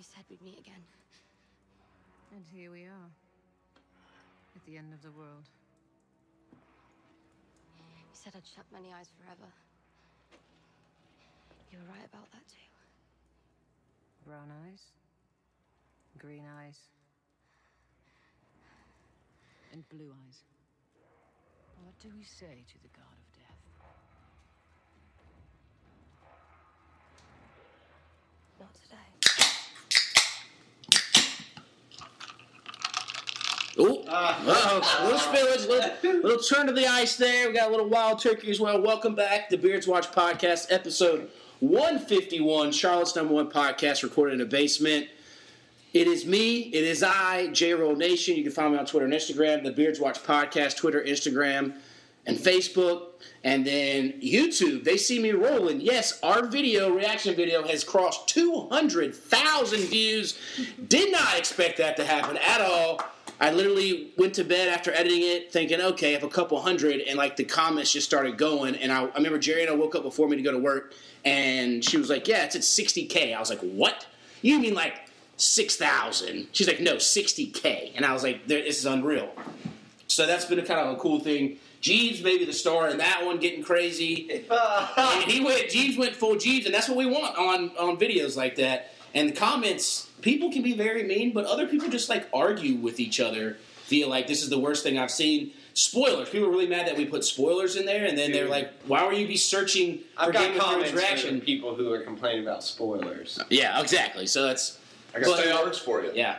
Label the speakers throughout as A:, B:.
A: said we'd meet again.
B: And here we are. At the end of the world.
A: You said I'd shut many eyes forever. You were right about that, too.
B: Brown eyes, green eyes, and blue eyes. What do we say to the god of death?
A: Not today.
C: Ooh. Uh-oh. little spillage, little, little turn to the ice there. We got a little wild turkey as well. Welcome back to Beards Watch Podcast, episode 151, Charlotte's number one podcast recorded in a basement. It is me, it is I, J Roll Nation. You can find me on Twitter and Instagram, the Beards Watch Podcast, Twitter, Instagram, and Facebook. And then YouTube, they see me rolling. Yes, our video, reaction video, has crossed 200,000 views. Did not expect that to happen at all. I literally went to bed after editing it thinking, okay, I have a couple hundred, and like the comments just started going. And I, I remember Jerry and I woke up before me to go to work, and she was like, yeah, it's at 60K. I was like, what? You mean like 6,000? She's like, no, 60K. And I was like, there- this is unreal. So that's been a kind of a cool thing. Jeeves maybe the star in that one, getting crazy. And he went, Jeeves went full Jeeves, and that's what we want on on videos like that. And the comments, people can be very mean, but other people just like argue with each other. Feel like this is the worst thing I've seen. Spoilers. People are really mad that we put spoilers in there, and then they're
D: Dude.
C: like, "Why would you be searching for
D: I've got
C: Game of Thrones
D: comments from
C: reaction?"
D: people who are complaining about spoilers.
C: Yeah, exactly. So that's
E: I got
C: But-
E: study orders for you.
C: yeah.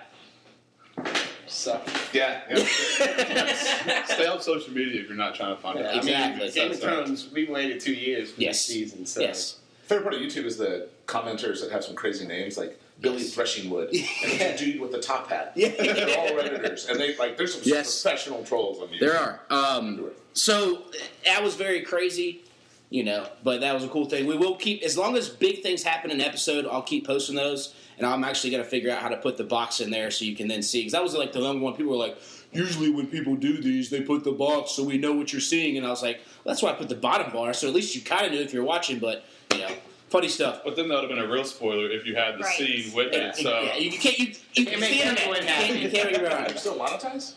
D: So
E: Yeah. yeah. Stay off social media if you're not trying to find
D: Yeah,
E: out.
C: exactly.
E: it's-
D: Game of
E: it's- uh,
D: Thrones, we waited two years for
C: Yes.
D: this season. So
C: Yes.
E: Favorite part of YouTube is the commenters that have some crazy names, like Billy Threshingwood and the dude with the top hat. Yeah. They're all redditors, and they like there's some
C: Yes.
E: professional trolls on YouTube.
C: There are. Um, so that was very crazy, you know, but that was a cool thing. We will keep, as long as big things happen in an episode, I'll keep posting those. And I'm actually going to figure out how to put the box in there so you can then see. Because that was like the number one. People were like, usually when people do these, they put the box so we know what you're seeing. And I was like, well, that's why I put the bottom bar. So at least you kind of knew if you're watching, but, you know, funny stuff.
F: But then that would have been a real spoiler if you had the
G: Right.
F: scene with it. So
C: yeah, you, you can't, you, you,
D: It
C: it's
D: makes
C: the internet.
D: everyone
C: You can't, you
D: happy.
C: can't make your
E: Are
C: own.
E: you still monetized?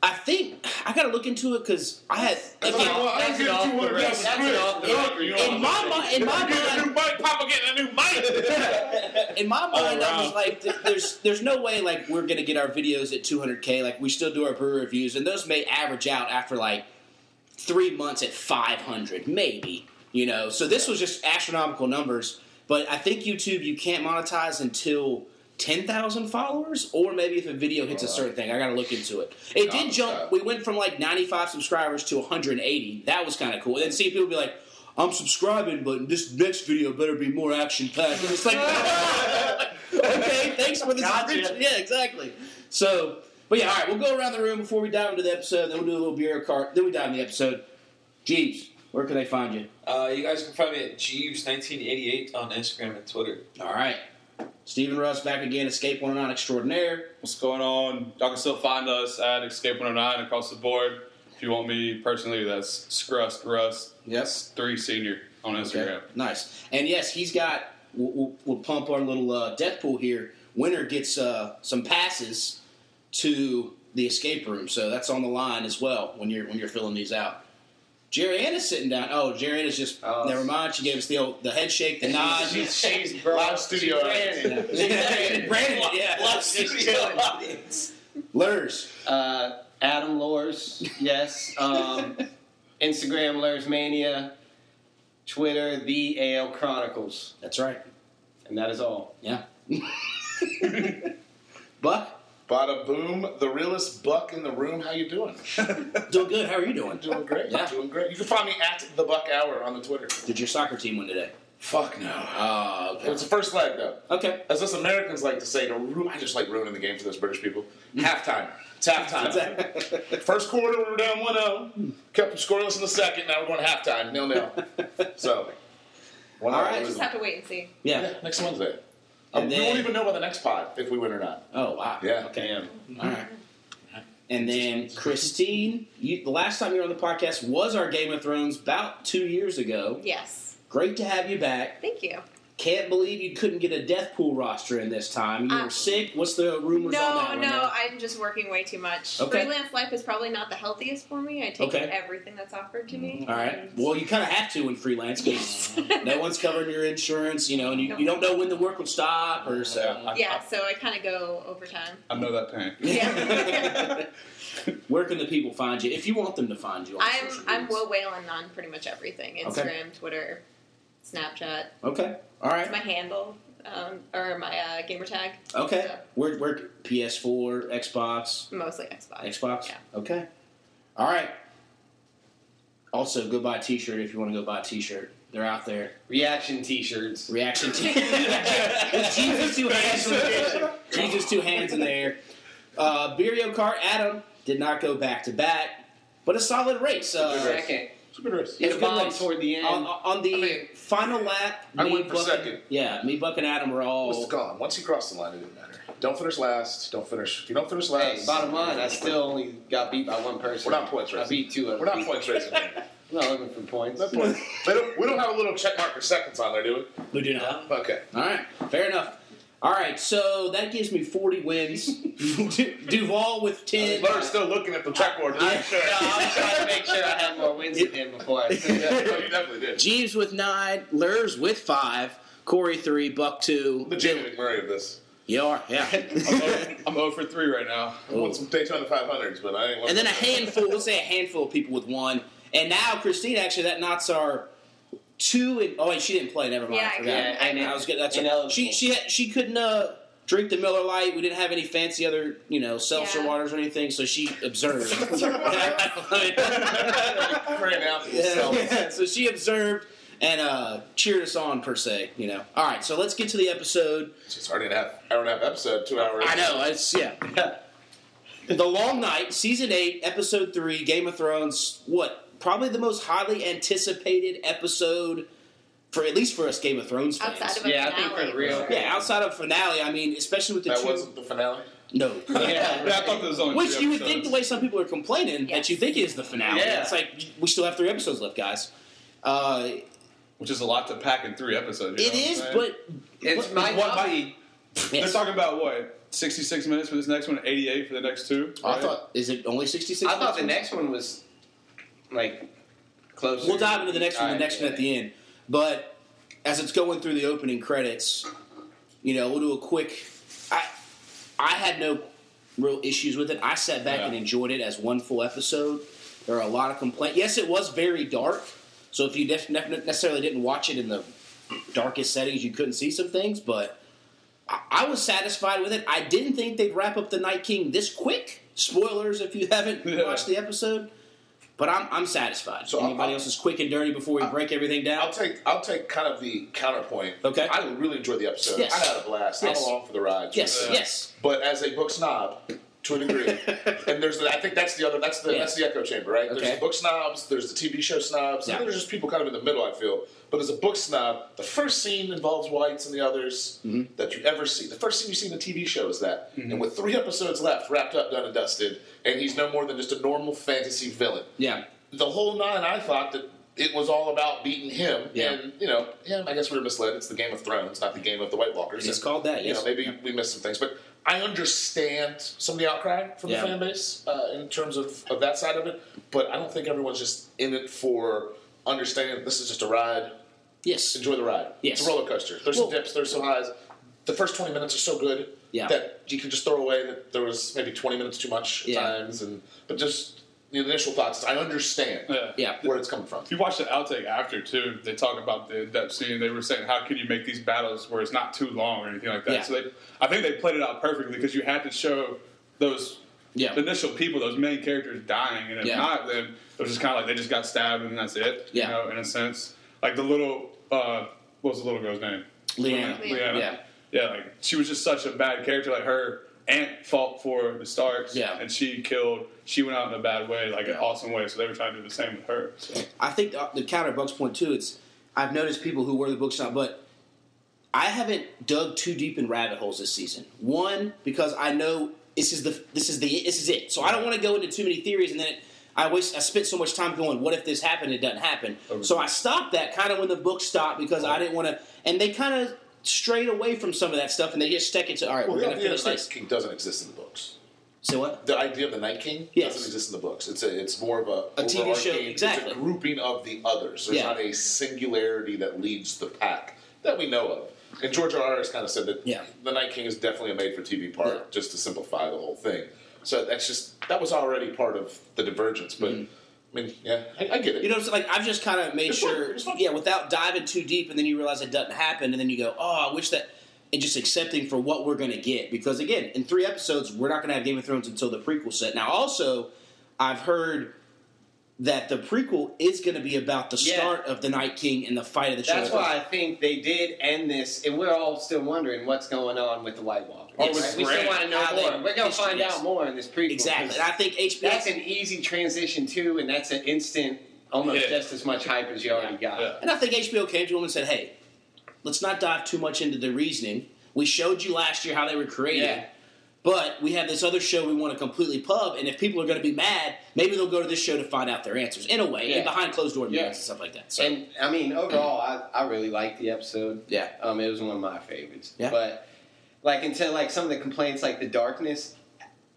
C: I think I gotta look into it because I had again,
F: Oh,
D: that's it off the rails. That's it off the record. You
C: in
D: don't
C: my
D: want
C: mind, in my mind,
F: mic, Papa getting a new mic.
C: in my mind, I was
F: wow.
C: like, th- "There's, there's no way like we're gonna get our videos at 200k. Like we still do our brew reviews, and those may average out after like three months at 500, maybe. You know, so this was just astronomical numbers. But I think YouTube, you can't monetize until 10,000 followers, or maybe if a video hits a certain thing. I gotta look into it. It did
E: Gotcha.
C: jump. We went from like 95 subscribers to 180. That was kind of cool. And then seeing people be like. I'm subscribing, but this next video better be more action packed. It's like, okay, thanks for this.
D: Gotcha.
C: rich- Yeah, exactly. So, but yeah, all right, we'll go around the room before we dive into the episode. Then we'll do a little beer cart. Then we dive into the episode. Jeeves, where can they find you?
H: Uh, you guys can find me at Jeeves1988 on Instagram and Twitter.
C: All right. Stephen Russ back again, Escape 109 Extraordinaire.
F: What's going on? Y'all can still find us at Escape 109 across the board. If you want me personally, that's Scrust Rust
C: Yes.
F: Three Senior on Instagram.
C: Nice. And yes, he's got, we'll, we'll, we'll pump our little uh, death pool here. Winner gets uh, some passes to the escape room, so that's on the line as well when you're when you're filling these out. Jerry Ann is sitting down. Oh, Jerry Ann is just.
D: Oh.
C: never mind. She gave us the old, the head shake, the nod.
D: she's, she's bro,
E: Live studio
D: she's
E: audience.
D: ran it.
C: Brandon, yeah.
H: Love
D: Just
H: studio
D: chilling.
H: audience.
C: Lurs.
D: Uh, Adam Lors, yes. Um, Instagram Lurs Mania, Twitter The AL Chronicles,
C: That's right.
D: and that is all.
C: Yeah. Buck,
E: Bada boom, the realest buck in the room. How you doing?
C: doing good. How are you doing?
E: Doing great.
C: Yeah.
E: Doing great. You can find me at the Buck Hour on the Twitter.
C: Did your soccer team win today?
E: Fuck no.
C: Oh,
E: It was the first leg though.
C: Okay.
E: As us Americans like to say, to ru- I just like ruining the game for those British people. Halftime. It's halftime. First quarter, we were down 1 0. Kept them scoreless in the second. Now we're going halftime. Nil nil. So, one
C: All
E: All
C: right.
E: right.
G: Just have to wait and see.
C: yeah.
E: yeah, next Wednesday.
C: And
E: Um,
C: then-
E: we won't even know by the next pod if we win or not.
C: Oh wow.
E: Yeah.
C: Okay.
D: Damn.
C: All right. And then Christine, you, the last time you were on the podcast was our Game of Thrones about two years ago.
G: Yes.
C: Great to have you back.
G: Thank you.
C: Can't believe you couldn't get a death pool roster in this time. You were
I: Uh,
C: sick. What's the rumors on that
I: No,
C: one?
I: no,
C: man?
I: I'm just working way too much.
C: Okay.
I: Freelance life is probably not the healthiest for me. I take
C: Okay.
I: everything that's offered to me.
C: All right. Well, you kind of have to in freelance because
I: Yes.
C: no one's covering your insurance, you know, and you, you don't know when the work will stop or so.
F: I,
I: yeah, so I kind of go overtime.
F: I, I know that pain.
I: Yeah.
C: Where can the people find you if you want them to find you? On
I: I'm
C: social
I: I'm
C: medias?
I: Will Whalen on pretty much everything:
C: Okay.
I: Instagram, Twitter, Snapchat.
C: Okay. All
I: It's
C: right.
I: my handle um, or my uh, gamer tag.
C: Okay.
I: So,
C: We're, we're PS4, Xbox,
I: mostly Xbox.
C: Xbox.
I: Yeah.
C: Okay. All right. Also, go buy a T-shirt if you want to go buy a T-shirt. They're out there.
D: Reaction T-shirts.
C: Reaction T. With Jesus two hands in the air. Jesus two hands in the air. Uh, Birio Kart Adam did not go back to back, but a solid race. Uh,
D: Second,
E: It's a good race.
C: It's
D: hit
C: a
D: a
C: good
D: bomb
C: race.
D: toward the end.
C: on, on the
E: I mean,
C: final lap,
E: I
C: me,
E: went for
C: Buck,
E: second.
C: Yeah, me, Buck, and Adam were all.
E: was gone. Once he crossed the line, it didn't matter. Don't finish last. Don't finish. If you don't finish last,
D: Hey, bottom line, I still only got beat by one person.
E: We're not points
D: I
E: racing.
D: beat two other
E: we're not
D: people.
E: points racing. here.
D: I'm not looking for points.
E: No points. They don't, we don't have a little check mark for seconds on there, do
C: We do
H: Yeah.
C: not.
E: we? Okay.
C: All right, fair enough. All right, so that gives me 40 wins. Du- Duval with 10.
E: Blur's still looking at the checkboard. to make sure.
D: No, I'm trying to make sure I have more wins than him before I say
E: yeah,
D: that.
E: no, you definitely did.
C: Jeeves with 9. Lurs with 5. Corey 3. Buck 2.
E: The Jamie McMurray of this.
C: You are, yeah.
F: I'm, o- I'm 0 for 3 right now.
E: I want some Daytona 500s, but I ain't. want
C: and then a
E: them.
C: handful, let's say a handful of people with 1. And now, Christine, actually, that knots our. Two and oh, wait, she didn't play. Never mind.
I: Yeah,
C: I
I: I
C: forgot.
D: couldn't. Yeah, and
C: I was good. That's
D: and
C: right.
D: eligible.
C: she. She had, she couldn't uh, drink the Miller Light. We didn't have any fancy other you know seltzer
I: Yeah.
C: waters or anything. So she observed.
E: Praying out for
C: Yeah,
E: yourself.
C: yeah. So she observed and uh, cheered us on per se. You know. All right. So let's get to the episode.
E: It's already an hour and a half episode, two hours.
C: I know. It's yeah. the Long Night, season eight, episode three, Game of Thrones. What? Probably the most highly anticipated episode for at least for us Game of Thrones fans.
I: Outside of a
D: Yeah, I think
I: finale.
D: for real.
C: yeah, outside of finale, I mean, especially with the
E: That
C: two.
E: wasn't the finale.
C: No.
D: Yeah,
F: Yeah, I thought there was only
C: Which
F: three
C: you would think the
F: episodes.
C: way some people are complaining that
I: Yes.
C: you think is the finale.
D: Yeah.
C: It's like we still have three episodes left, guys. Uh,
F: Which is a lot to pack in three episodes. you
C: it
F: know what I'm
C: is,
F: saying?
C: but
D: It's my
F: What-
D: hobby.
F: They're talking about what? 66 minutes for this next one, 88 for the next two.
C: I
F: right?
C: thought is it only sixty six?
D: I thought the next one was like closer.
C: We'll dive into the next one. The
D: Alright,
C: next one
D: yeah.
C: at the end, but as it's going through the opening credits, you know, we'll do a quick. I I had no real issues with it. I sat back
F: Yeah.
C: and enjoyed it as one full episode. There are a lot of complaints. Yes, it was very dark. So if you def- ne- necessarily didn't watch it in the darkest settings, you couldn't see some things. But I-, I was satisfied with it. I didn't think they'd wrap up the Night King this quick. Spoilers if you haven't
F: Yeah.
C: watched the episode. But I'm, I'm satisfied.
E: So
C: So
E: I'll-
C: anybody
E: I'll-
C: else is quick and dirty before we
E: I'll-
C: break everything down?
E: I'll take I'll take kind of the counterpoint.
C: Okay.
E: I really enjoyed the episode.
C: Yes.
E: I had a blast.
C: Yes.
E: I'm along for the ride.
C: yes,
F: Yeah.
C: yes.
E: But as a book snob, to a degree, and there's the, I think that's the other that's the
C: Yeah.
E: that's the echo chamber, right?
C: Okay.
E: There's the book snobs, there's the TV show snobs,
C: Yeah.
E: and there's just people kind of in the middle. I feel, but as a book snob, the first scene involves whites and the others
C: Mm-hmm.
E: that you ever see. The first scene you see in the TV show is that, and with three episodes left, wrapped up, done and dusted, and he's no more than just a normal fantasy villain.
C: Yeah.
E: The whole nine, I thought that. It was all about beating him,
C: Yeah.
E: and you know, yeah, I guess we were misled. It's the Game of Thrones, not the Game of the White Walkers.
C: It's
E: And-
C: called that,
E: you
C: yes.
E: know, maybe we missed some things, but I understand some of the outcry from
C: Yeah.
E: the fan base uh, in terms of, of that side of it. But I don't think everyone's just in it for understanding that this is just a ride.
C: Yes.
E: Enjoy the ride.
C: Yes.
E: It's a roller coaster. There's
C: Well-
E: some dips. There's some highs. The first 20 minutes are so good
C: Yeah.
E: that you can just throw away that there was maybe 20 minutes too much at
C: Yeah.
E: times. And but just the initial thoughts. I understand
F: Yeah.
C: Yeah.
E: where it's coming from.
F: If you watch the outtake after too, they talk about the in-depth scene. They were saying, "How can you make these battles where it's not too long or anything like that?"
C: Yeah.
F: So they, I think they played it out perfectly because you had to show those
C: Yeah.
F: the initial people, those main characters dying, and if
C: Yeah.
F: not, then it was just kind of like they just got stabbed and that's it.
C: Yeah.
F: You know, in a sense, like the little uh, what was the little girl's name?
C: Leanna.
F: Leanna.
C: Yeah.
F: Yeah, like she was just such a bad character. Like her aunt fought for the Starks,
C: Yeah.
F: and she killed. She went out in a bad way, like an
C: Yeah.
F: awesome way. So they were trying to do the same with her. So.
C: I think uh, the, the counter Buck's point too. It's I've noticed people who were the book snob, but I haven't dug too deep in rabbit holes this season. One because I know this is the this is the this is it, so I don't want to go into too many theories, and then I waste I spent so much time going, what if this happened? It doesn't happen.
F: Over-
C: So I stopped that kind of when the book stopped because I didn't want to. And they kind of strayed away from some of that stuff, and they just stuck into all right.
E: Well,
C: we're
E: the
C: going to
E: idea
C: finish
E: of Night
C: this.
E: King doesn't exist in the books.
C: So what?
E: The idea of the Night King
C: Yes.
E: doesn't exist in the books. It's a, it's more of a,
C: A TV show,
E: overarching-
C: exactly.
E: It's a grouping of the others. There's
C: Yeah.
E: not a singularity that leads the pack that we know of. And George R. R. has kind of said that
C: Yeah.
E: the Night King is definitely a made-for-TV part,
C: Yeah.
E: just to simplify the whole thing. So that's just that was already part of the divergence. But I mean, yeah, I, I get it.
C: Mm. You know, what I'm saying? like I've just kind of made
E: It's fun.
C: sure,
E: It's fun.
C: yeah, without diving too deep, and then you realize it doesn't happen, and then you go, oh, I wish that, and just accepting for what we're going to get, because again, in three episodes, we're not going to have Game of Thrones until the prequel set. Now, also, I've heard that the prequel is going to be about the
D: Yeah.
C: start of the Night King and the fight of the
D: That's
C: Show.
D: why I think they did end this, and we're all still wondering what's going on with the White Walkers.
E: Or with
D: We
E: Bran.
D: still want to know
C: How they-
D: more. We're going to
C: history,
D: find
C: yes.
D: out more in this prequel.
C: exactly, and I think HBO.
D: That's an easy transition too, and that's an instant, almost
F: Yeah.
D: just as much hype as you already got.
F: Yeah.
C: And I think HBO came to him and said, "Hey, let's not dive too much into the reasoning. We showed you last year how they were created,
D: Yeah.
C: but we have this other show we want to completely pub. And if people are going to be mad, maybe they'll go to this show to find out their answers in a way,
D: Yeah.
C: and behind closed door meetings
D: Yeah.
C: and stuff like that." So
D: And I mean, overall, I, I really liked the episode.
C: yeah,
D: Um, it was one of my favorites.
C: Yeah.
D: But like until like some of the complaints, like the darkness.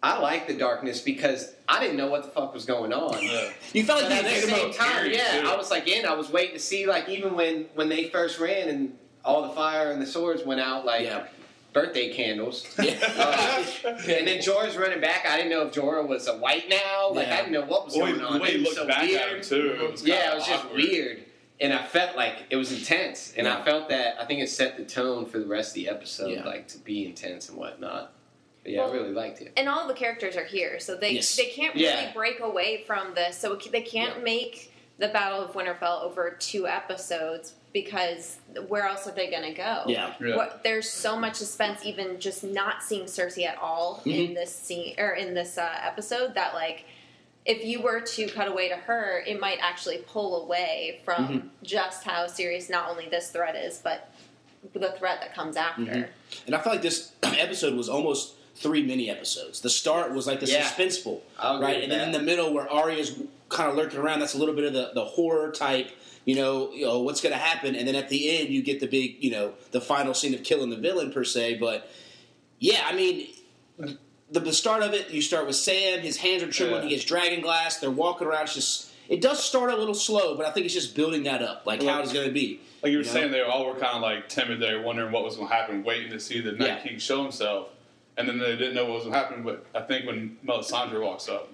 D: I like the darkness because I didn't know what the fuck was going on.
F: Yeah.
C: you felt
D: But
C: like
D: at
C: you
D: the
C: were there.
D: same time,
F: period,
D: yeah,
F: too.
D: I was like in. I was waiting to see like even when when they first ran and all the fire and the swords went out, like
C: Yeah.
D: birthday candles.
C: Yeah.
D: Uh, and then Jorah's running back. I didn't know if Jorah was a white now. Like
C: Yeah.
D: I didn't know what was
F: Well,
D: going
F: the
D: on.
F: way he
D: It was
F: looked
D: so
F: back
D: weird.
F: at him too, it was
D: Yeah,
F: kinda
D: it was just
F: awkward.
D: weird. And I felt like it was intense, and
C: Yeah.
D: I felt that I think it set the tone for the rest of the episode,
C: Yeah.
D: like to be intense and whatnot. But yeah,
I: Well,
D: I really liked it.
I: And all the characters are here, so they
C: Yes.
I: they can't really
D: Yeah.
I: break away from this. So it ca- they can't make the Battle of Winterfell over two episodes because where else are they going to go?
C: Yeah.
F: Yeah.
I: What, there's so much suspense, even just not seeing Cersei at all
C: Mm-hmm.
I: in this scene or in this uh, episode. That like, if you were to cut away to her, it might actually pull away from
C: Mm-hmm.
I: just how serious not only this threat is, but the threat that comes after.
C: Mm-hmm. and I felt like this episode was almost three mini episodes. The start was like the
D: Yeah.
C: suspenseful,
D: I'll agree
C: right,
D: with
C: and then in
D: that.
C: the middle where Arya's kind of lurking around, that's a little bit of the, the horror type. You know, you know what's going to happen, and then at the end you get the big, you know, the final scene of killing the villain per se. But yeah, I mean, the, the start of it, you start with Sam. His hands are trembling.
F: Yeah.
C: He gets dragon glass. They're walking around. It's just it does start a little slow, but I think it's just building that up, like how it's going to be.
F: Like you were
C: You know?
F: saying, they all were kind of like timid. They were wondering what was going to happen, waiting to see the Night
C: Yeah.
F: King show himself, and then they didn't know what was going to happen. But I think when Melisandre walks up,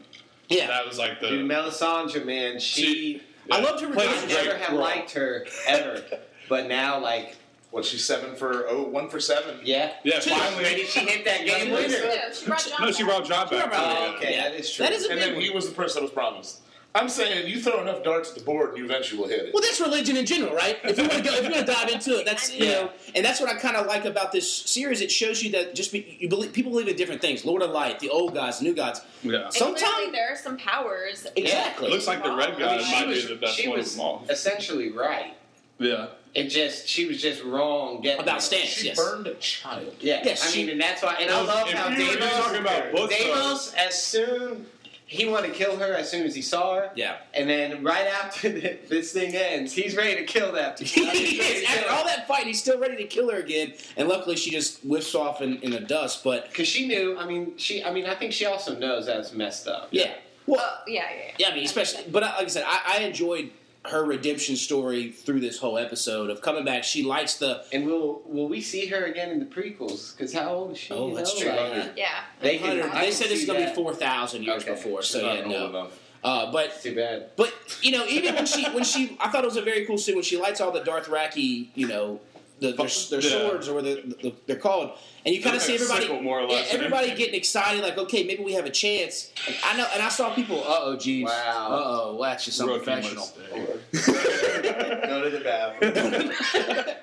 C: Yeah,
F: that was like the
D: Dude, Melisandre, man, she,
F: She-
C: I loved her.
F: Plays
D: I
F: a
C: regardless.
F: great
D: never have
F: role.
D: liked her ever, but now like,
E: what she's seven for oh one for seven.
D: yeah,
F: yeah.
C: Two.
D: maybe
F: Finally,
D: she hit that game
I: She
D: winner.
I: knew. She brought Jon
F: no, she
I: back.
F: brought John back.
D: Oh, okay,
C: Yeah.
D: that is true.
C: That is a
E: And
C: big
E: then
C: one.
E: he was the prince that was promised. I'm saying you throw enough darts at the board, and you eventually will hit it.
C: Well, that's religion in general, right? If you want to go, if you want to dive into it, that's you know, and that's what I kind of like about this series. It shows you that just be, you believe people believe in different things: Lord of Light, the old gods, the new gods.
F: Yeah.
I: And clearly
C: Sometime-
I: there are some powers.
C: Exactly.
F: It looks like the red
D: I
F: guy
D: mean, she
F: might
D: was,
F: be the best
D: she
F: one
D: was
F: of them all.
D: essentially right.
F: Yeah.
D: It just she was just wrong getting
C: About
D: it.
C: stance.
E: she
C: yes.
E: burned a child.
D: Yeah,
C: Yes,
D: I
C: she-
D: mean, and that's why. And I love
F: if
D: how
F: you were
D: Davos.
F: talking about books, though-
D: Davos, as soon he wanted to kill her, as soon as he saw her,
C: Yeah.
D: and then right after th- this thing ends, he's ready to kill that.
C: He is. After all that fight, he's still ready to kill her again, and luckily she just whiffs off in, in the dust. But
D: because she knew. I mean, she. I mean, I think she also knows that's messed up.
C: yeah, well,
I: Oh, yeah, yeah,
C: Yeah, I mean, especially, but I- like I said, I, I enjoyed her redemption story through this whole episode of coming back. She likes the
D: And will will we see her again in the prequels? Because how old is she?
C: Oh,
D: you
C: that's
D: know?
C: true.
D: Like,
I: yeah.
D: they can, I
C: they
D: can
C: said it's
D: see
C: going to be
D: that.
C: four thousand years
D: Okay.
C: before, so
E: She's not
C: yeah,
E: old
C: no.
E: enough.
C: Uh, but
D: Too bad.
C: But you know, even when she when she, I thought it was a very cool scene when she lights all the Darth Raki, you know, the, their, their
F: Yeah.
C: swords or what the, the, they're called, and you kind of
F: Like
C: see
F: a
C: everybody,
F: sickle, more or
C: yeah,
F: less.
C: everybody getting excited, like, okay, maybe we have a chance. And I know, and I saw people, uh oh, geez,
D: Wow.
C: uh oh, well, that's just
F: Rookie
C: unprofessional.
F: mistake.
D: Go to the bathroom.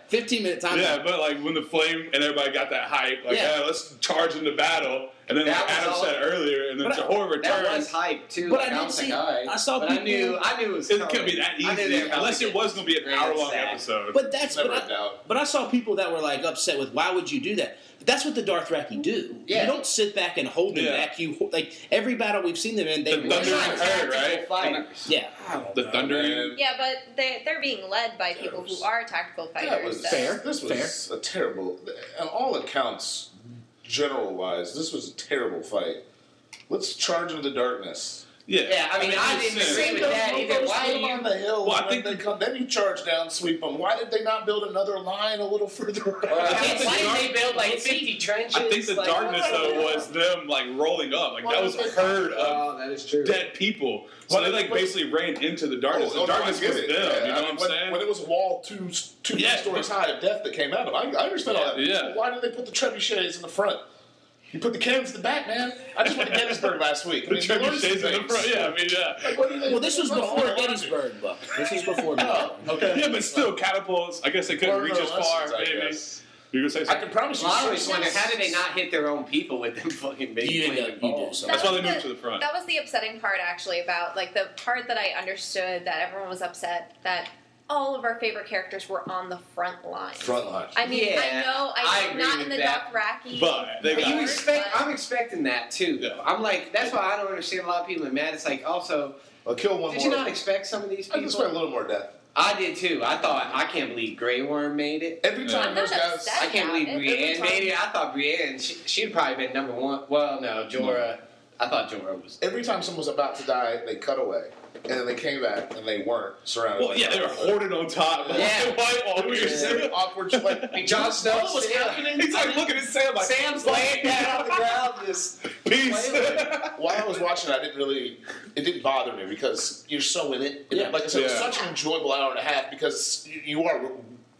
C: Fifteen minute time.
F: Yeah, but like when the flame and everybody got that hype, like,
C: Yeah.
F: yeah, let's charge into battle. And then,
D: That
F: like Adam
D: was all-
F: said earlier, and then
J: But I-
F: Jehovah
D: That was
F: returns.
D: hype too.
J: But
D: like,
J: I did
D: was
J: see-
D: Like, all right.
J: I saw
D: But I
J: people-
D: knew. I knew it was.
F: It could
D: coming.
F: be that
D: I knew
F: easy,
D: they were
F: unless
D: probably
F: it was going to be an
D: Grand
F: hour long
D: sack.
F: episode.
J: But that's
E: Never
J: but
E: a
J: I,
E: doubt.
J: but I saw people that were like upset with why would you do that? But that's what the Dothraki do.
D: Yeah.
J: You don't sit back and hold them
F: Yeah.
J: back. You ho- like every battle we've seen them in, they
F: The
J: were-
F: Thunder
D: They're not
F: and Terror,
D: tactical
F: right?
D: Fighters.
J: yeah.
F: the thundering.
I: Yeah, but they they're being led by people who are tactical fighters.
E: That was
I: so-
J: fair.
E: This was a terrible, on all accounts, general wise, this was a terrible fight. Let's charge into the darkness.
F: Yeah.
D: Yeah, I mean, I
F: it's
D: didn't
F: sin.
D: agree with that either. Why
E: Send them
D: you?
E: on the hill?
F: Well, I
E: and
F: think-
E: then they come. Then you charge down, sweep them. Why did they not build another line a little further?
D: Or,
E: out?
F: think the
D: Why did
F: dark-
D: they build like fifty trenches?
F: I think the
D: like,
F: darkness though was them like rolling up. Like that was a herd of
D: Oh, that is true.
F: dead people. So
E: Well,
F: they like
E: what-
F: basically ran into the darkness.
E: Oh, no,
F: the darkness
E: I get
F: was them.
E: it. Yeah,
F: you
E: I
F: know
E: mean, when,
F: what I'm
E: When
F: saying?
E: it was wall two, two
F: Yeah.
E: stories high of death that came out of it, I, I understand all that.
F: Yeah.
E: Why did they put the trebuchets in the front? You put the cannons in the back, man. I just went to Gettysburg last week. I
F: The
E: mean, you learn some
F: trebuchets in the
E: things.
F: front. Yeah, I mean, yeah.
E: Like, what do they-
J: Well, this was
E: what's the
J: before
E: logic?
J: Gettysburg, Buck. This was before.
E: Oh,
J: Gettysburg.
E: okay.
F: Yeah, but still catapults. I guess they couldn't
E: Learn
F: reach
E: their
F: as far.
E: lessons, I
F: maybe.
E: guess.
F: You gonna say
E: I can
F: something?
E: promise you.
D: Well, I always
E: six-
D: wonder how did they not hit their own people with them fucking big
J: You
D: flaming
J: did, you did.
D: balls?
J: So.
I: That
F: That's why
I: was
F: they moved to the front.
I: That was the upsetting part, actually, about like the part that I understood that everyone was upset that all of our favorite characters were on the front line.
E: Front line.
I: I mean,
D: Yeah,
I: I know,
D: I
I: I know,
D: agree
I: not
D: with
I: in the
D: that.
I: Dothraki.
F: But they
D: But
F: got
D: you
F: it.
D: expect, I'm expecting that too. Though
F: Yeah.
D: I'm like, that's why I don't understand a lot of people are mad. It's like, also,
E: Well, kill one
D: did
E: more.
D: you not expect some of these
E: I just went a
D: people?
E: little more death.
D: I did too. I thought I can't believe Grey Worm made it.
E: Every
F: Yeah.
E: time
I: I'm not
E: those guys.
I: upset.
D: I can't
I: Yeah,
D: believe
I: every
D: Brienne
I: time-
D: made it. I thought Brienne, she, she'd probably been number one. Well, no, Jorah. I thought Jorah was.
E: Every time someone was about to die, they cut away, and then they came back and they weren't surrounded.
F: Well,
E: by
F: yeah, they were
E: darkness.
F: hoarded on top. Like,
D: Yeah.
E: It was just
F: Whitewalkers.
E: very awkward. Like,
D: Jon Snow
E: what was
D: still-
E: happening?
F: He's like looking at Sam like
D: Sam's laying down on the ground. Just
F: peace.
E: While I was watching, I didn't really. It didn't bother me because you're so in it. And
J: Yeah.
E: Like I said, it's
F: Yeah.
E: such an enjoyable hour and a half because you, you are.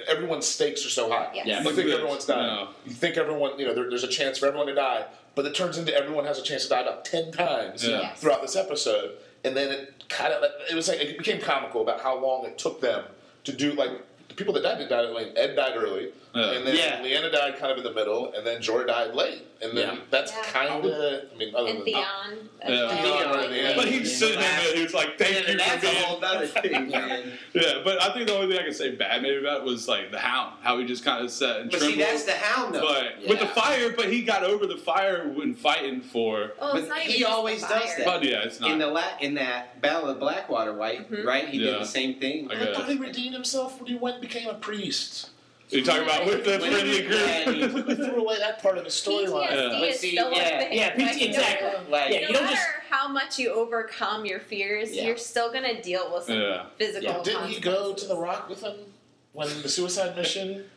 E: Everyone's stakes are so high.
I: Yes.
J: Yeah.
E: You
F: Look
E: think
F: good.
E: everyone's dying.
F: No.
E: You think everyone, you know, there, there's a chance for everyone to die, but it turns into everyone has a chance to die about ten times
F: Yeah.
I: Yes.
E: throughout this episode, and then it kind of it was like it became comical about how long it took them to do like. The people that died didn't die early. Ed died early,
F: Yeah.
E: and then
J: Yeah.
E: Leanna died kind of in the middle, and then Jory died late, and then
J: Yeah.
E: that's
I: Yeah.
E: kind of. I mean, other
I: and
E: than
I: Theon. uh, as
F: Yeah.
I: well,
E: Theon,
I: like,
E: yeah.
F: But he was sitting there, he was like, "Thank you for
D: that's a
F: being."
D: whole other thing, man.
F: Yeah, but I think the only thing I can say bad maybe about it was like the hound, how he just kind of sat and
D: But
F: trembled.
D: see, that's the hound though.
F: but with the
J: Yeah.
F: fire, but he got over the fire when fighting for.
I: well,
D: But
I: it's not even
D: he
I: just the
D: always does
I: fire.
D: that.
F: But Oh, yeah, it's not.
D: in the la- in that Battle of Blackwater, right? Right, he
F: Yeah.
D: did the same thing.
F: I
E: I thought
F: guess.
E: he redeemed himself when he went and became a priest.
F: You talking about with the
D: When
F: friendly
D: he- yeah, and he-
F: group?
E: Completely threw away that part of his storyline.
I: PTSD
F: Yeah.
I: is
D: See,
I: still
D: yeah,
I: a thing.
J: yeah, PT
I: Like, no-
J: exactly.
D: Like,
J: Yeah,
I: No
J: you don't
I: matter
J: just-
I: how much you overcome your fears,
J: Yeah.
I: you're still going to deal with some
F: Yeah.
I: physical.
J: Yeah.
E: Didn't he go to
I: consequences.
E: the rock with him when the suicide mission?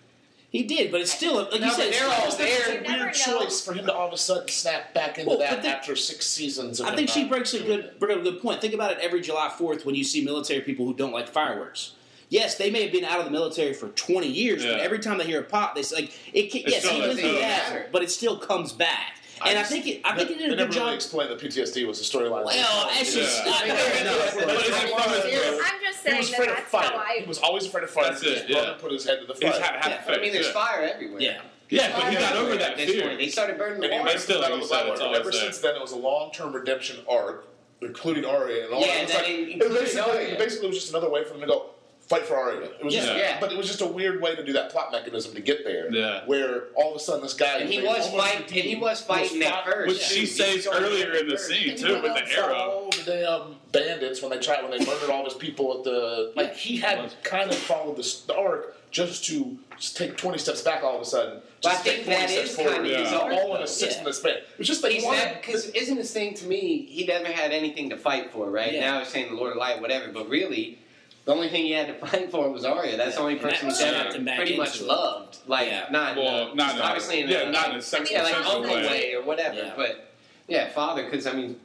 J: He did, but it's still like
D: No,
J: you said. it's
D: but they're
J: still-
D: all
E: It's just
D: there.
E: a
I: You never
E: weird choice for him to all of a sudden snap back into
J: Well,
E: that
J: but the-
E: after six seasons. Of
J: I
E: him
J: think she
E: not
J: breaks a
E: doing
J: good,
E: it.
J: bring up a good point. Think about it every July 4th when you see military people who don't like fireworks. Yes, they may have been out of the military for 20 years, but
F: Yeah.
J: every time they hear a pop, they say, like, it can,
F: It's
J: yes,
F: still
J: even if
F: that
J: it
F: tone.
J: has, but it still comes back. And I,
E: just-
J: think it, I think
E: they,
J: it did
E: they
J: a
E: never
J: good
E: really
J: job.
E: explained that PTSD was a storyline.
J: Well, that's just
F: Yeah.
J: not
D: Yeah.
F: But it's in front of him.
I: I'm
E: he
I: just saying
E: was
I: that
E: afraid of
I: that's
E: fire.
I: how I.
E: He was always afraid of fire.
F: That's
E: His
F: it,
E: brother
F: yeah.
E: put his head to the fire.
F: He's had half
J: Yeah.
D: But I mean, there's fire everywhere.
J: Yeah.
F: Yeah, but he
D: Fire
F: got over
D: everywhere
F: that
D: at this
F: fear.
D: point. They started burning the
E: And
D: water.
E: even
F: But still,
E: after
F: you
E: that,
F: said
E: it was
F: it's
E: like,
F: always
E: ever
F: there.
E: since then, it was a long-term redemption arc, including Arya and all
D: Yeah, and
E: that. It was
D: then
E: like, it
D: including
E: basically,
D: Arya.
E: it basically was just another way for them to go fight for Arya. It was
J: Yeah.
E: just,
D: Yeah.
E: but it was just a weird way to do that plot mechanism to get there.
F: Yeah.
E: Where all of a sudden this guy,
D: And he
E: who
D: was
E: almost
D: fighting-
E: redeemed,
D: and he was fighting at
E: fought-
D: first.
F: Which she
D: Yeah.
F: says earlier in the scene
E: And he
F: too,
E: went
F: with
E: out and
F: the
E: fought
F: arrow.
E: All the damn bandits when they tried when they murdered all his people at the like he had kind of followed the s- the arc just to just take twenty steps back all of a sudden.
D: But I
E: just take
D: think
E: 40
D: that
E: steps
D: is
E: forward,
D: kind
F: of his
E: all
D: arc,
E: in
D: though.
E: a six
J: Yeah.
E: minute span. It was just like
D: He's
E: one-
D: not because isn't his thing to me? He never had anything to fight for, right?
J: Yeah.
D: Now he's saying the Lord of Light, whatever. But really, the only thing he had to fight for was Arya. That's the only
J: And that
D: person he's
F: snapped
D: ever
J: him back
D: pretty
J: into
D: much
J: it.
D: loved. Like
J: Yeah.
D: not, in
F: Well,
D: a-
F: not in a-
D: obviously in
F: yeah,
D: a,
F: not
D: like,
F: in a sexual
D: yeah, like
F: sense of
D: uncle
F: way.
D: way or whatever.
J: Yeah.
D: But yeah, father, because I mean,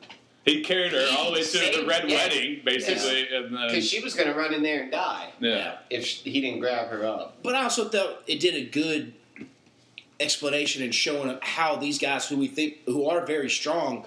F: He carried her all the way to the
D: Saved-
F: red
D: yeah.
F: wedding, basically, and then
D: because she was going to run in there and die
F: yeah,
D: if sh he didn't grab her up.
J: But I also thought it did a good explanation and showing of how these guys who we think who are very strong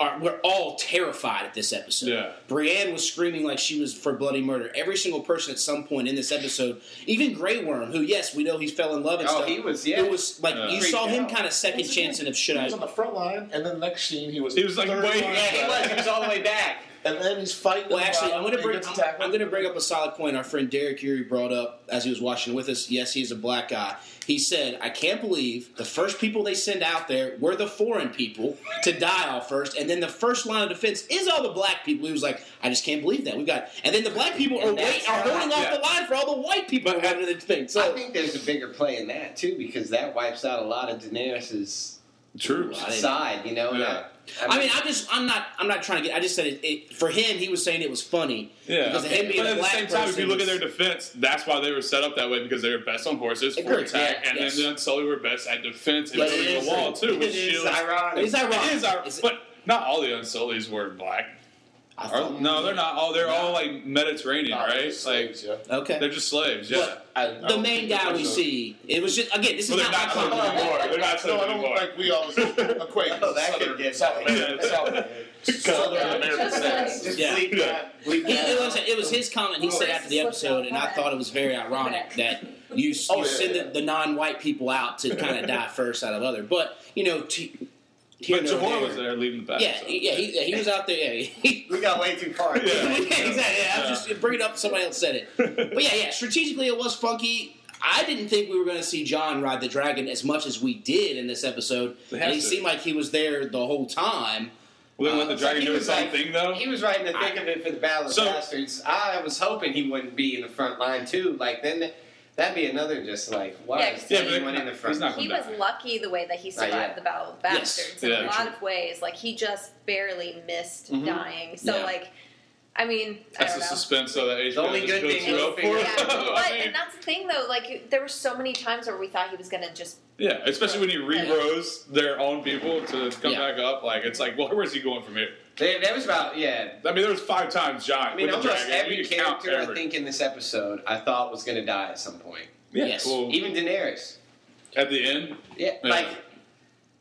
C: are we're all terrified at this episode.
F: Yeah.
C: Brienne was screaming like she was for bloody murder. Every single person at some point in this episode, even Grey Worm, who yes, we know he fell in love and
D: Oh,
C: stuff.
D: he was- yeah.
C: It was like
F: Yeah.
C: you saw him
D: Freaked out.
C: kind of second chancing of should
E: He
C: I
E: was on the front line, and then the next scene he was.
F: He was like,
E: third
F: wait,
E: line
D: Yeah, he
E: back,
D: was. He was all the way back.
E: And then he's fighting.
C: Well,
E: the
C: actually,
E: crowd,
C: I'm going to
E: he
C: bring
E: gets
C: I'm,
E: tackled.
C: going to bring up a solid point. Our friend Derek Urie brought up as he was watching with us. Yes, he is a black guy. He said, "I can't believe the first people they send out there were the foreign people to die off first, and then the first line of defense is all the black people." He was like, "I just can't believe that we got." And then the black people are
D: And that's
C: wait, are
D: how-
C: holding off the line for all the white people
F: But-
C: having the thing. So
D: I think there's a bigger play in that too because that wipes out a lot of Daenerys's
F: Troops.
C: I didn't-
D: side. You know, and
F: Yeah.
D: I,
C: I mean, I'm just I'm not I'm not trying to get. I just said it, it for him. He was saying it was funny.
F: Yeah,
C: Because of him being
F: but
C: a
F: at the
C: black
F: same time, if you
C: person
F: look
C: is-
F: at their defense, that's why they were set up that way because they were best on horses for
C: Agreed,
F: attack,
C: yeah,
F: and
C: yes.
F: then the Unsullied were best at defense and
C: But it
F: building
C: is-
F: the wall too. With
D: it is
F: shields.
D: ironic.
C: It's ironic.
F: It is ironic,
C: Is it-
F: but not all the Unsullieds were black.
C: I
F: Are-
C: thought-
F: no, they're not all. They're all like Mediterranean,
E: Oh,
F: right?
E: it's
F: Like
E: yeah.
C: okay.
F: they're just slaves. Yeah,
C: But
E: I- I
C: the
E: don't
C: main
E: think it's
C: guy we
E: like a-
C: see, it was just again. This
F: Well,
C: is
F: they're
C: not
F: not
C: my
F: slaves anymore. They're not
E: No,
F: slaves
E: I don't
F: anymore.
E: think we always equate.
D: Oh, that could get
E: South American,
F: Yeah.
E: South American, Southern American states.
D: just
C: Yeah.
D: bleep that. Bleep
C: He,
D: that
C: it,
D: out.
C: was, it was his comment he said after the episode, and I thought it was very ironic that you, you
E: Oh, yeah,
C: send
E: yeah.
C: The, the non-white people out to kind of die first out of other. But you know, to, here
F: but
C: nor
F: Jahor was there leading the back.
C: Yeah,
F: so.
C: yeah, he, yeah, he was out there. Yeah, he-
D: We got way too far.
F: Yeah.
C: exactly. Yeah, I was just bringing up somebody else said it. But yeah, yeah, strategically it was funky. I didn't think we were going to see John ride the dragon as much as we did in this episode,
F: They
C: and
F: have
C: he
F: to.
C: seemed like he was there the whole time.
F: Will they let the
D: So
F: dragon
D: he
F: do
D: was
F: its
D: like-
F: own thing though?
D: He was right in the thick of it for the Battle of
F: So-
D: Bastards. I was hoping he wouldn't be in the front line too. Like then, that'd be another just like why
I: Yeah,
D: is
I: Yeah,
F: but
D: anyone
F: it-
D: in the front?
F: he's not
I: He
F: Come
I: was
F: back.
I: lucky the way that he
D: Not yet.
I: survived the Battle of
C: Yes.
I: Bastards in
F: Yeah,
I: a lot of ways. Like he just barely missed
D: Mhm.
I: dying. So
C: Yeah.
I: like, I mean, I
F: That's
I: don't
F: the
I: know.
F: suspense though. That HBO
D: only
F: just
D: good
F: builds
D: thing
F: you
D: is
F: up
D: figure
F: for.
D: out-
I: Yeah, but
F: I mean,
I: and that's the thing though. Like there were so many times where we thought he was gonna just
F: Yeah, especially when he re-rose their own people to come
C: Yeah.
F: back up. Like it's like, well, where's he going from here?
D: There, there was about yeah.
F: I mean, there was five times John.
D: I mean,
F: with the
D: almost
F: dragon.
D: every
F: You can count
D: character I
F: every-
D: think in this episode I thought was going to die at some point.
F: Yeah,
C: Yes.
F: well,
D: Even Daenerys.
F: at the end,
D: Yeah,
F: Yeah.
D: like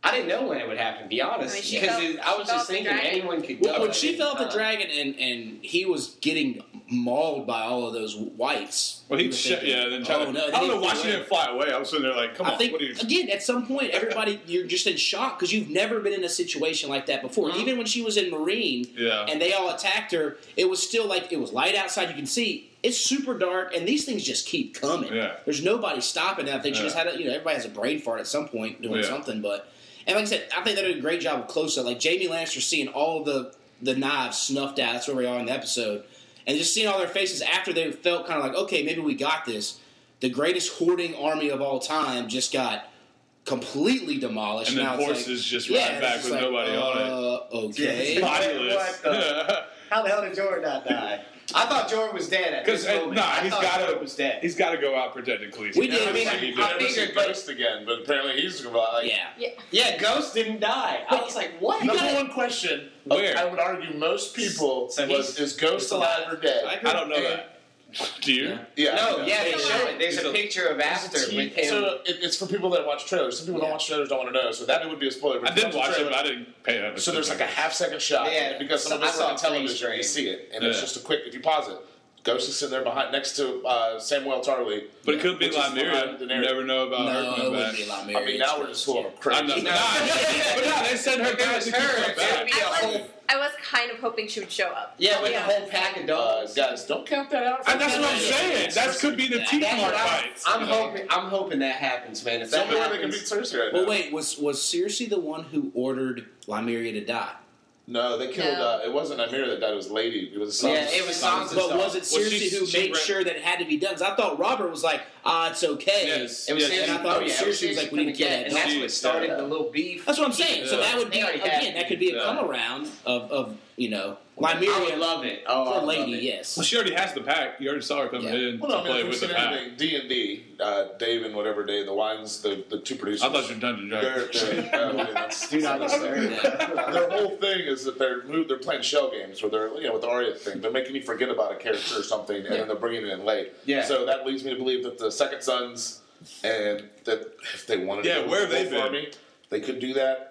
D: I didn't know when it would happen. To be
I: I mean,
D: honest,
I: she
D: because
I: felt-
D: it- I was just
I: she felt the
D: thinking
I: dragon.
D: anyone could go.
C: Well, when she fell off the
D: Uh,
C: dragon and, and he was getting mauled by all of those whites.
F: well,
C: we
F: he
C: were
F: shit.
C: thinking,
F: Yeah, then tried
C: oh,
F: to.
C: no,
F: I
C: they
F: don't know
C: didn't
F: why
C: flee
F: she
C: away.
F: didn't fly away. I was sitting there like, come
C: I
F: on,
C: think
F: what are you?
C: again at some point everybody you're just in shock because you've never been in a situation like that before.
D: Mhm.
C: Even when she was in Marine
F: Uh-huh. Yeah.
C: and they all attacked her, it was still like it was light outside. You can see it's super dark, and these things just keep coming.
F: Yeah.
C: There's nobody stopping. And I think she
F: Yeah.
C: just had a, you know everybody has a brain fart at some point doing
F: Yeah.
C: something. But and like I said, I think they did a great job of close up. Like Jamie Lannister seeing all the the knives snuffed out. That's where we are in the episode, and just seeing all their faces after they felt kind of like okay, maybe we got this. The greatest hoarding army of all time just got completely demolished.
F: and then
C: now it's like-
F: horses just
C: yeah,
F: ride
C: it's
F: back
C: just
F: with
C: like,
F: nobody on it.
C: uh, Okay.
F: It's Bodiless.
D: What the- How the hell did Jordan not die? I thought Jordan was dead at
F: Because
D: this
F: no,
D: moment. I
F: uh, he's
D: thought
F: got
D: Jordan was
F: to.
D: dead.
F: He's got to go out protecting Khaleesi.
C: We did-
F: That's
C: I mean,
F: what he
D: I-
F: did.
D: I
E: I've never
D: figured,
E: seen
D: but-
E: Ghost again, but apparently he's gonna like.
C: Yeah.
D: yeah, Ghost didn't die. I was like, what?
E: Number
C: gotta-
E: one question.
F: Where?
E: I would argue most people
D: So
E: was
D: he's-
E: is Ghost alive or dead?
C: I agree.
F: I don't know
E: And-
F: that. Do you?
C: Yeah.
E: Yeah.
D: No, yeah, they
I: He's
D: show
I: alive.
D: it. There's
F: He's
D: a
F: al-
D: picture of after
E: It's a
D: with
E: team-
D: him.
E: So it, it's for people that watch trailers. Some people
C: Yeah.
E: don't watch trailers, don't want to know. So that would be a spoiler. but
F: I
E: if you
F: did
E: watch
F: watch
E: the
F: it,
E: trailer-
F: but I didn't pay that much.
E: So there's like a
F: attention.
E: half second shot
D: Yeah,
E: and because some of
D: I
E: it's
D: saw
E: on
D: it pretty
E: television.
D: strange.
E: You see it, and it's
F: Yeah.
E: just a quick. If you pause it, Ghost is sitting there behind next to uh, Samuel Tarly.
F: But it could be
E: Which is
F: Lymeria.
E: behind
F: You
E: Daenerys.
F: never know
C: No,
F: about her coming
C: it wouldn't
F: Uh, back.
C: be Lymeria.
E: I mean, now we're just full of
F: I know.
E: crazy.
F: Nah, but no, they sent her down
D: If
F: to
D: it was
F: keep
D: her,
F: her
D: it would
F: back.
D: be a
I: I was,
D: whole
I: I was kind of hoping she would show up.
D: yeah, with
I: Yeah.
D: the whole pack of
E: Uh,
D: dogs.
E: guys, don't count that out.
F: And that's what I'm
C: Yeah.
F: saying. That could be the
C: That's
F: T
D: That's
F: mark
D: what I'm-
F: fights.
D: I'm hoping. I'm hoping that happens, man. If
E: So
D: that
E: many they can beat
D: happens,
E: Cersei right
C: Well,
E: now.
C: wait. Was was Cersei the one who ordered Lymeria to die?
E: No, they killed.
I: No.
E: Uh, it wasn't Amira that died. It was Lady. It was Sansa.
D: Yeah, it was Sansa.
C: But was it
F: Well,
C: Cersei
F: she-
C: who
F: she
C: made
F: ran-
C: sure that it had to be done? 'Cause I thought Robert was like, ah, it's okay.
F: Yes.
D: it was
F: Yeah,
D: serious.
C: and I thought Cersei
D: oh, yeah, it
C: was
D: was serious
C: like, we
D: when
C: need
D: it
C: to get
D: get-
C: that
D: and that's
F: dog.
D: what started the little beef.
C: That's what I'm saying. So
F: Yeah.
C: that would be
D: They already had
C: again. That could be a
F: Yeah.
C: come around of of you know
D: I
C: Lymeria.
D: would love it. Oh, I
C: Poor
D: would love
C: lady,
D: it.
C: yes.
F: Well, she already has the pack. You already saw her coming
C: Yeah.
F: in
E: Well, no,
F: to
E: I mean,
F: play
E: if you've
F: with the
E: seen
F: pack.
E: anything, D and D, uh, Dave and whatever Dave, the wines, the the two producers.
F: I thought you were Dungeon
E: They're,
F: Dragons.
E: they're, uh, yeah, that's-
D: Do not disturb.
E: their whole thing is that they're move, they're playing shell games where they're you know with the Arya thing they're making you forget about a character or something and then they're bringing it in late.
D: Yeah.
E: So that leads me to believe that the Second Sons and that if they wanted
F: Yeah,
E: to go
F: where
E: with the
F: have they
E: Wolf
F: been?
E: Army, they could do that.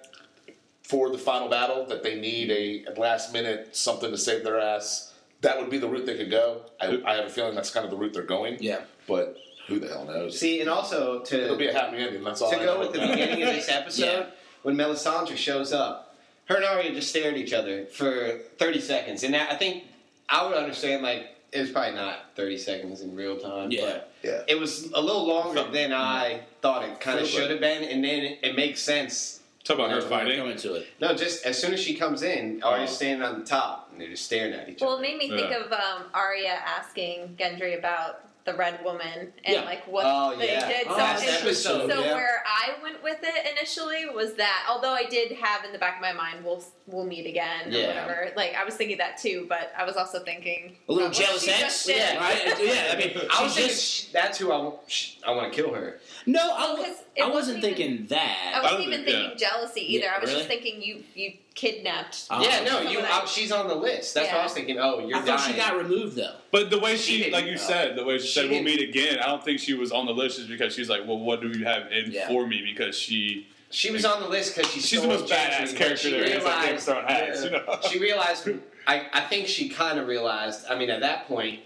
E: for the final battle that they need a last minute something to save their ass, that would be the route they could go. I, I have a feeling that's kind of the route they're going.
C: Yeah.
E: But who the hell knows?
D: See, and also to
E: It'll be a happy ending. That's all.
D: to
E: I
D: go
E: know
D: with the
E: about it.
D: beginning of this episode,
C: Yeah.
D: when Melisandre shows up, her and Arya just stare at each other for 30 seconds. And I I think I would understand, like, it was probably not 30 seconds in real time,
C: Yeah.
D: but
E: Yeah.
D: it was a little longer than I thought it kind of
E: Feels
D: should
E: like-
D: have been. And then it, it makes sense.
F: Talk about her
C: We're gonna Come
F: fighting.
C: into it.
D: No, just as soon as she comes in, Arya's
F: Oh.
D: standing on the top, and they're just staring at each
I: Well, it
D: other.
I: made me think
F: Yeah.
I: of um, Arya asking Gendry about the Red Woman and
C: Yeah.
I: like what
D: Oh,
I: they
D: yeah.
I: did.
D: Oh,
I: so
D: last
I: and-
D: episode,
I: so
D: yeah.
I: where I went with it initially was that, although I did have in the back of my mind, we'll we'll meet again or
D: Yeah.
I: whatever. Like I was thinking that too, but I was also thinking
C: A little
I: about what
C: jealous
I: she
C: ass.
I: just did.
C: Right? Yeah. I mean,
D: I
C: she
D: was thinking
C: just
D: sh that's who I want. sh- I want to kill her.
C: no.
D: Oh,
C: I, wa-
I: Because oh, it
C: I wasn't
I: wasn't even-
C: thinking that.
I: I
F: I
I: wasn't
F: don't
I: even
F: think-
I: thinking jealousy either.
C: Yeah,
I: I was
C: really?
I: just thinking you you kidnapped.
F: Uh-huh.
C: Oh.
D: yeah, no, you.
I: Someone
D: I,
I: else.
D: she's on the list. That's what I was
I: Yeah.
D: thinking. Oh, you're
C: I thought
D: dying.
C: she got removed though.
F: But the way
D: She
F: she,
D: didn't
F: like you
D: know.
F: said, the way she,
D: She
F: said we'll
D: didn't-
F: meet again. I don't think she was on the list just because she's like, well, what do you have in
C: Yeah.
F: for me? Because she
D: She was on the list because she
F: she's the
D: stole
F: most
D: Gendry,
F: badass
D: but
F: character
D: she
F: there is. Like Game
D: realized-
F: of Thrones has, you know.
D: she realized. I, I think she kind of realized. I mean, at that point,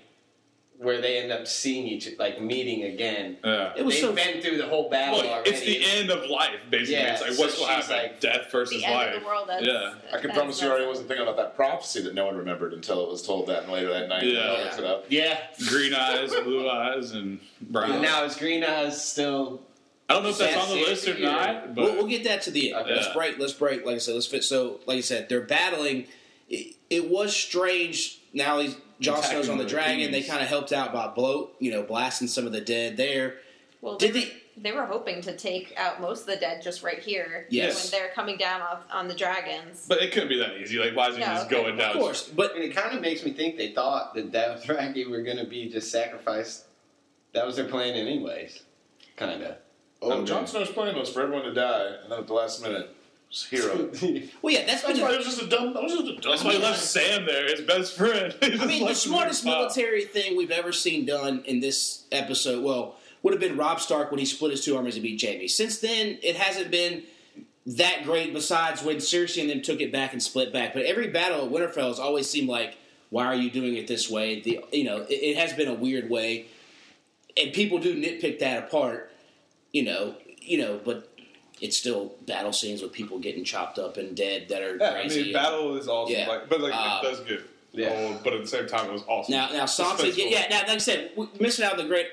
D: where they end up seeing each, like meeting again.
F: Yeah.
C: It was
D: They've
C: so-
D: been through the whole battle
F: uh, Well,
D: already.
F: it's the end of life, basically.
D: Yeah,
F: it's like
D: so
F: what's going to
D: she's
F: happen?
D: like,
F: Death versus
I: the end
F: life.
I: of the world. That's,
F: yeah.
E: I can
I: that's-
E: promise you,
I: that's-
E: Arya wasn't thinking about that prophecy that no one remembered until it was told that later that night.
F: Yeah.
E: when I looked it up.
D: Yeah.
F: Green eyes, blue eyes, and brown.
D: And now is Green Eyes still?
F: I don't know if that's on the
D: That's
F: list or
D: it.
F: not, but
C: we'll, we'll get that to the end.
D: Okay.
C: Let's break. Let's break. Like I said, let's fit. So, like I said, they're battling. It, it was strange. Now he's Jon
F: Attacking
C: Snow's on the
F: the
C: dragon. They
F: kings.
C: kind of helped out by bloat, you know, blasting some of the dead there.
I: Well,
C: Did
I: they,
C: they-
I: they were hoping to take out most of the dead just right here.
C: Yes.
I: When they're coming down off on the dragons.
F: but it couldn't be that easy. Like, why is it
I: No,
F: just
I: okay.
F: going
C: Of
F: down?
C: course,
D: I
C: but
D: mean, it kind of makes me think they thought the Dothraki were going to be just sacrificed. That was their plan, anyways. Kind of.
E: Oh,
D: Okay.
E: Jon Snow's plan was for everyone to die, and then at the last minute, it's hero.
C: well, yeah, that's
E: That's
C: been.
E: why it was just a dumb. That was just a dumb.
F: That's why he left Sam there, his best friend.
C: I mean, the smartest military thing we've ever seen done in this episode. Well, would have been Rob Stark when he split his two armies and beat Jamie. Since then, it hasn't been that great. Besides when Cersei and them took it back and split back, but every battle at Winterfell has always seemed like, why are you doing it this way? The you know, it, it has been a weird way, and people do nitpick that apart. You know, you know, but. It's still battle scenes with people getting chopped up and dead that are
F: Yeah, I
C: crazy.
F: mean, battle is awesome.
C: Yeah.
F: Like, but like,
C: Uh,
F: it does get
D: yeah.
F: old. But at the same time, it was awesome.
C: Now, now Sansa,
F: Suspenseful.
C: yeah, now, like I said, we missing out on the great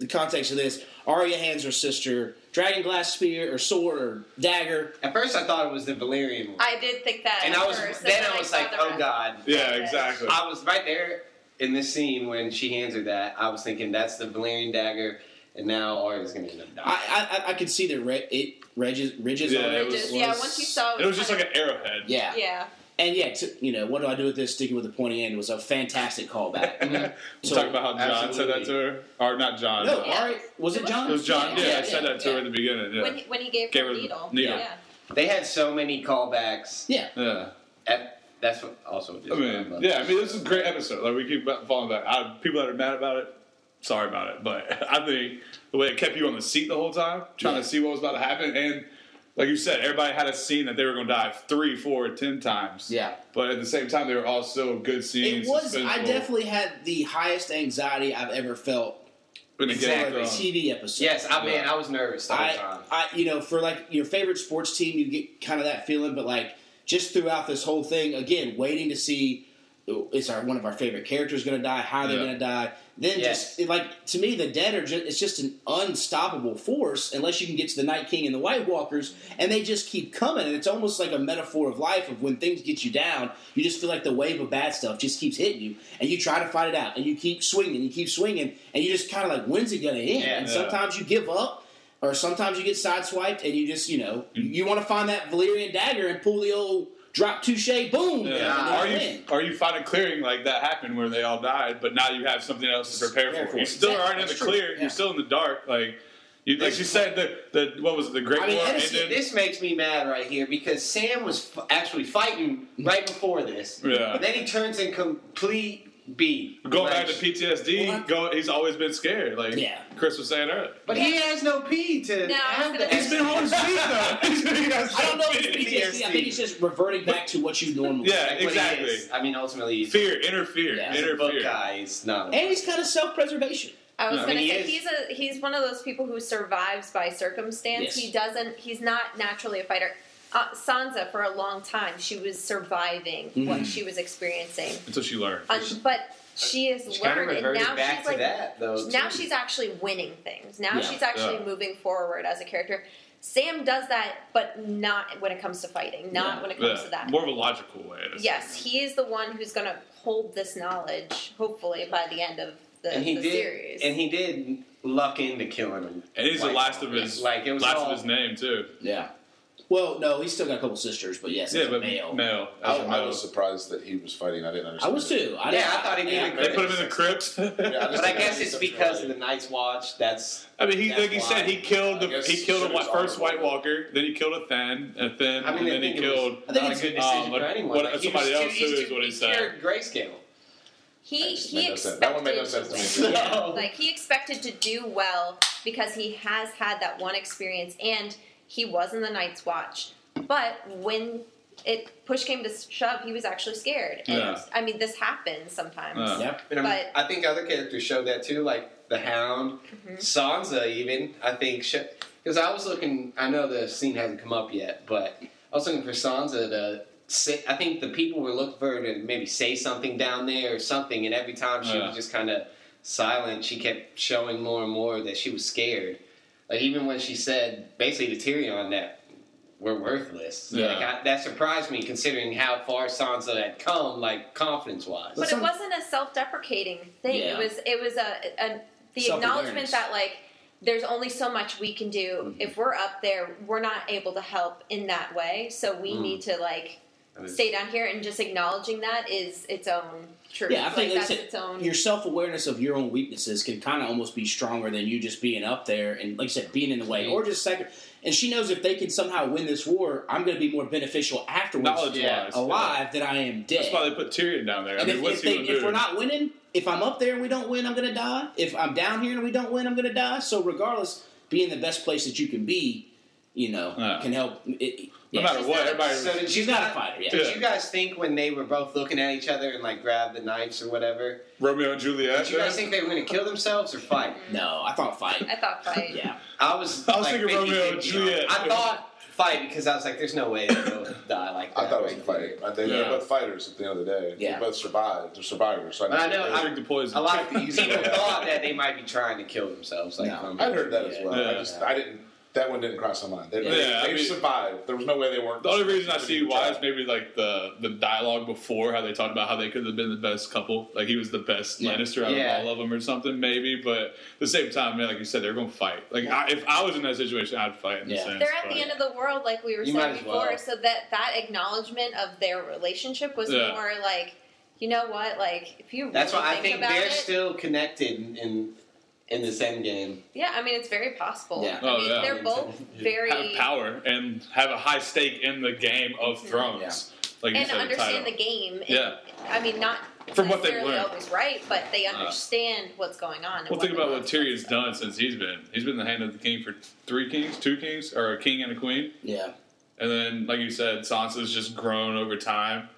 C: the context of this. Arya hands her sister dragon glass spear or sword or dagger.
D: At first, I thought it was the Valyrian one,
I: I did think that.
D: and
I: at
D: I was
I: first, and
D: then I was
I: saw
D: like,
I: the
D: oh
I: rest.
D: god.
F: yeah, exactly.
D: I was right there in this scene when she hands her that. I was thinking that's the Valerian dagger, and now Arya's going to end up dying.
C: I I, I, I could see the re- it ridges ridges on
F: Yeah, it
C: it.
I: It
F: was-
I: just- yeah, once you saw
F: it was just like
I: kind
F: an arrowhead.
C: Yeah.
I: of- yeah.
C: and yeah, t- you know what do I do with this? Sticking with the pointy end was a fantastic callback. Mm-hmm.
F: We'll talk about how John said that to
D: Absolutely.
F: her, or not John.
C: no,
I: Yeah.
C: Arya was it John?
F: It was John. Yeah,
I: Yeah,
F: I said
C: yeah,
F: that to her in the beginning. Yeah,
I: When he, when he gave,
F: Gave
I: her
F: her
I: the
F: the
I: needle.
F: needle.
I: Yeah.
D: They had so many callbacks.
C: Yeah.
F: yeah.
D: At, that's what also just
F: I mean, yeah, I mean, this is a great episode. Like we keep ba- falling back. I, people that are mad about it, sorry about it, but I think the way it kept you on the seat the whole time, trying
C: Yeah.
F: to see what was about to happen, and like you said, everybody had a scene that they were going to die three, four, ten times.
C: Yeah.
F: but at the same time, they were also good scenes.
C: It was. I
F: suspenseful,
C: definitely had the highest anxiety I've ever felt
F: in the Game of
C: for a
F: Thrones.
C: TV episode.
D: Yes, I man, I was nervous the whole
C: I,
D: time.
C: I, you know, for like your favorite sports team, you get kind of that feeling, but like just throughout this whole thing, again, waiting to see oh, is our one of our favorite characters going to die? How are they
F: Yeah.
C: going to die? Then
D: Yes.
C: just it, like to me, the dead are just it's just an unstoppable force unless you can get to the Night King and the White Walkers, and they just keep coming, and it's almost like a metaphor of life of when things get you down, you just feel like the wave of bad stuff just keeps hitting you, and you try to fight it out, and you keep swinging, you keep swinging, and you just kind of like, when's it going to end?
D: Yeah.
C: and sometimes you give up. Or sometimes you get sideswiped and you just, you know,
F: Mm-hmm.
C: you want to find that Valyrian dagger and pull the old drop touche, boom. and
F: Yeah.
C: then
F: Are
C: win.
F: you are you find a clearing like that happened where they all died, but now you have something else to prepare
C: Prepare
F: for.
C: for.
F: You still
C: Exactly.
F: aren't in the
C: That's true.
F: clear.
C: Yeah.
F: You're still in the dark. Like you, like you said, the the what was it, the Great
C: I mean,
F: War
C: Hennessy-
F: ended.
D: This makes me mad right here because Sam was f- actually fighting right before this.
F: Yeah.
D: And then he turns in complete B.
F: Going back to PTSD,
C: Well, I-
F: go, he's always been scared. Like
C: Yeah.
F: Chris was saying earlier.
D: But he has no P to
I: No, I was
D: add
I: gonna
D: the
I: say-
F: He's been on his feet though.
C: I don't know he's just- I think he's just reverting back to what you normally.
F: Yeah,
D: Like, what he
F: exactly.
D: is. I mean, ultimately, he's,
F: Fear, inner fear,
C: Yeah,
D: he's
F: inner
D: a book
F: fear.
D: guy. He's not.
C: And he's kind of self-preservation.
I: I was
F: No, I
I: gonna
D: mean, he
I: say
D: is-
I: he's a he's one of those people who survives by circumstance.
C: Yes.
I: He doesn't. He's not naturally a fighter. Uh, Sansa, for a long time, she was surviving
D: Mm-hmm.
I: what she was experiencing,
F: Until she learned.
I: Uh, but she has
D: She kind of
I: learned, and
D: reverted
I: now
D: back
I: she's
D: to
I: like
D: that though.
I: now
D: too.
I: she's actually winning things. Now
C: Yeah.
I: she's actually
F: Yeah.
I: moving forward as a character. Sam does that, but not when it comes to fighting. Not
C: Yeah.
I: when it comes
F: Yeah,
I: to that.
F: more of a logical way. it is.
I: yes, he is the one who's going to hold this knowledge. Hopefully, by the end of the,
D: and he
I: the
D: did,
I: series.
D: and he did luck into killing him.
F: And he's the
D: Like,
F: last of his
D: like it was
F: last
D: all,
F: of his name too.
C: Yeah. Well, no, he's still got a couple sisters, but yes,
F: Yeah,
C: as a
F: but
C: male.
F: male.
D: Oh,
E: I,
F: As a
E: I
F: male.
E: was surprised that he was fighting. I didn't
C: I
E: understand.
C: was too. I
D: Yeah, I thought he'd be
C: yeah.
D: the
F: They put him in the crypt.
E: Yeah,
D: But I guess
E: think
D: it's
E: that's
D: because of the
E: really-
D: Night's Watch. That's
F: I mean, he
D: That's
F: like he said,
D: why.
F: he killed the,
E: I guess
F: he killed
E: it
F: the
E: was
F: first
E: honorable.
F: White Walker, then he killed a Thin, a Thin,
D: I mean,
F: and then
D: I
F: he
D: think
F: killed.
D: it was not
C: it's-
D: a good decision
F: um,
D: for
F: like,
D: anyone.
F: what-
D: Like, he
F: somebody
D: was
F: else
D: too,
F: too
D: he's
F: is what he
D: too-
F: said.
D: cured Grayscale.
I: He
E: just
I: he
E: made no
I: expected
E: sense. That one made no sense to
D: me.
I: yeah,
D: No.
I: like he expected to do well because he has had that one experience and he was in the Night's Watch. But when it push came to shove, he was actually scared. And
F: Yeah.
I: I mean, this happens sometimes.
F: Yeah.
C: Yep.
D: And I'm-
I: But-
D: I think other characters showed that too, like the Hound, Sansa. Even I think because I was looking. I know the scene hasn't come up yet, but I was looking for Sansa to. Say, I think the people were looking for her to maybe say something down there or something, and every time she
F: Yeah.
D: was just kind of silent, she kept showing more and more that she was scared. Like even when she said basically to Tyrion that we're worthless.
F: Yeah.
D: Like, I, that surprised me considering how far Sansa had come, like confidence wise.
I: but
C: some-
I: it wasn't a self-deprecating thing.
C: Yeah.
I: It was it was a, a the
C: Self-awareness.
I: acknowledgement that like there's only so much we can do.
D: Mm-hmm.
I: If we're up there, we're not able to help in that way. So we
D: Mm.
I: need to like stay down here and just acknowledging that is its own truth.
C: Yeah, I think
I: like,
C: like I said,
I: that's its own.
C: your self awareness of your own weaknesses can kind of almost be stronger than you just being up there and, like you said, being in the way or just second. And she knows if they can somehow win this war, I'm going to be more beneficial afterwards
F: Knowledge-wise,
D: Yeah,
C: alive than I am dead.
F: That's why they put Tyrion down there. I
C: and
F: mean,
C: if,
F: what's
C: if,
F: he
C: they,
F: gonna
C: if
F: do?
C: we're not winning, if I'm up there and we don't win, I'm going to die. If I'm down here and we don't win, I'm going to die. So, regardless, be in the best place that you can be, you know,
F: Yeah.
C: can help. It,
F: no
C: yeah.
F: matter what, everybody.
D: So did
C: She's
D: you
C: not a
D: guys-
C: fighter, yeah.
D: Did
F: Yeah.
D: you guys think when they were both looking at each other and like grabbed the knives or whatever?
F: Romeo and Juliet.
D: Did you guys
F: there?
D: think they were going to kill themselves or fight?
C: No, I thought fight.
I: I thought fight.
C: Yeah.
D: I was.
F: I was
D: like, 50-50
F: thinking Romeo and
D: on it.
F: Juliet.
D: I thought fight because I was like, "There's no way they both die like that."
E: I thought it was
D: right?
E: a fight. I think
C: Yeah.
E: they're both fighters at the end of the day.
C: Yeah.
E: They both survived. They're survivors. So I,
D: But I
E: think
D: know-
E: they-
F: I drink the poison.
D: A lot of people
E: Yeah.
D: thought that they might be trying to kill themselves. Like,
C: No.
D: Romeo
E: I'd heard that
D: and
E: as
D: Juliet.
E: well. I
F: Yeah.
E: just I didn't. That one didn't cross my mind. They, they-
F: Yeah, I
E: they
F: mean-
E: survived. There was no way they weren't.
F: The only reason I see why is maybe like the the dialogue before how they talked about how they could have been the best couple, like he was the best
C: Yeah.
F: Lannister out
D: Yeah.
F: of all of them or something, maybe. But at the same time, man, like you said, they're going to fight. Like I, if I was in that situation, I'd fight. In
C: Yeah.
F: the sense,
I: They're at
F: but-
I: the end of the world, like we were
D: You might
I: saying
D: as
I: before.
D: well.
I: So that that acknowledgement of their relationship was
F: Yeah.
I: more like, you know what, like if you
D: That's
I: really
D: why I think
I: about
D: they're
I: it,
D: still connected in- in in this end game.
I: yeah, I mean it's very possible.
C: Yeah.
I: I
F: Oh,
I: mean,
F: yeah.
I: they're both very
F: have power and have a high stake in the game of Thrones. Like you
I: and
F: said, the
I: understand the
F: title.
I: game. And,
F: Yeah.
I: I mean not
F: From what they've
I: necessarily
F: learned. Uh.
I: always right, but they understand what's going on. and
F: Well, think
I: the
F: about what
I: consequences
F: Tyrion's
I: are.
F: done since he's been. He's been the hand of the king for three kings, two kings, or a king and a queen.
C: Yeah.
F: And then, like you said, Sansa's just grown over time.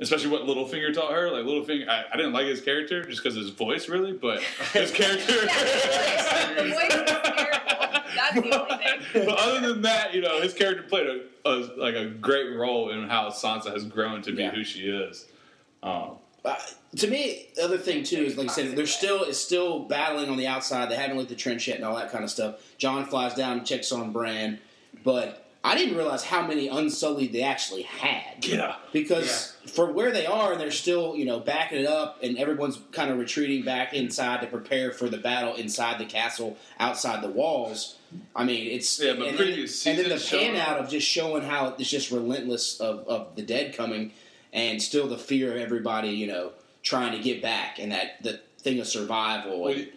F: Especially what Littlefinger taught her. Like Littlefinger, I, I didn't like his character just because his voice, really, but his character.
I: Yeah, the voice- the voice is terrible. That's the only thing.
F: but other than that, you know, his character played a, a like a great role in how Sansa has grown to be
C: Yeah.
F: who she is. Um,
C: Uh, to me, the other thing too is like I said, they're still it's still battling on the outside. They haven't lit the trench yet and all that kind of stuff. John flies down and checks on Bran, but I didn't realize how many unsullied they actually had.
F: yeah,
C: Because for where they are, they're still you know backing it up, and everyone's kind of retreating back inside to prepare for the battle inside the castle, outside the walls. I mean, it's
F: Yeah, but
C: and,
F: previous
C: and then the
F: seasons show-
C: pan out of just showing how it's just relentless of, of the dead coming, and still the fear of everybody, you know, trying to get back, and that the thing of survival.
F: Well,
C: and-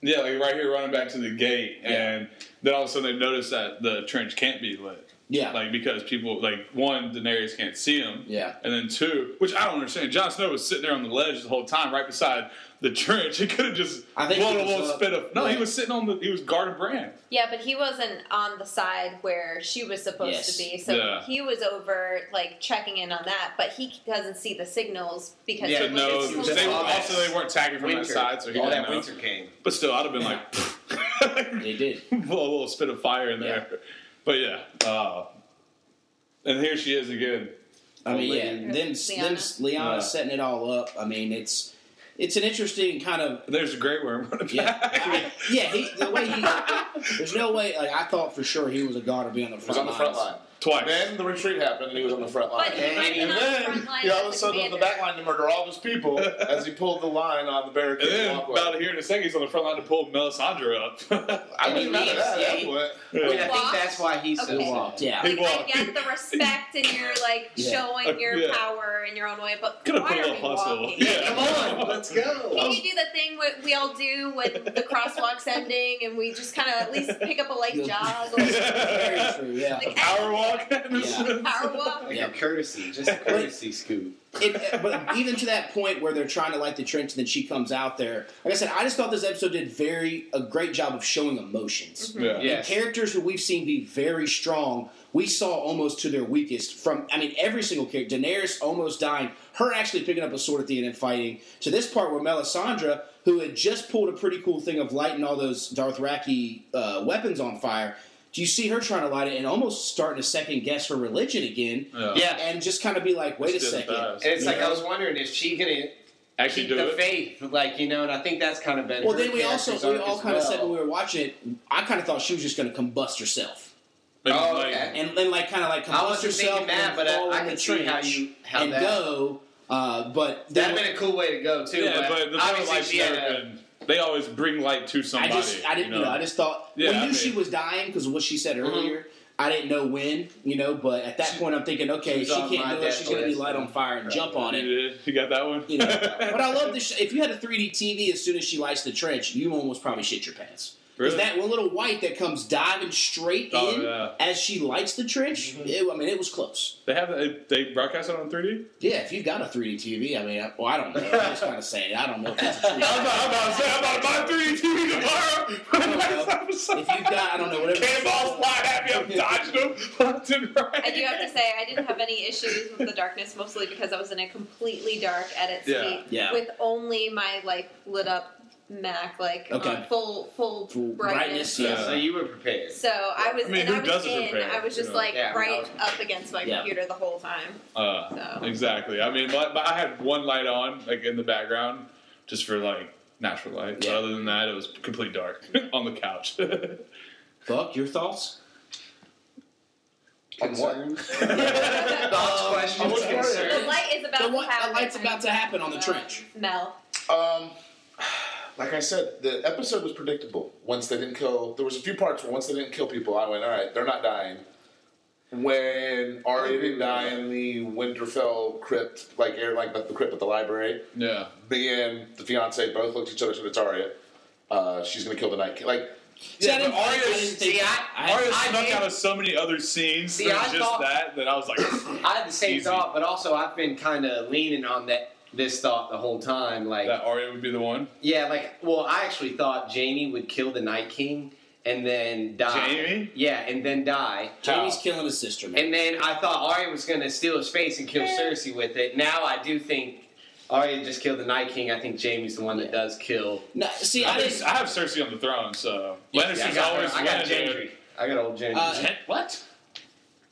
F: yeah, like right here running back to the gate,
C: Yeah.
F: and then all of a sudden they notice that the trench can't be lit.
C: Yeah.
F: Like because people like one Daenerys can't see him.
C: Yeah.
F: And then two, which I don't understand. Jon Snow was sitting there on the ledge the whole time, right beside the trench. He could have just
C: I think
F: blown
C: he
F: a
C: was
F: little
C: up.
F: spit of. No,
C: Yeah.
F: he was sitting on the. He was guarding Bran.
I: Yeah, but he wasn't on the side where she was supposed
C: Yes.
I: to be, so
F: Yeah.
I: he was over like checking in on that, but he doesn't see the signals because
D: Yeah,
I: he
D: but
F: So
I: was-
F: no,
D: it's-
I: he
D: it's
I: was
F: they were,
D: all
I: over.
D: that
F: also they weren't tagging from
D: Winter.
F: that side, so he
D: all
F: didn't
D: that
F: know.
D: winter came.
F: But still, I'd have been like,
C: They did.
F: blow a little spit of fire in there. But yeah, uh, and here she is again.
C: I mean, yeah,
D: Leanna.
C: them, them,
I: Leanna.
C: Liana
F: Yeah.
C: setting it all up. I mean, it's it's an interesting kind of
F: There's a great worm. running
C: yeah,
F: back.
C: I- yeah. He, the way he, there's no way. Like I thought for sure he was a guard to be on the
E: He was
C: front.
E: on the front line.
F: Twice.
E: Then the retreat happened, and he was on the front line.
I: But he might have been
E: and
I: on the
E: then
I: front line
E: he all of a
I: as a
E: sudden on the
I: commander.
E: back line to murder all of his people as he pulled the line on the
F: And
E: barricade
F: then
E: walkway.
F: about here in a second, he's on the front line to pull Melisandre up.
E: I
D: And he
E: mean, not
D: leaves,
E: that.
D: yeah,
E: that
D: he-
E: what-
D: I, mean,
F: Yeah.
D: I think that's why he's so
I: Okay.
D: soft.
C: Yeah.
I: Like, I
F: Walk.
I: get the respect and you're like
C: Yeah.
I: showing your
F: Yeah.
I: power in your own way, but
F: Could have
I: why
F: put a
I: are
F: little
I: we
F: hustle.
I: walking?
F: Yeah,
D: Come on, let's
I: Can
D: go.
I: you do the thing what we all do when the crosswalk's ending and we just kind of at least pick up a light jog or
C: Very true. Yeah.
F: A
I: like,
F: power walk.
C: Yeah.
I: power walk?
D: Like
C: Yeah.
D: a courtesy, just a courtesy scoop.
C: It, but even to that point where they're trying to light the trench and then she comes out there. Like I said, I just thought this episode did very a great job of showing emotions.
F: Yeah.
D: Yes.
C: Characters who we've seen be very strong, we saw almost to their weakest. From I mean, every single character. Daenerys almost dying, her actually picking up a sword at the end and fighting. To this part where Melisandre, who had just pulled a pretty cool thing of lighting all those Dothraki uh, weapons on fire, do you see her trying to light it and almost starting to second guess her religion again?
D: Yeah.
C: And just kind of be like, wait a
F: Just did
C: second.
F: fast.
D: And it's like
C: Yeah.
D: I was wondering if she gonna
F: Actually,
D: keep
F: do
D: the
F: it.
D: faith, like you know, and I think that's kind of been.
C: Well,
D: her
C: then we also
D: character's
C: we
D: arc
C: all
D: as
C: kind of said
D: well.
C: when we were watching it, I kind of thought she was just going to combust herself,
F: And,
D: Oh,
F: like,
D: okay.
C: and then like kind of like
D: I
C: combust
D: wasn't
C: herself
D: thinking that,
C: and
D: but
C: fall
D: I, I
C: in the
D: can see how
C: trench
D: you how
C: and
D: that
C: go. Uh, but
D: that'd
C: then
D: been a cool way to go too.
C: uh,
F: Yeah, but the power
D: obviously
F: light's
D: she had
F: never
D: a,
F: been. They always bring light to
C: I
F: somebody.
C: just I didn't you know, I just thought
F: Yeah,
C: we knew
F: I mean-
C: she was dying because of what she
D: Mm-hmm.
C: said earlier. I didn't know when, you know, but at that
F: She-
C: point I'm thinking, okay,
D: she's
C: she
D: on my
C: can't do it.
D: death
C: She's going to be
D: list.
C: light on fire and jump on it.
F: You, you got that one.
C: You know, but I love this. sh- If you had a 3D TV, as soon as she lights the trench, you almost probably shit your pants. Is
F: Really?
C: that one little white that comes diving straight
F: Oh,
C: in
F: yeah.
C: as she lights the trench?
D: Mm-hmm.
C: It- I mean, it was close.
F: They have that- they broadcast it on 3D.
C: Yeah, if you got a 3D TV, I mean, I, well, I don't know. I was kind of saying, I don't know if it's a 3D.
F: I'm about, I'm about to say I'm about to buy 3D TV tomorrow. for the next episode.
C: If you got, I don't know, whatever.
F: Cannonballs fly happy. I'm dodging them left and right.
I: I do have to say, I didn't have any issues with the darkness, mostly because I was in a completely dark edit
F: Yeah.
I: suite
C: Yeah.
I: with only my like lit up Mac, like
C: Okay.
I: on full full,
C: Full
I: brightness.
C: brightness, yeah.
D: so you were prepared.
I: So I was,
F: I mean,
I: and
F: who
I: I was
F: doesn't
I: in.
F: prepare,
I: I was
F: you
I: just
F: know?
I: like
D: Yeah, I mean, I
I: right
D: was-
I: up against my
C: Yeah.
I: computer the whole time.
F: Uh,
I: So.
F: Exactly. I mean, my, my, I had one light on, like in the background, just for like natural light. But
C: Yeah.
F: other than that, it was complete dark on the couch.
C: Buck, your thoughts?
D: Concerns, thoughts,
E: I'm
D: questions,
E: sorry.
I: The
D: concerns.
I: light is about
C: The
I: to
C: one- the
I: happen.
C: light's about to happen on the trench.
I: Mel.
E: Um, like I said, the episode was predictable. Once they didn't kill, there was a few parts where once they didn't kill people, I went, all right, they're not dying. When Arya didn't die in the Winterfell crypt, like air, like the crypt at the library,
F: yeah.
E: me and the fiance both looked at each other and said, "It's Arya. Uh, she's gonna kill the Night King." Like,
C: See, I
F: Yeah,
C: didn't-
F: but
C: I
F: Arya's-
C: didn't think-
D: see, I-
C: I-
F: Arya
D: I
F: snuck
D: did-
F: out of so many other scenes
D: See,
F: than
D: I
F: just
D: thought-
F: that that I was like,
D: I had the same
F: Easy.
D: thought, but also I've been kind of leaning on that this thought the whole time. Like,
F: that Arya would be the one.
D: yeah, like, well, I actually thought Jamie would kill the Night King and then die.
F: Jaime?
D: Yeah, and then die.
C: Jamie's killing his sister, man.
D: And then I thought Arya was going to steal his face and kill Cersei with it. Now I do think Arya just killed the Night King. I think Jamie's the one that does kill.
C: No, see,
F: I,
C: I
F: just,
C: didn't.
F: I have Cersei on the throne, so
D: Yeah, I
F: Lannister's
D: got, her-
F: always
D: I got
F: winning, dude.
D: Gendry. I got old Gendry.
C: Uh,
F: Gen- What?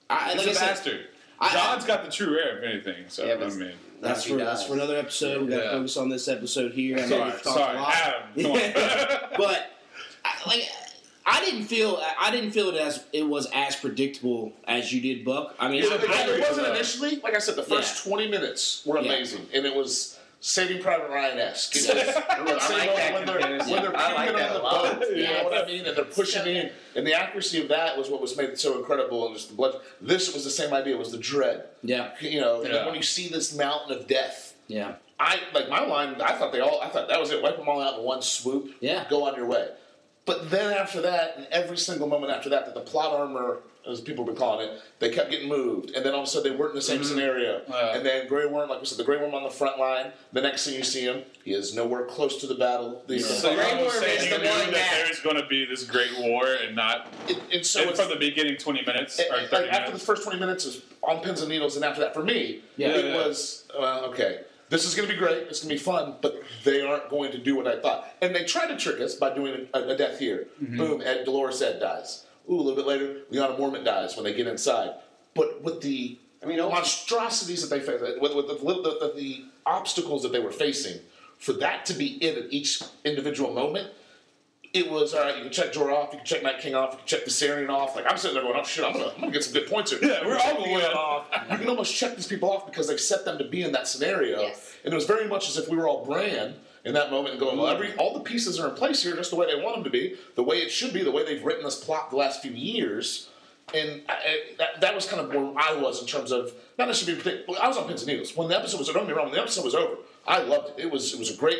C: I, like
F: He's
C: I
F: a
C: said,
F: bastard.
C: I- I-
F: John's got the true heir, if anything. So
D: Yeah,
F: I
D: but-
F: mean,
C: That's for
D: Now he
C: that's
D: dies.
C: for another episode. We got to
F: Yeah.
C: focus on this episode here. I know
F: sorry,
C: we've talked
F: sorry,
C: a lot.
F: Adam. Come on.
C: but I, like I didn't feel I didn't feel it as it was as predictable as you did, Buck. I mean,
E: it,
C: I, I,
E: it wasn't initially. Like I said, the first
C: Yeah.
E: twenty minutes were
C: Yeah.
E: amazing, and it was Saving Private Ryan esque. I
D: Ooh, I like that
E: when they're,
D: comparison.
E: when they're
D: I like
E: puking
D: that
E: on
D: a
E: the
D: lot.
E: boat, you
I: Yeah.
E: know what I mean? And they're pushing
I: So
E: in,
I: good.
E: and the accuracy of that was what was made it so incredible. And just the blood. This was the same idea. It was the dread,
C: yeah,
E: you know? And then
F: Yeah.
E: when you see this mountain of death,
C: yeah,
E: I like my line. I thought they all. I thought that was it. Wipe them all out in one swoop.
C: Yeah.
E: Go on your way. But then after that, and every single moment after that, that the plot armor as people have been calling it, they kept getting moved, and then all of a sudden they weren't in the same scenario.
F: Yeah.
E: And then Grey Worm, like we said, the Grey Worm on the front line. The next thing you see him, he is nowhere close to the battle. These
D: So Grey
F: I was
D: Worm
F: saying
D: is
F: you
D: the
F: knew
D: one
F: that
D: that-
F: there's going to be this great war and not
E: and, and so
F: and
E: it's,
F: from the beginning 20 minutes
E: and-
F: or
E: and,
F: 30
E: Eh, like, after the
F: minutes.
E: first twenty minutes is on pins and needles, and after that, for me,
J: Yeah.
E: it
F: Yeah, yeah.
E: was uh, okay. This is going to be great. It's going to be fun, but they aren't going to do what I thought. And they tried to trick us by doing a, a death here. Boom! Ed Dolores Ed dies. Ooh, a little bit later, Leona Mormont dies when they get inside. But with the
D: I mean, oh-
E: monstrosities that they faced, with, with the, little- the, the, the obstacles that they were facing, for that to be it at each individual moment, it was all right. You can check Jorah off, you can check Night King off, you can check Viserion off. Like I'm sitting there going, oh shit, I'm gonna, I'm gonna get some good points here.
F: Yeah, we're all
E: Check
F: gonna
E: Theon
F: win.
E: off. You can almost check these people off because they've set them to be in that scenario.
I: Yes.
E: And it was very much as if we were all Bran in that moment and going, well, every all the pieces are in place here, just the way they want them to be, the way it should be, the way they've written this plot the last few years. And I, I, that, that was kind of where I was in terms of not necessarily. partic- well, I was on pins and needles when the episode was. Don't get me wrong. When the episode was over, I loved it. It was it was a great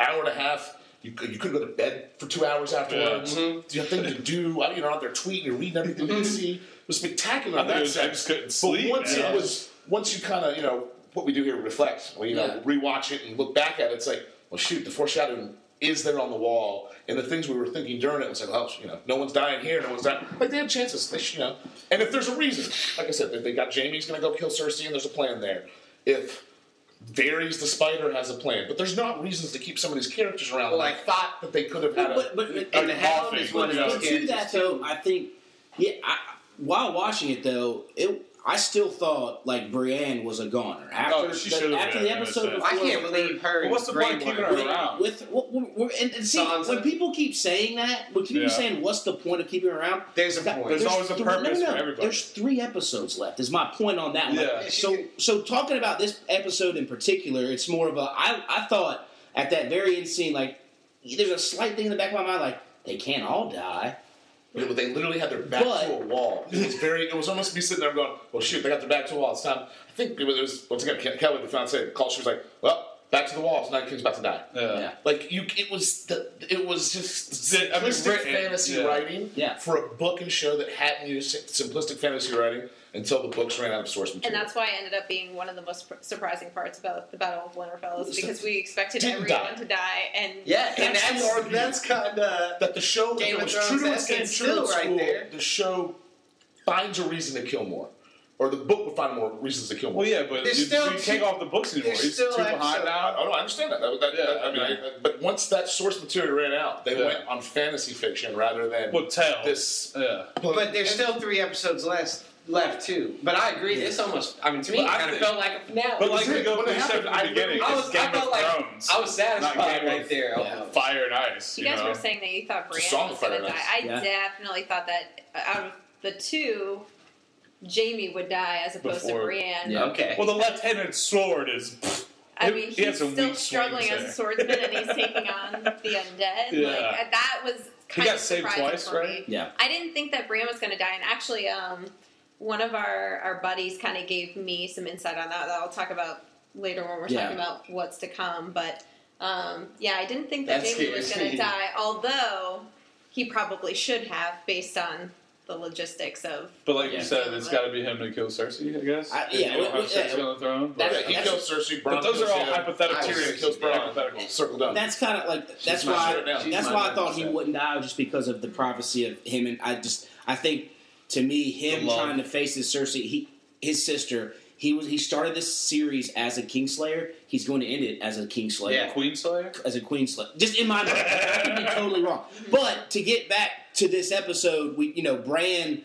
E: hour and a half. You could, you couldn't go to bed for two hours afterwards. You have things to do. I mean, You're out there tweeting. You're reading everything you see. It was spectacular. in
F: thought
E: that
F: it was- I
E: sense.
F: just couldn't
E: But
F: sleep,
E: once
F: man.
E: it was, once you kind of, you know, what we do here, reflect. Well, you know,
D: Yeah.
E: rewatch it and look back at it. It's like, well, shoot, the foreshadowing is there on the wall, and the things we were thinking during it was like, well, you know, no one's dying here, no one's dying. Like they had chances, they should, you know. And if there's a reason, like I said, they- they got Jamie's going to go kill Cersei, and there's a plan there. If Varys the spider has a plan, but there's not reasons to keep some of these characters around. Like, I
D: Like-
E: thought that they could have had a.
C: But but, but
E: a
D: And the Hound is one of
C: But
D: those
C: to that
D: characters
C: though,
D: too.
C: I think yeah. I, while watching it though, it I still thought like Brienne was a goner after
F: Oh, she
C: the,
F: should've
C: after
F: been,
C: the
F: in a
C: episode.
F: sense.
C: Before,
D: I can't believe her.
F: Well, what's the
D: Grey
F: point of keeping
D: Worm.
F: her around?
C: With, with, with, with- and, and see,
D: Sansa.
C: when people keep saying that, when people
F: Yeah.
C: keep saying, "What's the point of keeping her around?"
D: There's a
C: God,
D: point.
F: There's always a
C: three-
F: purpose for everybody.
C: There's three episodes left. Is my point on that one.
F: Yeah.
C: So so talking about this episode in particular, it's more of a I I thought at that very end scene like there's a slight thing in the back of my mind like they can't all die.
E: But they literally had their back
C: But-
E: to a wall. It was very. It was almost me sitting there going, "Well, shoot, they got their back to a wall. It's time." I think it was once again Ke- Kelly, the fiance, called. She was like, "Well, back to the wall. Tonight, King's about to die."
C: Yeah.
E: Like you, it was the, it was just
F: Th- I mean,
E: simplistic
F: written,
E: fantasy
F: yeah.
E: writing
C: Yeah.
E: for a book and show that hadn't used sim- simplistic fantasy writing until the books ran out of source
I: And
E: material.
I: that's why it ended up being one of the most pr- surprising parts about the Battle of Winterfell is because we expected
E: Didn't
I: everyone
E: die.
I: to die, and
D: Yeah, and
I: that's-
D: that's or that's kind of
E: that the show
D: Game
E: if it
D: of
E: was
D: Thrones
E: true to
D: essence
E: its name, true to
D: still
E: its
D: right
E: rule,
D: there.
E: The show finds a reason to kill more, or the book would find more reasons to kill more.
F: Well, yeah, but
D: There's
F: you,
D: still-
F: we can't go off the books anymore.
D: there's
F: He's too
D: still
F: behind
D: episode-
E: I,
F: now.
E: I don't understand that. that, was- that,
F: Yeah,
E: that- I mean,
F: yeah.
E: I- but once that source material ran out, they
F: Yeah.
E: went on fantasy fiction rather than
F: Well, tell.
E: this.
F: Yeah.
D: But there's still three episodes left left too. But I agree, this almost. I mean, to me,
F: But
D: it
F: I
D: kind of
F: think-
D: felt like a finale.
F: But like
E: it-
F: we go
E: when it
F: through stuff
E: happened,
F: at
E: I
F: the beginning,
D: I
F: it's
D: was, I
F: Game
D: felt
F: of
D: like
F: Thrones.
D: I was
F: Not
D: satisfied
F: Game
D: right
F: of-
D: there. Oh,
C: Yeah.
D: almost.
F: Fire and ice.
I: You
F: You,
I: guys
F: know?
I: were saying that you thought
E: It's
I: Brienne
E: a song
I: was going
E: for
I: to
E: us.
I: die. I
C: Yeah.
I: definitely thought that out of the two, Jamie would die as opposed
F: Before-
I: to Brienne.
C: Yeah.
D: Okay.
F: well, the left-handed sword is.
I: I
F: He-
I: mean,
F: he had
I: he's
F: some
I: still
F: weak
I: struggling
F: swings
I: as a swordsman, and he's taking on the undead.
F: Yeah.
I: Like and that was kind
F: got
I: of
F: saved
I: surprising
F: twice,
I: for me.
F: right?
C: Yeah.
I: I didn't think that Bran was going to die, and actually, um, one of our our buddies kind of gave me some insight on that. That I'll talk about later when we're
C: Yeah.
I: talking about what's to come. But um, yeah, I didn't think that
D: That
I: Jamie was
D: scares
I: going
D: me.
I: to die, although he probably should have, based on the logistics of
F: But like
C: Yeah.
F: you said, it's got to be him to kill Cersei, I guess.
C: I-
F: If
C: yeah,
F: you don't
C: well,
F: have
C: yeah.
F: Cersei on the throne.
E: Yeah,
F: But,
C: That's-
E: he
C: that's-
E: kills Cersei. Bron
F: but those are all
E: kills him,
F: hypothetical.
E: Tyrion kills Bron.
F: Hypothetical.
E: Circled up.
C: That's kind of like that's
E: She's my
C: why
E: favorite now.
C: that's
D: She's
C: why
D: my
C: I thought he
D: 100%.
C: wouldn't die just because of the privacy of him and I just I think to me him
D: The love.
C: trying to face his Cersei he his sister he was he started this series as a Kingslayer he's going to end it as a Kingslayer
D: Yeah.
F: Queenslayer.
C: as a Queenslayer just in my mind I could be totally wrong but to get back to this episode we you know Bran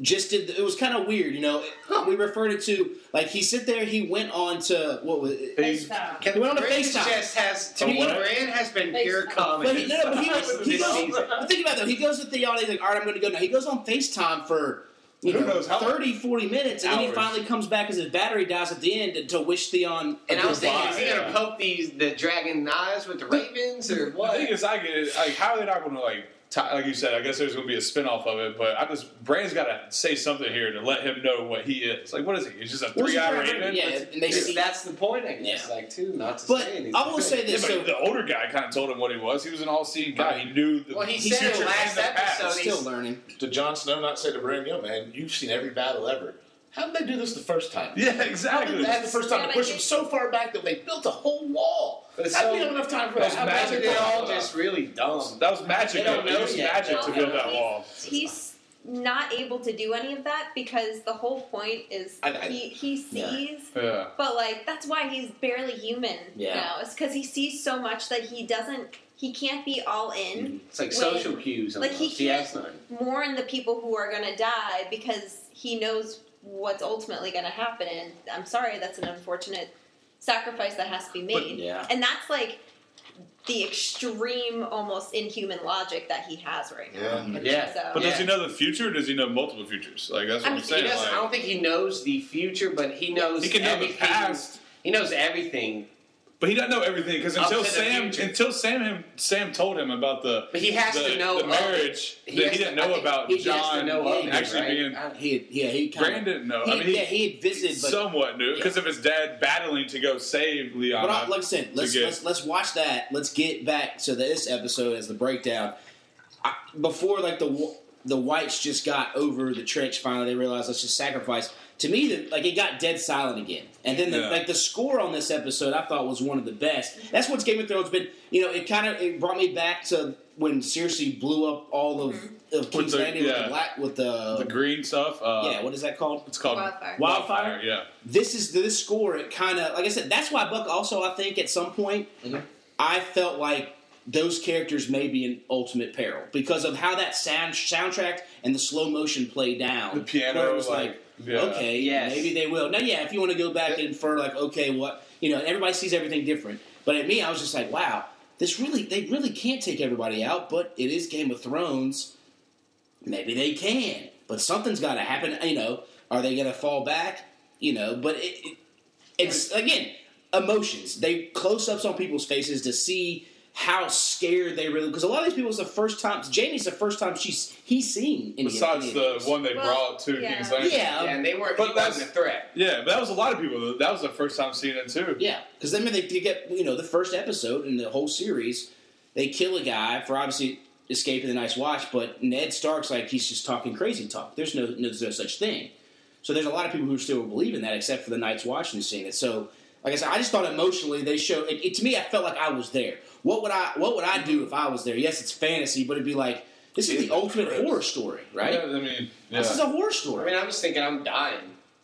C: just did it was kind of weird you know we referred it to like he sit there he went on to what was it?
F: He's-
D: Can
C: We're on a
D: Brand
C: FaceTime.
D: just has to
F: A
D: me.
F: what?
D: Brand has been
I: FaceTime.
D: pure
C: But
D: comedy.
C: he, no, no, but he, goes- he
D: This
C: goes.
D: season.
C: But think about it, though. He goes with Theon. He's like, all right, I'm going to go now. He goes on FaceTime for you
F: Who
C: know,
F: knows how long?
C: 30, 40 minutes, and then he
F: Hours.
C: finally comes back because his battery dies at the end and to wish Theon. a
D: And I was
C: goodbye.
D: thinking, is he gonna poke these the dragon eyes with the ravens or
F: The
D: what?
F: thing is, I get it. Like, how are they not going to like Ty- like you said, I guess there's going to be a spinoff of it, but I just Brand's got to say something here to let him know what he is. Like, what is he? He's just a
C: What's
F: three
C: the
F: eyed
C: third
F: raven.
C: raven? Yeah, and they see.
D: that's the point, I guess.
C: Yeah.
D: Like, too, not to
C: But
D: say anything.
C: I will say
F: Yeah,
C: this:
F: but
C: so
F: the older guy kind of told him what he was. He was an all-seeing guy. He knew the
D: Well, he
F: the
D: said it
F: future
D: last
F: and the past.
D: episode.
C: still learning.
E: Did Jon Snow not say to Bran, "Yo, man, you've seen every battle ever. How did they do this the first time?
F: Yeah,
E: How did
F: exactly.
E: that the first time
I: Yeah,
E: to
I: but
E: push
I: you-
E: them so far back that they built a whole wall? How
D: But
E: did
D: it's
E: we
D: so-
E: have enough time for
F: Those
E: that? How bad
F: magic
E: did they all
D: all
E: just-
D: just really dumb.
F: That was magic.
D: They don't
F: though.
D: know
F: It was
D: yet.
F: magic to
I: Well,
F: build that
I: he's-
F: wall.
I: He's not able to do any of that because the whole point is
E: I- I-
I: he, he sees
F: Yeah.
I: But like that's why he's barely human
C: Yeah.
I: now. It's because he sees so much that he doesn't. He can't be all in.
D: It's like
I: When-
D: social cues.
I: like,
D: Almost.
I: he
D: he has none.
I: More in the people who are gonna die because he knows what's ultimately gonna happen. And I'm sorry, that's an unfortunate sacrifice that has to be made.
C: yeah.
I: And that's like the extreme, almost inhuman logic that he has right now.
E: Yeah.
D: Yeah.
I: So-
F: But
D: yeah.
F: does he know the future? or Does he know multiple futures? Like that's what
I: I'm-
F: I'm,
I: he
D: He
F: saying.
D: doesn't, I
F: like,
D: don't think he knows the future, but he knows
F: he can know the
D: everything.
F: past,
D: He knows everything.
F: but he doesn't know everything because
D: Up to
F: until
D: the
F: Sam,
D: future.
F: until Sam, him, Sam told him about the,
D: But he has
F: the,
D: to know
F: the
D: of
F: marriage
D: it. He
F: that
D: has
F: he
D: to-
F: didn't
D: I
F: know
D: think
F: about
D: he has to
F: John
D: know of it,
F: actually
D: right?
F: being.
C: He had, yeah, he kind
F: Brand didn't know.
C: He,
F: I mean, he-
C: yeah, he had visited, but
F: somewhat new because of his dad battling to go save Leon.
C: But I, like I said, let's,
F: get-
C: let's let's watch that. Let's get back to this episode as the breakdown. I, before like the wh- the whites just got over the trench. Finally, they realized let's just sacrifice. To me, the, like it got dead silent again. And then the,
F: Yeah.
C: like the score on this episode, I thought was one of the best. That's what's Game of Thrones been. You know, it kind of it brought me back to when Cersei blew up all of, of King's
F: the-
C: Landing with
F: yeah.
C: the black with the,
F: the green stuff. Uh,
C: yeah, what is that called?
F: it's called
I: Wildfire.
C: Wildfire?
F: Yeah,
C: this is this score. It kind of like I said. That's why Buck. Also, I think at some point, I felt like those characters may be in ultimate peril because of how that sound soundtrack and the slow motion play down.
F: The piano,
C: where it was like,
F: like, yeah.
C: okay,
D: Yes.
C: maybe they will. Now, yeah, if you want to go back and infer, like, okay, what you know, everybody sees everything different. But at me, I was just like, wow, this really they really can't take everybody out. But it is Game of Thrones. Maybe they can, but something's got to happen. You know, are they going to fall back? You know, but it, it, it's again emotions. They close ups on people's faces to see how scared they really. Because a lot of these people, it's the first time. Jamie's the first time she's he's seen. Any
F: besides
C: any of
F: the
C: these.
F: one they
I: Well,
F: brought to
I: yeah.
F: King's Landing.
C: Yeah.
D: yeah, and they weren't.
F: But
D: he
F: that's-
D: wasn't a threat.
F: Yeah, but that was a lot of people. That was the first time seeing it too.
C: Yeah, because then when they you get you know the first episode in the whole series, they kill a guy for obviously escaping the Night's Watch, but Ned Stark's like he's just talking crazy talk. There's no, no there's no such thing. So there's a lot of people who still believe in that, except for the Night's Watch and seeing it. So like I said, I just thought emotionally they show it, it- to me. I felt like I was there. What would I what would I do if I was there? Yes, it's fantasy, but it'd be like this is the ultimate horror story, right?
F: Yeah, I mean, yeah.
C: This is a horror
D: I
C: story.
D: mean, I'm just thinking, I'm dying.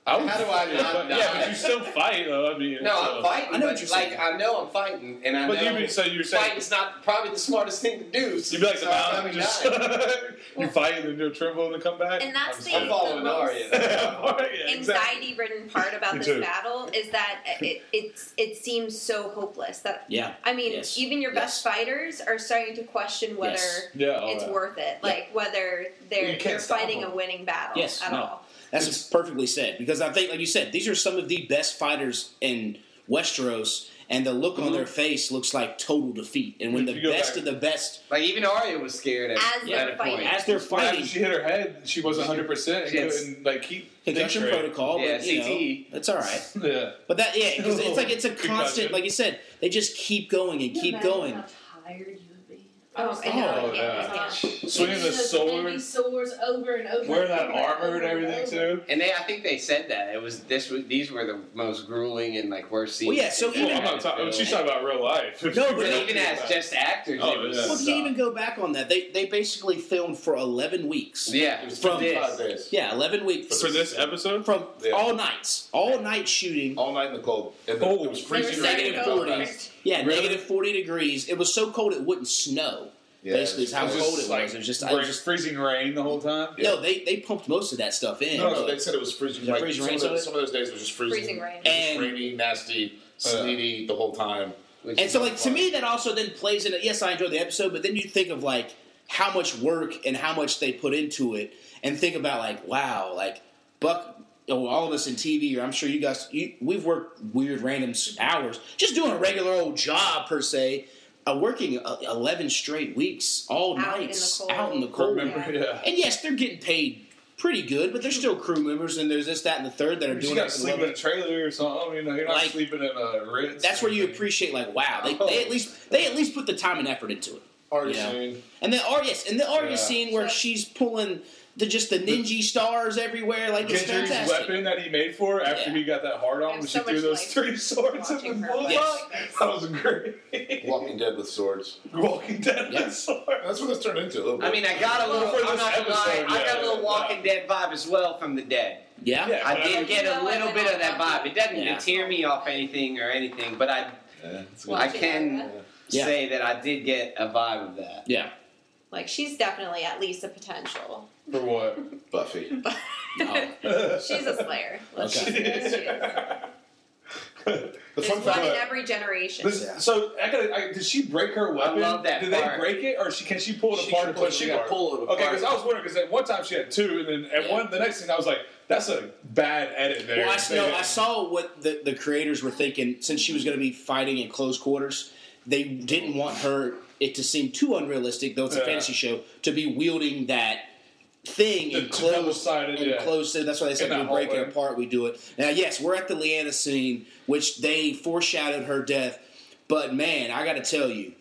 F: I would-
D: How do I not
F: Yeah, but
D: die?
F: you still fight though. I mean,
D: No,
F: so-
D: I'm fighting.
C: I know
D: but,
C: what you're
D: like
C: saying.
D: I know I'm fighting, and I
F: uh, But
D: know
F: you mean so you're saying
D: fighting's not probably the smartest thing to do. So
F: you'd be like the
D: so I'm
F: mountain,
D: probably
F: just
D: dying.
F: you fight and then you'll tremble and then come back.
I: And that's
F: I'm
D: I'm
I: the-
F: sorry.
D: following Arya.
F: Yeah, exactly.
I: anxiety ridden part about
F: Me
I: this
F: too.
I: battle is that it, it's it seems so hopeless that
C: Yeah,
I: I mean
C: Yes.
I: even your best fighters are starting to question whether
C: Yes.
F: Yeah, all
I: it's
F: that.
I: worth it like whether
D: You
I: they're,
D: can't
I: they're
D: stop
I: fighting
D: them.
I: a winning battle
C: Yes,
I: at
C: no.
I: all
C: That's perfectly said because I think, like you said, these are some of the best fighters in Westeros, and the look on their face looks like total defeat. And when
F: Mm-hmm. If
C: the
F: you go
C: best
F: back-
C: of the best,
D: Like even Arya was scared at,
I: As
D: at a
I: they're
D: point.
I: fighting.
C: as they're
F: After
C: fighting,
F: she hit her head, she was 100 percent
D: She had-
F: and couldn't like keep things
C: concussion
F: straight.
C: protocol,
D: Yeah,
C: but you
D: CTE.
C: know, it's all right.
F: Yeah.
C: But that, yeah, 'cause it's like it's a
F: Concussion.
C: constant. Like you said, they just keep going and keep going.
K: How tired you would be.
I: oh, I know
F: Oh,
I: I can't, I
K: yeah.
I: can't.
F: Swinging the
K: Those
F: sword,
K: heavy swords over and over.
F: wear
K: and
F: that
K: over
F: armor
K: over
F: and everything
K: over.
F: too.
D: And they, I think they said that it was this. was- These were the most grueling and like worst scenes.
C: Well, yeah, so
D: they've
C: even-
F: Well,
D: ever
F: I'm
D: had
F: not
D: to
F: talking.
D: film.
F: She's talking about real life.
C: No, but
D: But even as just actors,
F: Oh,
D: it was
F: yeah.
C: Well, if you even go back on that, they they basically filmed for eleven weeks.
D: yeah,
E: It was
C: From
E: 55
D: this.
E: days.
C: Yeah, eleven weeks
F: for this episode,
C: from
E: Yeah.
C: all nights, all night shooting.
E: All night in the cold. And the,
F: Oh,
E: it was
F: they
K: They were
E: freezing
K: saying
E: rain.
K: it
E: and
K: was
E: cold.
K: over.
C: Yeah,
F: Really?
C: negative forty degrees. It was so cold it wouldn't snow.
E: Yeah,
C: basically, is how
E: it was
C: cold
E: just
C: it was.
F: like,
C: it was just, I
F: rain-
C: was just
F: freezing rain the whole time.
C: no. They they pumped most of that stuff in.
E: No, no, they said it was freezing.
C: Was it
E: Like,
C: freezing
E: some,
C: rain
E: of those,
C: soda?
E: some of those days it was just freezing,
I: Freezing rain.
E: It was just
C: And-
E: rainy, nasty, sleety the whole time.
D: Which
C: and
D: is
C: so, like to
D: fun.
C: me, that also then plays in. Yes, I enjoyed the episode, but then you think of like how much work and how much they put into it, and think about like wow, like Buck. you know, all of us in TV, or I'm sure you guys, you, we've worked weird, random s- hours just doing a regular old job per se. uh, working uh, eleven straight weeks, all
I: Out in the
C: nights,
I: cold.
C: out in the
I: Crew
C: cold.
I: member,
D: Remember, yeah.
C: And yes, they're getting paid pretty good, but they're still crew members, and there's this, that, and the third that are
F: You
C: doing
F: got
C: it.
F: to
C: for
F: sleep in
C: love.
F: a trailer or something. You know, you're not
C: Like-
F: sleeping in a Ritz.
C: That's where you appreciate, like, wow, they,
F: Oh.
C: they at least they at least put the time and effort into it.
F: Artist
C: Yeah.
F: scene.
C: And the art, yes, and the art
F: Yeah.
C: scene where she's pulling the just the ninja stars everywhere, like it's
F: Ginger's
C: fantastic.
F: weapon that he made for her after
C: Yeah.
F: he got that hard
I: I
F: on
I: have
F: when
I: so
F: she threw
I: much
F: those
I: life
F: three swords in the
I: watching her.
F: bulldog.
I: Yes.
F: That was great.
E: Walking Dead with swords.
F: Walking Dead with swords.
E: That's what this turned into a little bit.
D: I mean, I got a little.
F: For
D: I'm
F: this
D: not gonna lie,
F: episode,
D: I got a little
F: yeah.
D: Walking Dead vibe as well from the dead.
C: yeah.
F: Yeah.
D: I did get a little bit of that vibe. It doesn't
C: Yeah.
D: tear me off anything or anything, but I I can
C: Yeah.
D: say that I did get a vibe of that.
C: yeah.
I: Like she's definitely at least a potential.
F: For what?
E: Buffy.
I: But
C: Oh.
I: she's a slayer. Let's
C: Okay.
I: just admit she is.
E: The
I: There's
E: fun
I: one in
E: fact.
I: every generation.
F: This, So I got. I, did she break her weapon?
D: love that
F: Did
D: part.
F: they break it, or she can she pull it
E: She
F: apart?
E: can
F: and
E: pull
F: put
E: it
F: it
E: apart.
F: together?
D: Pull it apart.
F: Okay, because I was wondering because at one time she had two, and then at
C: Yeah.
F: one the next thing I was like, "That's a bad edit there."
C: Well, I,
F: They-
C: no, I saw what the, the creators were thinking since she was going to be fighting in close quarters. They didn't want her it to seem too unrealistic, though it's a
F: Yeah.
C: fantasy show, to be wielding that thing
F: The-
C: in
F: the
C: close
F: double-sided,
C: in
F: yeah.
C: close. So that's why they said
F: that
C: we break it
F: hallway.
C: apart. We do it now. Yes, we're at the Leanna scene, which they foreshadowed her death. But man, I got to tell you,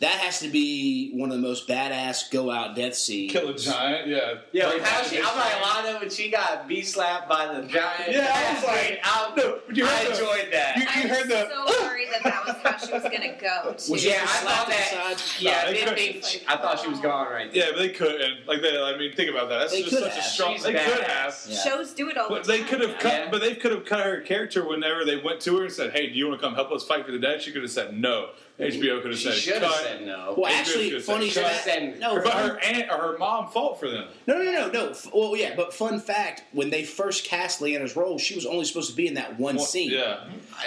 C: that has to be one of the most badass go out death scenes.
F: kill a giant. Yeah.
D: Yeah,
F: Break
D: how
F: out
D: she?
F: the
D: I'm
F: big
D: not
F: giant.
D: gonna lie though, when she got bee slapped by the giant.
F: Yeah, I was like,
D: I,
F: no, but you
D: I
F: heard the-
D: enjoyed that.
F: you-
I: I'm
F: heard the-
I: so worried that that was how she was going to go. Too.
C: Was she
D: yeah, I
C: just
D: thought
C: slapped
D: that.
C: aside?
D: Yeah,
F: Nah,
D: I
F: they
D: didn't
F: could've-
D: think. She, I thought she was gone right there.
F: Yeah, but they couldn't. Like they, I mean, think about that. That's
C: They
F: just
C: could
F: such a
C: have.
F: strong.
D: She's
F: They could
D: badass.
F: have.
C: Yeah.
I: Shows do it all
F: But
I: the
F: they
I: time.
F: could have cut.
D: Yeah.
F: But they could have cut her character whenever they went to her and said, "Hey, do you want to come help us fight for the dead?" She could have said no. HBO could have
D: She
F: said,
D: should have
F: "Cut."
D: said no.
C: Well,
F: They
C: actually,
F: could say
C: funny
D: she
C: fact-
D: said-
C: No,
F: But her aunt or her mom fought for them.
C: No, no, no, no. F- Well, yeah, but fun fact: when they first cast Leanna's role, she was only supposed to be in that one
F: Well,
C: scene.
F: Yeah.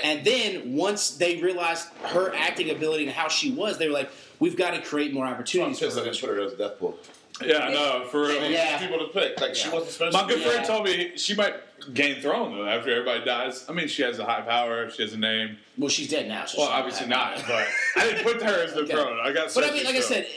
C: And then once they realized her acting ability and how she was, they were like, "We've got to create more
E: I'm
C: opportunities."
E: pissed
C: for
E: I
C: her."
E: didn't put her as a death pool.
F: Yeah, I know. For real.
C: Yeah.
E: People to pick. Like she
C: Yeah.
E: wasn't supposed
F: My
E: to.
F: good
E: be-
F: friend told me she might gain throne though after everybody dies. I mean, she has a high power. She has a name.
C: Well, she's dead now. So
F: Well,
C: she's
F: obviously
C: not.
F: not. But I didn't put her as the
C: Okay.
F: throne. I got.
C: But I mean,
F: Cersei's
C: like I
F: throne.
C: said,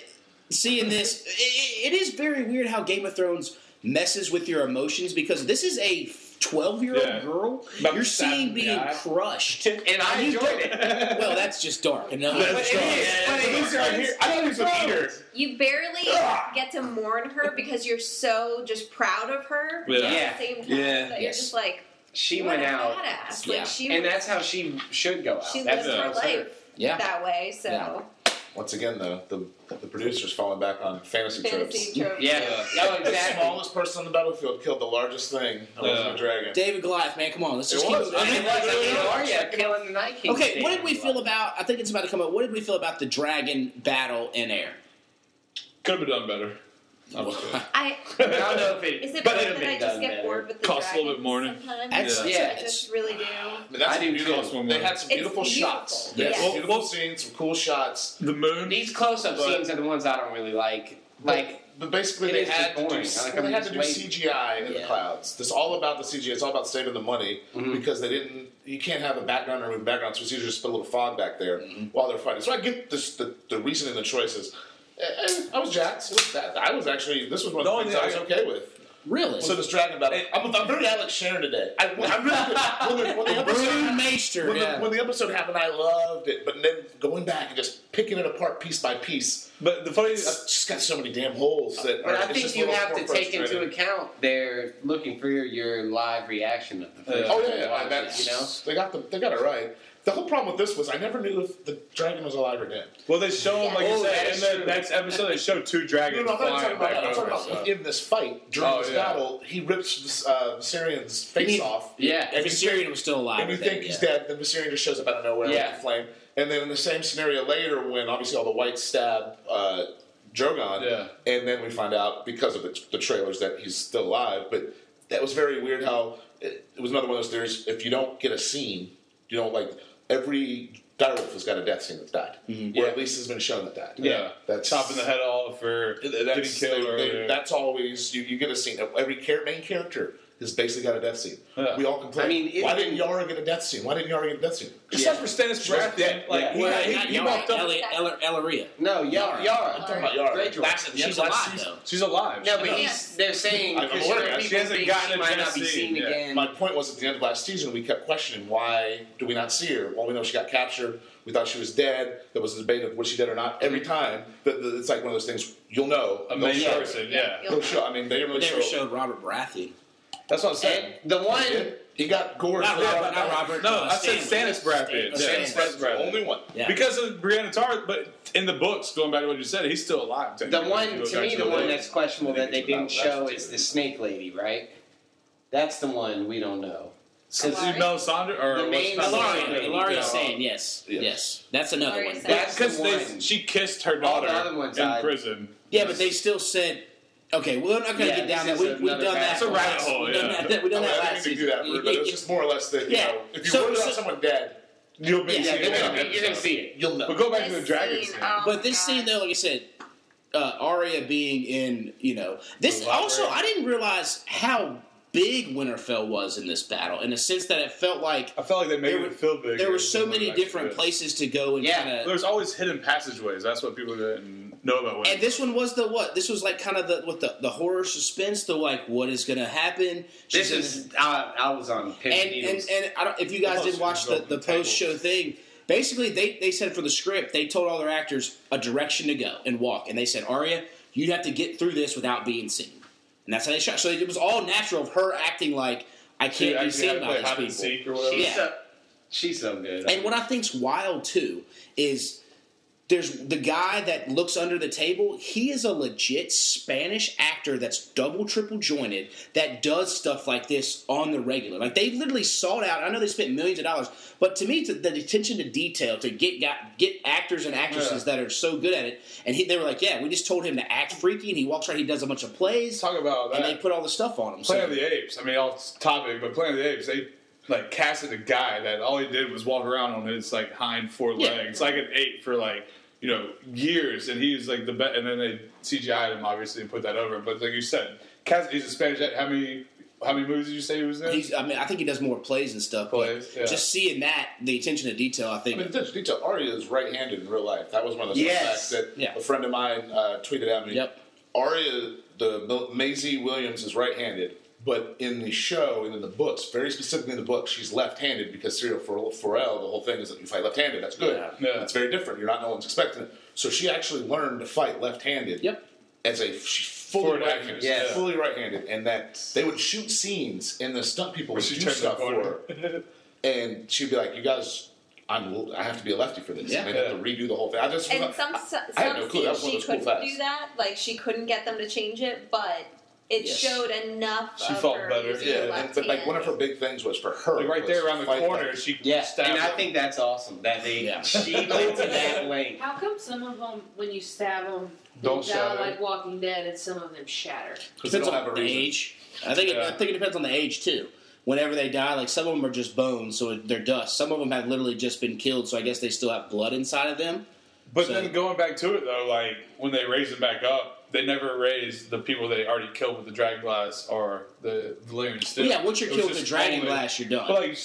C: seeing this, it, it is very weird how Game of Thrones messes with your emotions because this is a twelve-year-old
F: Yeah.
C: girl
F: About
C: you're
F: to stab
C: seeing
F: the
C: being
F: guy.
C: crushed.
D: And I enjoyed it.
C: well, that's just dark. Another
F: That's
C: one.
D: But it
F: strong.
D: is, but it
F: This
D: is.
F: right here, I thought he was a eater.
I: You barely get to mourn her because you're so just proud of her.
F: Yeah.
I: At the same time,
D: Yeah.
I: that you're
C: Yes.
I: just like
D: She
I: what
D: went
I: a
D: out,
I: Badass.
C: Yeah.
I: Like she,
D: and that's how she should go out.
I: she
D: that's
I: lives her
D: that's her.
I: life
C: Yeah.
I: that way. So
C: Yeah.
E: Once again, though, the the producers falling back on fantasy tropes.
I: fantasy tropes.
D: Yeah. Oh,
E: The
D: exactly.
E: smallest person on the battlefield killed the largest thing. That
F: Yeah.
E: wasn't a dragon.
C: David Goliath, man, come on, let's just
E: It
C: keep
E: was.
D: I mean, like,
E: Really?
D: I mean, Arya killing the Night King.
C: Okay, what did we feel about? I think it's about to come up. What did we feel about the dragon battle in air?
F: Could have been done better. I'm just kidding.
I: I
D: I don't know if it.
I: is it
D: but
I: bad
D: it'd
I: that
D: been
I: I just
D: done
I: get
D: better.
I: bored with the
F: Costs a little bit
I: dragons
F: more.
I: Sometimes?
C: That's-
D: Yeah.
I: I just really do.
E: But that's
D: I do
E: some
D: too.
E: beautiful-
F: Awesome
E: They
F: one.
E: had some
I: It's
E: beautiful,
I: beautiful.
E: shots.
I: Yeah.
E: Yes.
F: Well,
E: Beautiful
F: well-
E: scenes, some cool shots.
F: The moon.
D: These close-up
E: But-
D: scenes are the ones I don't really like. Like,
E: But basically,
D: It
E: they
D: is
E: had, to do,
D: boring. I like
E: well,
D: how
E: they
D: they
E: had to do
D: just wait.
E: CGI in the
C: Yeah.
E: clouds. It's all about the CGI. It's all about saving the money because they didn't. You can't have a background or remove background, so it's easier to just put a little fog back there while they're fighting. So I get this, the the reasoning, the choices. Eh, eh, I was jacked. It was bad. I was actually. This was one of
F: No,
E: the things I was
F: yeah.
E: okay with.
C: Really?
E: So this dragon battle. I'm, I'm very Alex Sharon today. I, I'm really good. When the, when the
C: Brood
E: episode,
C: Maester.
E: when, the, when the episode happened, I loved it. But then going back and just picking it apart piece by piece,
F: But the funny. uh,
E: it's just got so many damn holes that.
D: but
E: are,
D: I
E: it's
D: think
E: just a
D: you
E: little
D: have
E: more
D: to take
E: frustrating.
D: into account they're looking for your, your live reaction of the first
E: Oh
D: time
E: yeah,
D: you
E: yeah,
D: watch
E: that's,
D: it, you know.
E: they got the they got it right. The whole problem with this was I never knew if the dragon was alive or dead.
F: Well, they show him like
D: Yeah.
F: you
D: Oh, that
F: said
D: is
F: in
D: true.
F: the next episode. They show two
E: No,
F: dragons
E: no, I'm not talking
F: flying
E: about
F: back
E: that. I'm
F: over.
E: talking about
F: so.
E: in this fight during
F: Oh,
E: this
F: yeah.
E: battle, he rips this, uh, Viserion's face
C: mean-
E: off.
D: Yeah.
C: If Viserion was still alive.
E: And you
C: then,
E: think he's
C: yeah.
E: dead, then Viserion just shows up out of nowhere
D: Yeah.
E: with a flame. And then in the same scenario later, when obviously all the whites stab uh, Drogon,
F: Yeah.
E: and then we find out because of the, the trailers that he's still alive. But that was very weird. How it, it was another one of those theories. If you don't get a scene, you don't like every direwolf has got a death scene that's died, or
D: Yeah.
E: at least has been shown that died.
F: Mm-hmm. Yeah,
E: that's
F: chopping the head off or
E: That's,
F: getting killed
E: they- they-
F: or
E: that's always you, you get a scene. Every char- main character has basically got a death scene.
F: Yeah.
E: We all complain.
D: I mean, it-
E: why didn't Yara get a death scene? Why didn't Yara get a death scene?
F: Except for Stannis
E: Yeah.
F: Baratheon, like
E: Yeah.
F: he-
C: Well,
F: he,
C: not
F: he
C: Yara,
F: walked up.
C: Ele- Ele- Elleria.
D: No, Yara.
C: Yara.
D: Yara.
E: I'm talking about Yara.
D: Greyjoy.
C: Last, she's
F: Like,
C: alive
F: she's,
C: though.
F: she's alive.
D: No, but
F: She's
D: he's, they're saying
E: I'm
D: for
E: aware
D: certain
E: of that.
D: people
E: She
F: hasn't
D: think
F: gotten
D: she
F: a
D: might
F: death
D: not be
F: scene
D: seen
F: yet.
D: again.
E: My point was at the end of last season, we kept questioning why do we not see her? Well, we know she got captured. We thought she was dead. There was a debate of was she dead or not. Every
F: Mm-hmm.
E: time, the, the, it's like one of those things you'll know.
F: a
E: They'll
F: main
E: show.
F: person. Yeah.
E: They'll show. I mean, they didn't
C: But
E: really
C: they
E: show.
C: never showed Robert Baratheon.
E: That's what I'm saying.
D: And the one,
E: he got gored.
C: Not Robert. Not Robert.
F: No,
C: uh,
F: I said
C: Stanley.
F: Stannis Baratheon.
C: Stan-
F: Yeah,
C: Stannis
E: That's
F: Stannis
E: the
F: Baratheon.
E: only one.
C: Yeah.
F: Because of Brianna Tarth, but in the books, going back to what you said, he's still alive.
D: the
F: technically. He
D: one
F: goes
D: to
F: back
D: me, the
F: the
D: one
F: book.
D: that's questionable that they didn't
E: That's
D: show
E: two.
D: is the Snake Lady, right? That's the one we don't know.
F: So is he
I: Alaric?
F: Melisandre or
D: The
F: what's
D: main
F: her name?
D: Alaric.
C: Elaria. Elaria
D: Yeah.
C: saying yes.
E: Yes.
C: yes. That's another
I: Elaria
C: one.
I: Sane.
D: That's the
F: Because they,
D: one.
F: she kissed her
D: All
F: daughter
D: the other ones
F: in
D: I-
F: prison.
C: Yeah, but they still said, okay, we're not going to
D: Yeah,
C: get down
D: this
C: that.
D: is
C: We, we've
D: another
C: done that.
D: factor.
F: It's a rabbit hole,
C: We've done
F: Oh, yeah.
C: that. We've
E: I
C: done that
E: mean, I
C: last
E: didn't mean to do that,
C: season.
E: Rude, but it's just more or less that you
C: Yeah.
E: know, if you
C: So-
E: wrote
C: so-
E: about someone dead, you'll be
C: Yeah,
E: yeah,
C: they're
E: you'll
C: gonna-
E: know.
D: You're gonna see it.
E: You'll
F: But
E: know.
F: go back to the
I: This
F: dragon
I: scene,
F: scene.
I: um,
C: But this
I: God.
D: Oh
C: scene, though, like I said, uh, Arya being in, you know, this
D: The library.
C: also, I didn't realize how big Winterfell was in this battle in the sense that it felt like
F: I felt like they made
C: There
F: it
C: were-
F: feel bigger.
C: there were so
F: than
C: many
F: what it
C: different
F: is.
C: places to go and
D: Yeah.
C: kind of.
F: There's always hidden passageways. That's what people didn't know about. When
C: And this one was the what? This was like kind of the what the, the horror suspense, the like what is going to happen.
D: This
C: She's in-
D: is I, I was on
C: and
D: pins
C: and,
D: needles.
C: and I don't, if you guys
F: Almost
C: did watch the,
F: developed
C: the
F: the table.
C: post show thing, basically they, they said for the script they told all their actors a direction to go and walk, and they said Arya, you'd have to get through this without being seen, and that's how they shot. So it was all natural of her acting like I
F: She
C: can't be
F: actually had
C: seen
F: to play
C: by
F: hide and
C: these people.
F: seek or whatever.
D: she's
C: yeah.
D: so she's so good.
C: And what I think's wild too is there's the guy that looks under the table. He is a legit Spanish actor that's double triple jointed that does stuff like this on the regular. Like they literally sought out. I know they spent millions of dollars, but to me, to the attention to detail to get got, get actors and actresses that are so good at it. And he, they were like, yeah, we just told him to act freaky, and he walks right. He does a bunch of plays,
F: Talk about
C: and
F: that.
C: they put all the stuff on him.
F: Planet
C: So,
F: of the Apes. I mean, off topic, but Planet of the Apes, they like casted a guy that all he did was walk around on his like hind four
C: Yeah.
F: legs, like an ape for like you know years, and he's like the best. And then they CGI'd him obviously and put that over. him. But like you said, cast, he's a Spanish. act- How many how many movies did you say he was in?
C: he's, I mean, I think he does more plays and stuff.
F: Plays,
C: but
F: yeah.
C: just seeing that, the attention to detail, I
E: I
C: think.
E: mean, attention to detail. Arya is right-handed in real life. That was one of the
D: Yes.
E: facts that
C: Yeah.
E: a friend of mine uh, tweeted at me.
C: Yep.
E: Arya, the Mil- Maisie Williams is right-handed, but in the show and in the books, very specifically in the book, she's left-handed because Serial Pharrell, the whole thing is that you fight left-handed. That's good.
C: Yeah.
F: Yeah.
E: It's very different. You're not no one's expecting it. So she actually learned to fight left-handed.
C: Yep.
E: As a she's fully
F: Forward
E: right-handed,
F: actress, yeah.
E: fully right-handed, and that they would shoot scenes and the stunt people would
F: she
E: do
F: turned the
E: stuff for
F: corner.
E: her and she'd be like, "You guys, I'm I have to be a lefty for this.
C: Yeah.
E: and they have to redo the whole thing." I just
I: And some some,
E: I had no clue. That
I: scenes
E: was one
I: she
E: of those cool
I: couldn't
E: facts.
I: do that. Like she couldn't get them to change it, but it
C: Yes.
I: showed enough.
F: She
I: of
F: felt
I: her
F: better.
I: using
E: yeah,
I: her
E: and-
I: left
E: but like
I: hand.
E: one of her big things was for her
F: like right
E: was
F: there around the
E: fight
F: corner,
E: back.
F: she
D: yeah,
F: stabbed
D: and I
F: him.
D: think that's awesome that they
C: Yeah.
D: she went to that length.
K: How come some of them, when you stab them,
F: Don't
K: they
F: shatter.
K: die like Walking Dead, and some of them shatter?
E: 'Cause they
C: depends
E: don't
C: on
E: have a
C: the
E: reason.
C: age. I think it, I
F: Yeah.
C: think it depends on the age too. Whenever they die, like some of them are just bones, so they're dust. Some of them have literally just been killed, so I guess they still have blood inside of them.
F: But
C: So-
F: then going back to it though, like when they raised him back up, they never raised the people they already killed with the dragon glass or the Valyrian
C: But
F: still.
C: yeah, once you're
F: It was
C: killed with a
F: just
C: dragon
F: only-
C: glass, you're done.
F: But like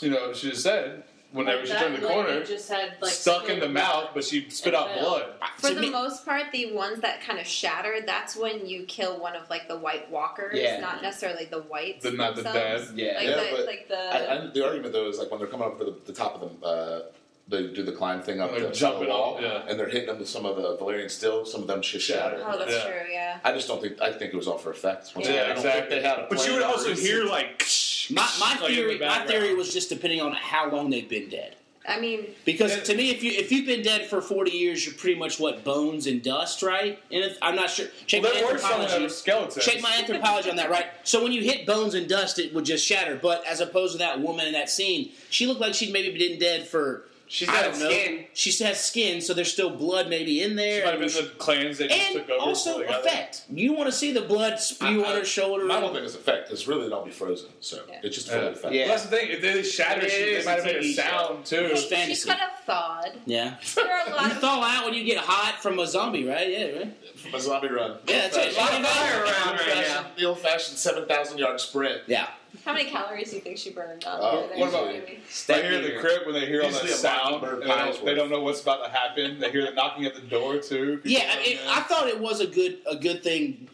F: you know, she just said whenever
K: Like
F: she
K: that
F: turned the
K: lady
F: corner,
K: just had, like,
F: stuck in the
K: spilled
F: mouth,
K: blood.
F: but she spit
K: It
F: out
K: fell.
F: blood.
I: For
C: To
I: the
C: me-
I: most part, the ones that kind of shatter, that's when you kill one of like the White Walkers,
D: Yeah.
I: not necessarily the whites.
F: The- not the
I: themselves.
F: dead.
D: Yeah.
I: Like
E: Yeah,
I: the
E: but
I: like the
E: I, I, the argument though is like when they're coming up to the, the top of the uh, they do the climb thing up
F: Like
E: the,
F: jumping
E: the wall,
F: off, yeah.
E: and they're hitting them with some of the Valerian still. Some of them just shattered.
I: oh, that's
F: Yeah.
I: true, yeah.
E: I just don't think. I think it was all for effects. Once
I: Yeah,
E: again, I don't think They had a
F: But you
E: plan
F: would
E: or a
F: also
E: reason.
F: hear like
C: my my
F: like, in the
C: theory my
F: background.
C: theory was just depending on how long they've been dead.
I: I mean,
C: Because
F: And-
C: to me, if you if you've been dead for forty years, you're pretty much what bones and dust, right? And if, I'm not sure. Check
F: well,
C: my
F: there were some that
C: anthropology.
F: were skeletons.
C: Check my anthropology on that, right? So when you hit bones and dust, it would just shatter. But as opposed to that woman in that scene, she looked like she'd maybe been dead for
D: She's
C: I
D: got
C: don't know.
D: skin.
C: She has skin, so there's still blood maybe in
F: It
C: there.
F: might have been the clans that just
C: and
F: took over.
C: also
F: before they got
C: effect. You want to see the blood spew
E: I-
C: on
E: I-
C: her shoulder?
E: My whole thing is effect. It's really it all be frozen, so
I: Yeah.
E: it's just
F: there.
E: full of effect.
F: Well, that's the thing. If they shattered,
D: It
F: shit, they
D: is
F: might have
D: a
F: made a
D: TV show.
F: sound too.
C: It's
I: She
C: fantasy.
I: could have thawed.
C: Yeah.
I: There are a
C: You
I: lot of
C: thaw out when you get hot from a zombie, right? Yeah, right.
E: From a zombie run.
C: Yeah, that's it.
D: A lot of fire around right now.
E: Old-fashioned- The old-fashioned seven thousand yard sprint.
C: Yeah.
I: how many calories do you think she burned on
E: Oh,
I: there?
E: what
I: That's
E: about-
I: what I mean.
F: They hear the crib when they hear all that
E: Usually a
F: sound.
E: mockingbird
F: and they-
E: piles
F: they
E: worth.
F: don't know what's about to happen. They hear the knocking at the door too. People
C: Yeah,
F: don't
C: it,
F: know.
C: I thought it was a good a good thing.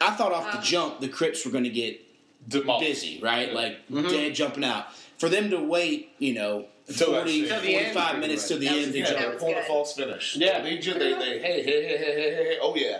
C: I thought off the
I: Uh.
C: jump the Crips were going to get
F: Demolished.
C: busy, right? Like
F: Mm-hmm.
D: Mhm.
C: dead jumping out. For them to wait, you know,
F: Until that
C: 40,
F: scene.
D: Till the end,
C: 45
D: pretty
C: minutes
D: much.
C: till the
I: That
C: end
I: was
C: to
E: Yeah,
I: good.
C: jump.
E: they're
I: was
E: pulling a
I: good.
E: false finish.
D: Yeah.
E: they do. They, they hey hey hey hey hey hey hey. Oh yeah.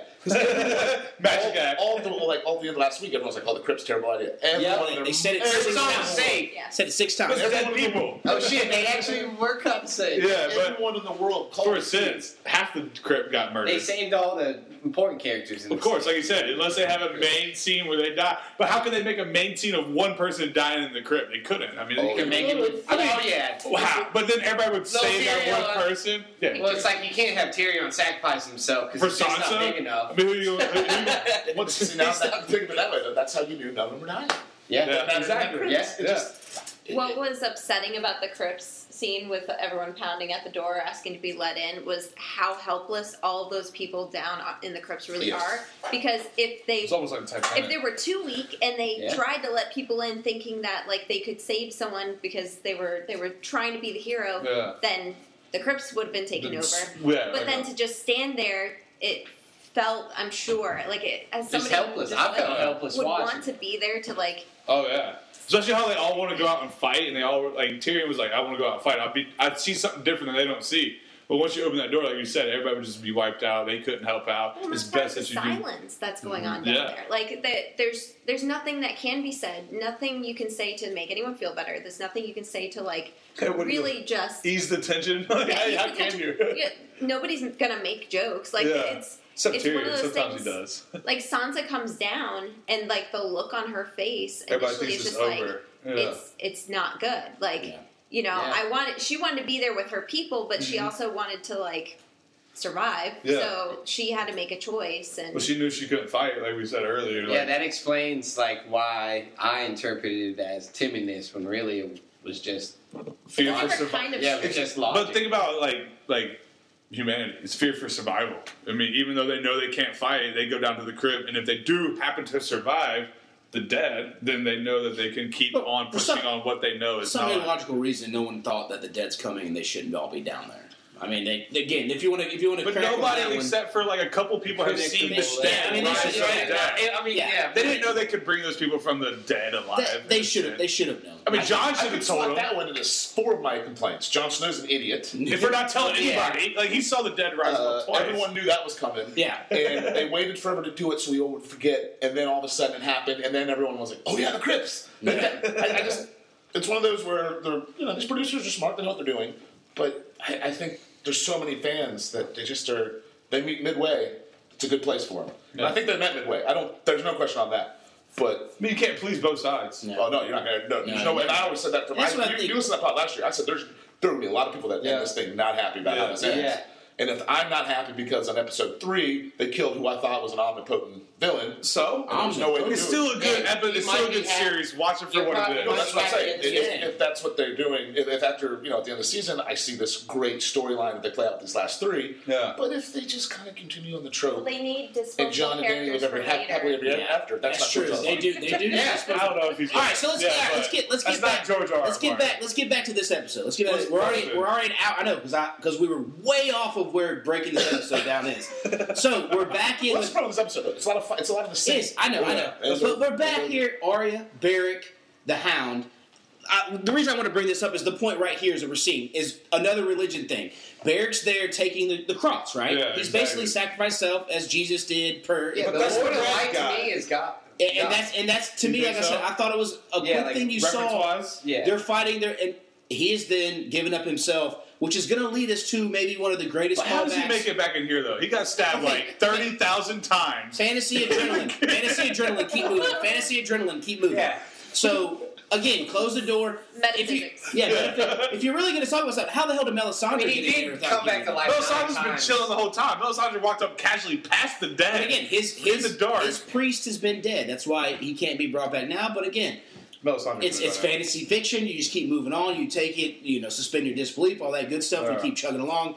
F: Magic act.
E: all, all the like all the end of last week, everyone's like, "Oh, the Crips, terrible idea." Everyone
C: Yeah,
E: in
C: they
E: their
C: said it
D: It's
C: six
D: all
C: times.
D: safe.
I: Yeah.
C: Said it six times.
F: It's dead people.
D: Oh shit, they actually were cut safe.
F: Yeah, but
E: everyone in the world called
F: for
E: it
F: since half the crib got murdered.
D: They saved all the important characters in
F: Of
D: this.
F: course, like you said, unless they have a main scene where they die. But how can they make a main scene of one person dying in the crypt? They couldn't. I mean, they
E: Oh,
F: can make it.
D: I mean, oh yeah.
F: Wow. But then everybody would save
D: yeah,
F: that
D: yeah.
F: one person. Yeah.
D: Well, it's like you can't have Tyrion sacrifice himself
F: for
D: because it's just not big
F: Sansa? I
D: enough.
F: mean, who you, who you,
E: What's see, now that, think of it that way, though, that's how you knew now number nine.
D: Yeah,
F: Yeah,
D: exactly. Yes,
F: yeah.
E: It-
I: What
E: it-
I: was upsetting about the Crips scene with everyone pounding at the door asking to be let in was how helpless all those people down uh, in the Crips really
E: Yes.
I: are. Because if they
F: it's almost like Titanic.
I: if they were too weak and they
D: Yeah.
I: tried to let people in thinking that like they could save someone because they were they were trying to be the hero,
F: Yeah.
I: then the Crips would have been taken
F: Then s-
I: over.
F: Yeah,
I: But
F: I
I: then
F: know.
I: to just stand there, it felt I'm sure like it as
D: Just
I: somebody
D: helpless.
I: who just,
D: I felt
I: like,
D: helpless
I: would
D: watching.
I: want to be there to like
F: Oh yeah. Especially how they all want to go out and fight, and they all were- like Tyrion was like, "I want to go out and fight. I'll be, I'd see something different that they don't see." But once you open that door, like you said, everybody would just be wiped out. They couldn't help out.
I: Well,
F: it's
I: that's part
F: best that
I: of the
F: you do. Mm-hmm.
I: silence that's going on
F: Yeah.
I: down there. Like that, there's there's nothing that can be said. Nothing you can say to make anyone feel better. There's nothing you can say to like
F: Yeah, what do you-
I: really just.
F: Ease the tension. Like,
I: Yeah,
F: hey,
I: ease
F: how
I: the
F: can
I: tension.
F: you?
I: Yeah, nobody's gonna make jokes. Like
F: Yeah.
I: it's
F: Except
I: it's one of
F: Tyrion.
I: those
F: Sometimes
I: things-
F: he does.
I: like Sansa comes down and like the look on her face
F: Everybody
I: initially
F: thinks
I: is
F: it's
I: just like
F: over. Yeah.
I: it's it's not good. Like
C: Yeah.
I: you know,
D: Yeah.
I: I wanted she wanted to be there with her people, but she also wanted to like survive.
F: Mm-hmm. Yeah.
I: So she had to make a choice and
F: Well, she knew she couldn't fight, like we said earlier. Like,
D: Yeah, that explains like why I interpreted it as timidness when really it was just
F: fear
I: It's
F: for
I: different
F: survival.
I: kind of
D: yeah, it was just logic.
F: But think about like like humanity. It's fear for survival. I mean, even though they know they can't fight, they go down to the crib, and if they do happen to survive the dead, then they know that they can keep
C: But
F: on
C: for
F: pushing
C: some-
F: on what they know
C: For
F: is
C: some
F: not.
C: illogical reason, no one thought that the dead's coming and they shouldn't all be down there. I mean, they again, if you want to, if you want to,
F: But nobody except for like a couple people have seen the
C: Predictable. Yeah, I
F: stand
C: mean,
F: rise
C: this is-
F: from the dead.
D: I mean,
C: Yeah.
D: yeah,
F: They didn't know they could bring those people from the dead alive.
C: they should have, they should have known.
F: I mean, John
E: I
F: should
E: could
F: have told
E: slot
F: them.
E: that one into four of my complaints. Jon Snow's an idiot.
F: If we're not telling anybody, like he saw the dead rise
E: Uh,
F: up twice.
E: everyone knew that was coming.
C: Yeah.
E: and they waited forever to do it so we all would forget. And then all of a sudden it happened, and then everyone was like, "Oh yeah, the Crips." I, I just, it's one of those where they're, you know, these producers are smart; they know what they're doing. But I, I think there's so many fans that they just are. They meet midway. It's a good place for them. And I think they met midway. I don't. There's no question on that. But
F: I mean, you can't please both sides.
C: No.
E: oh no, you're not gonna. No, there's
C: No,
E: no way.
C: no.
E: And I always said that from.
C: That's what I
E: I, you,
C: think.
E: you listened to that pod last year. I said there's there would be a lot of people that
D: Yeah.
E: end this thing not happy about how
F: Yeah.
E: this ends.
D: Yeah.
E: And if I'm not happy because on episode three they killed who I thought was an omnipotent villain,
F: So
E: and there's no way to do it.
F: It's still a good
D: Yeah,
F: episode.
D: you
F: It's still a
D: might
F: good
D: be happy.
F: series. Watch it for
D: You're
F: what
D: probably
F: it
E: No,
F: is.
D: right.
E: that's what I'm saying.
D: Yeah.
E: If, if that's what they're doing, if, if after you know at the end of the season, I see this great storyline that they play out with these last three.
F: Yeah.
E: But if they just kind of continue on the trope
I: they need disposable
E: and John and Danny
I: characters
E: live every
I: for
E: hap-
I: later.
E: happily ever
C: Yeah.
E: after, that's,
C: That's
E: not
C: true.
E: George R. R.
C: They do, they do.
D: Yeah.
C: disposable-
F: I don't know if he's.
C: All right, so let's
F: yeah,
C: get all right,
F: but
C: let's get let's get
F: that's
C: back.
F: not George R. R.
C: Let's get
F: Martin.
C: back. Let's get back to this episode. Let's get back.
F: Let's-
C: We're
F: let's
C: already
F: do it.
C: we're already out. I know because I because we were way off of where breaking this episode down is. So we're back in.
E: What's
C: with,
E: the problem with this episode? Though? It's a lot of fun. It's a lot of the same.
C: yes, I know, I know.
E: Yeah.
C: But we're back here. Arya, Beric, the Hound. I, the reason I want to bring this up is the point right here is that we're seeing is another religion thing. Beric's there taking the, the cross, right?
F: Yeah,
C: He's
F: exactly.
C: basically sacrificed himself as Jesus did per.
D: yeah,
C: and,
D: the
F: that's
D: Lord
F: what
D: of
F: I
D: Light
F: got.
D: to me is God. God.
C: and that's and that's to
F: You
C: me,
F: think
C: like I said,
F: so?
C: I thought it was a
D: Yeah,
C: quick
D: like,
C: thing you saw.
F: Reference-wise,
D: yeah.
C: They're fighting there, and he is then giving up himself, which is going to lead us to maybe one of the greatest
F: But how does he
C: callbacks.
F: make it back in here though? He got
C: Okay.
F: stabbed like thirty thousand times.
C: Fantasy adrenaline, fantasy adrenaline, keep moving. Fantasy adrenaline, keep moving.
D: Yeah.
C: So again, close the door. If you,
I: Metaphysics.
C: yeah, metaphy- if you're really going to talk about something, how the hell did Melisandre
D: I mean, he
C: get in here
D: did
C: without
D: come
C: getting
D: back to
C: in?
D: life.
F: Melisandre's
D: nine
F: been
D: times.
F: chilling the whole time. Melisandre walked up casually past the dead.
C: But again, his
F: In
C: his
F: the dark.
C: his priest has been dead. That's why he can't be brought back now. But again,
F: Melisandre
C: it's it's fantasy fiction. You just keep moving on. You take it. You know, suspend your disbelief, all that good stuff. You
F: Yeah.
C: keep chugging along.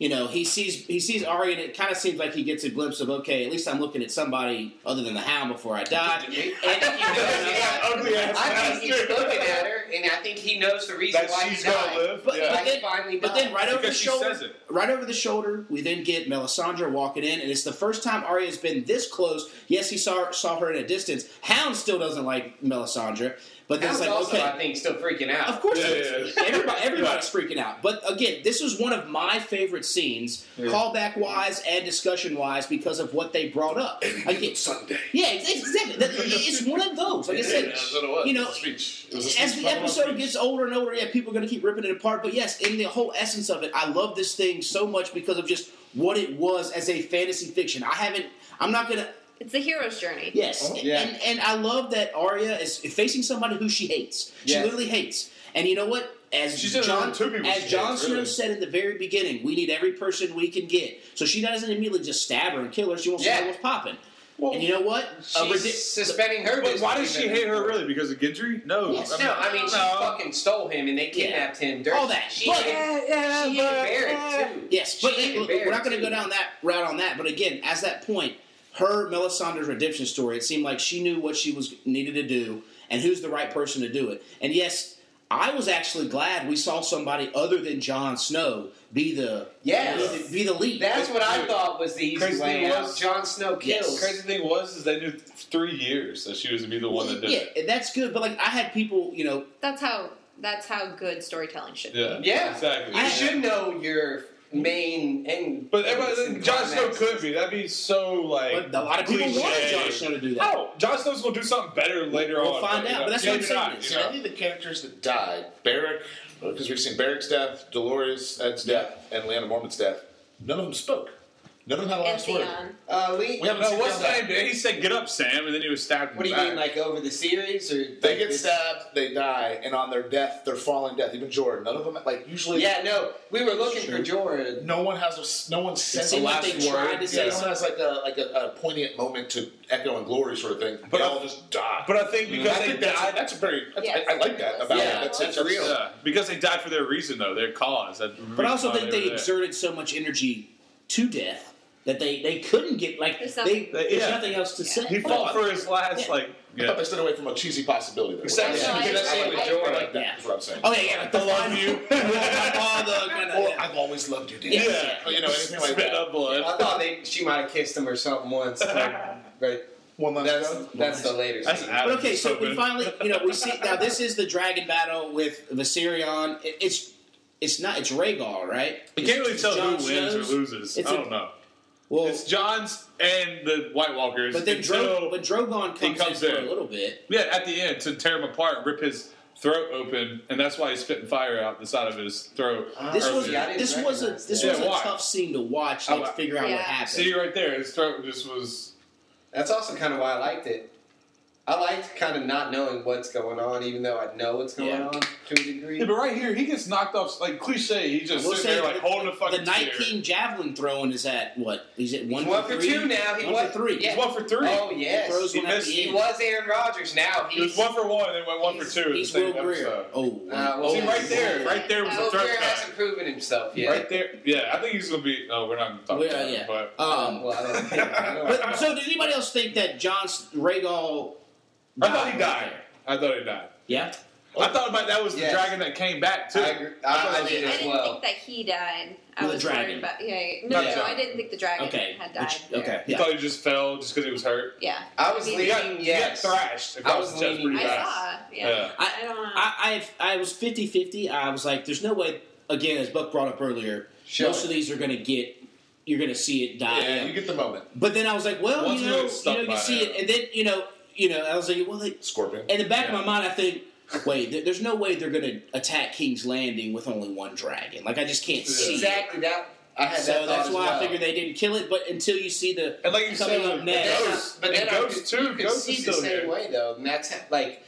C: You know, he sees he sees Arya, and it kind of seems like he gets a glimpse of okay, at least I'm looking at somebody other than the Hound before I die.
D: I think he knows.
F: That ugly ass
D: I think he's
F: bastard.
D: looking at her, and I think he knows the reason
F: That
D: why
F: she's
D: he
F: gonna
D: died.
F: live.
C: But-
F: yeah.
C: but
D: Why he finally
C: But
D: died.
C: then, right over the
F: Because she
C: shoulder,
F: says it.
C: right over the shoulder, we then get Melisandre walking in, and it's the first time Arya's been this close. Yes, he saw saw her in a distance. Hound still doesn't like Melisandre, but then it's
D: That was
C: like
D: also,
C: okay,
D: I think, still freaking
C: Of
D: out.
C: course,
F: Yeah,
C: it is.
F: yeah, yeah.
C: everybody, everybody's freaking out. But again, this is one of my favorite scenes, callback wise and discussion wise, because of what they brought up. Again,
E: Sunday.
C: yeah, ex- exactly. That- It's one of those. Like I said,
E: that's what it was.
C: you know,
E: It was a speech. It was a
C: as
E: speech.
C: the episode gets older and older, yeah, people are going to keep ripping it apart. But yes, in the whole essence of it, I love this thing so much because of just what it was as a fantasy fiction. I haven't. I'm not gonna.
I: It's the hero's journey.
C: Yes,
D: Yeah.
C: and and I love that Arya is facing somebody who she hates. She
D: Yes.
C: literally hates. And you know what? As
F: She's in a
C: John
F: room with two people
C: as
F: she
C: Jon
F: hates,
C: Snow
F: really.
C: said in the very beginning, we need every person we can get. So she doesn't immediately just stab her and kill her. She wants to
D: Yeah.
C: know what's popping.
F: Well,
C: and you know what? A
D: She's
C: ridi-
D: Uh, suspending her.
F: But why does
D: disbelief
F: she
D: in
F: hate her really? Because of Gendry? No.
C: Yes.
D: No, I mean she
F: no.
D: fucking stole him and they kidnapped him. Dirty.
C: All that.
D: She
C: But- uh,
D: yeah, she embarrassed too.
C: Yes, but
D: She
C: it- we're not going to
D: embarrassed
C: go
D: you.
C: down that route on that. But again, as that point, her Melisandre's redemption story. It seemed like she knew what she was needed to do and who's the right person to do it. And yes, I was actually glad we saw somebody other than Jon Snow be the
D: Yes.
C: be the, be the lead.
D: That's what I thought was the easy
F: Crazy
D: way
F: thing
D: out.
F: was-
D: Jon Snow
C: Yes.
D: kills.
F: Crazy thing was, is they knew three years that she was going to be the one that did
C: yeah,
F: it.
C: and that's good. But like, I had people, you know,
I: That's how. That's how good storytelling should be.
F: Yeah.
D: Yeah.
F: Exactly.
D: You should know your main end.
F: But everybody,
D: and
F: Jon Snow
D: climax.
F: could be. That'd be so like
C: but a lot of people
F: cliche.
C: wanted Jon Snow to do that.
F: No, Jon Snow's gonna do something better later
C: We'll
F: on.
C: find
F: you
C: out,
F: know.
C: but that's
F: Yeah,
C: what I'm
F: you're
C: saying.
F: not,
E: Is
F: you
E: there
F: know.
E: any of the characters that died? Barrack, because we've seen Barrack's death, Dolores' Ed's death, and Lana Mormont's death. None of them spoke. None of them had a
I: And
E: last word.
I: Theon.
D: Uh, Lee,
E: We haven't
F: No,
E: seen
F: what's
E: Theon die.
F: that? He said, "Get up, Sam," and then he was stabbed. in
D: What do
F: the
D: you
F: back.
D: mean, like over the series or
E: They
D: like
E: get
D: this-
E: stabbed, they die, and on their death, their falling death, even Jordan, none of them, like, usually.
D: Yeah, no, we were looking for Jordan.
E: No one has a, no one says
C: seemed
E: a
C: like
E: last
C: they tried
E: word.
C: to say
E: yeah, no one has like a like a, a poignant moment to echo and glory sort of thing. But
F: But
E: they
F: I-
E: all just die.
F: But I think because
E: I
F: they
E: think
F: died,
E: that's, that's a very that's,
I: Yeah,
E: I, I like that about
D: Yeah,
E: it. That's,
D: that's
E: that's
D: real.
F: yeah, because they died for their reason though, their cause. That
C: But also that they
F: exert.
C: exerted so much energy to death that they they couldn't get like
I: There's
C: they,
I: nothing-
C: there's
F: Yeah.
C: nothing else to say.
F: He fought for his last,
C: Yeah.
F: like
E: I thought
F: yeah.
E: they stood away from a cheesy possibility. There.
D: Exactly.
E: I,
I: No, I-
E: I, like that. I like that.
C: Yeah.
E: That's what I'm saying.
C: Oh yeah, yeah. Like the
F: I love
C: final-
F: you.
C: all the kind of,
E: Or
C: yeah.
E: I've always loved you, Dan.
C: Yeah.
E: Or, you know anything like
F: Spit
E: that.
F: up blood.
D: I thought they, she might have kissed him or something once. Like, right.
E: One last
D: That's
E: go?
D: that's the later.
F: That's
D: scene.
C: But
F: Adam
C: okay, so we
F: Tobin.
C: finally, you know, we see now. This is the dragon battle with Viserion. It, it's it's not it's Rhaegar, right?
F: You can't really
C: It's-
F: tell
C: it's
F: who
C: Jon
F: wins
C: Snow's.
F: or loses.
C: It's
F: I
C: a-
F: don't know.
C: Well,
F: It's John's and the White Walkers.
C: but then Dro-
F: until,
C: when Drogon comes,
F: comes
C: in for
F: in.
C: a little bit,
F: yeah, at the end to tear him apart, rip his throat open, and that's why he's spitting fire out the side of his throat.
C: this
F: Or-
C: was
D: Yeah, I didn't
C: this was a
D: recognize
C: this
F: that.
C: was
F: Yeah,
C: a
F: why?
C: tough scene to watch, like
F: Oh,
C: to
F: wow.
C: figure out what
I: Yeah.
C: happened.
F: see right there. His throat just was.
D: That's also kind of why I liked it. I liked kind of not knowing what's going on, even though I know what's going
C: Yeah.
D: on to a degree.
F: Yeah, but right here, he gets knocked off like cliche. He just
C: We'll
F: sitting
C: say
F: there like
C: the-
F: holding a fucking
C: the Night
F: spear.
C: King javelin throwing is at what? He's at one,
D: He's one for
C: three?
D: two now. He
C: one
D: was-
C: for three.
D: yeah.
F: He's one for three.
D: Oh
C: He throws
D: yes,
F: He
C: one at
F: missed-
C: the
D: he
C: end.
D: was Aaron Rodgers. Now
F: It was
D: he's
F: one for one, and then went one for two. in
C: He's
F: the same
C: Will Greer.
F: episode.
C: Oh,
D: Uh,
C: oh,
D: Will
F: See right there, right there was
D: Will
F: a throat
D: Greer
F: cut.
D: hasn't proven himself yet.
F: Right there. Yeah, I think he's gonna be. Oh, we're not gonna
C: Well,
F: talk about
C: yeah.
F: it. But
C: Um,
D: well, I don't think, I don't
C: but, so, did anybody else think that John Rhaegal?
F: I thought he died. I thought he died.
C: Yeah,
F: I thought about that was the
D: Yes.
F: dragon that came back too.
D: I, agree. I, I
I: I
D: did as
I: didn't
D: well.
I: think that he died. I
C: Well, the
I: was
C: dragon.
I: worried about. Yeah, yeah. No,
F: Not
I: no,
F: John.
I: I didn't think the dragon
C: Okay.
I: had died.
C: Which-
I: there.
C: okay.
F: He
C: Yeah.
F: thought he just fell just because he was hurt.
I: Yeah.
D: I was
I: He-
F: He got,
D: leaning yes.
F: he got thrashed
D: was
F: across the chest
D: leaning
F: pretty
I: I
D: yes.
F: fast.
I: saw. Yeah.
F: Yeah.
I: I, don't know.
C: I I, I was 50-50. I was like, "There's no way." Again, as Buck brought up earlier,
D: Sure.
C: most of these are going to get. You're going to see it die.
E: Yeah, you get the moment.
C: But then I was like, "Well,
F: Once
C: you
F: we
C: know,
F: were
C: you
F: stuck
C: know, you
F: by
C: see
F: that.
C: it," and then you know, you know, I was like, "Well, they,
E: Scorpion.
C: In the back
F: Yeah.
C: of my mind, I think, wait, there- there's no way they're going to attack King's Landing with only one dragon. Like, I just can't see. it.
D: Exactly that. I had
C: So
D: that thought
C: that's
D: as
C: why
D: well.
C: I figured they didn't kill it. But until you see the
F: And like you
C: coming
F: said,
C: up
F: the
C: next,
F: ghost,
D: But then
F: and
D: I
F: ghost
D: could,
F: too.
D: You could
F: Ghost
D: see
F: is
D: the
F: still
D: same
F: here.
D: way though, and that's like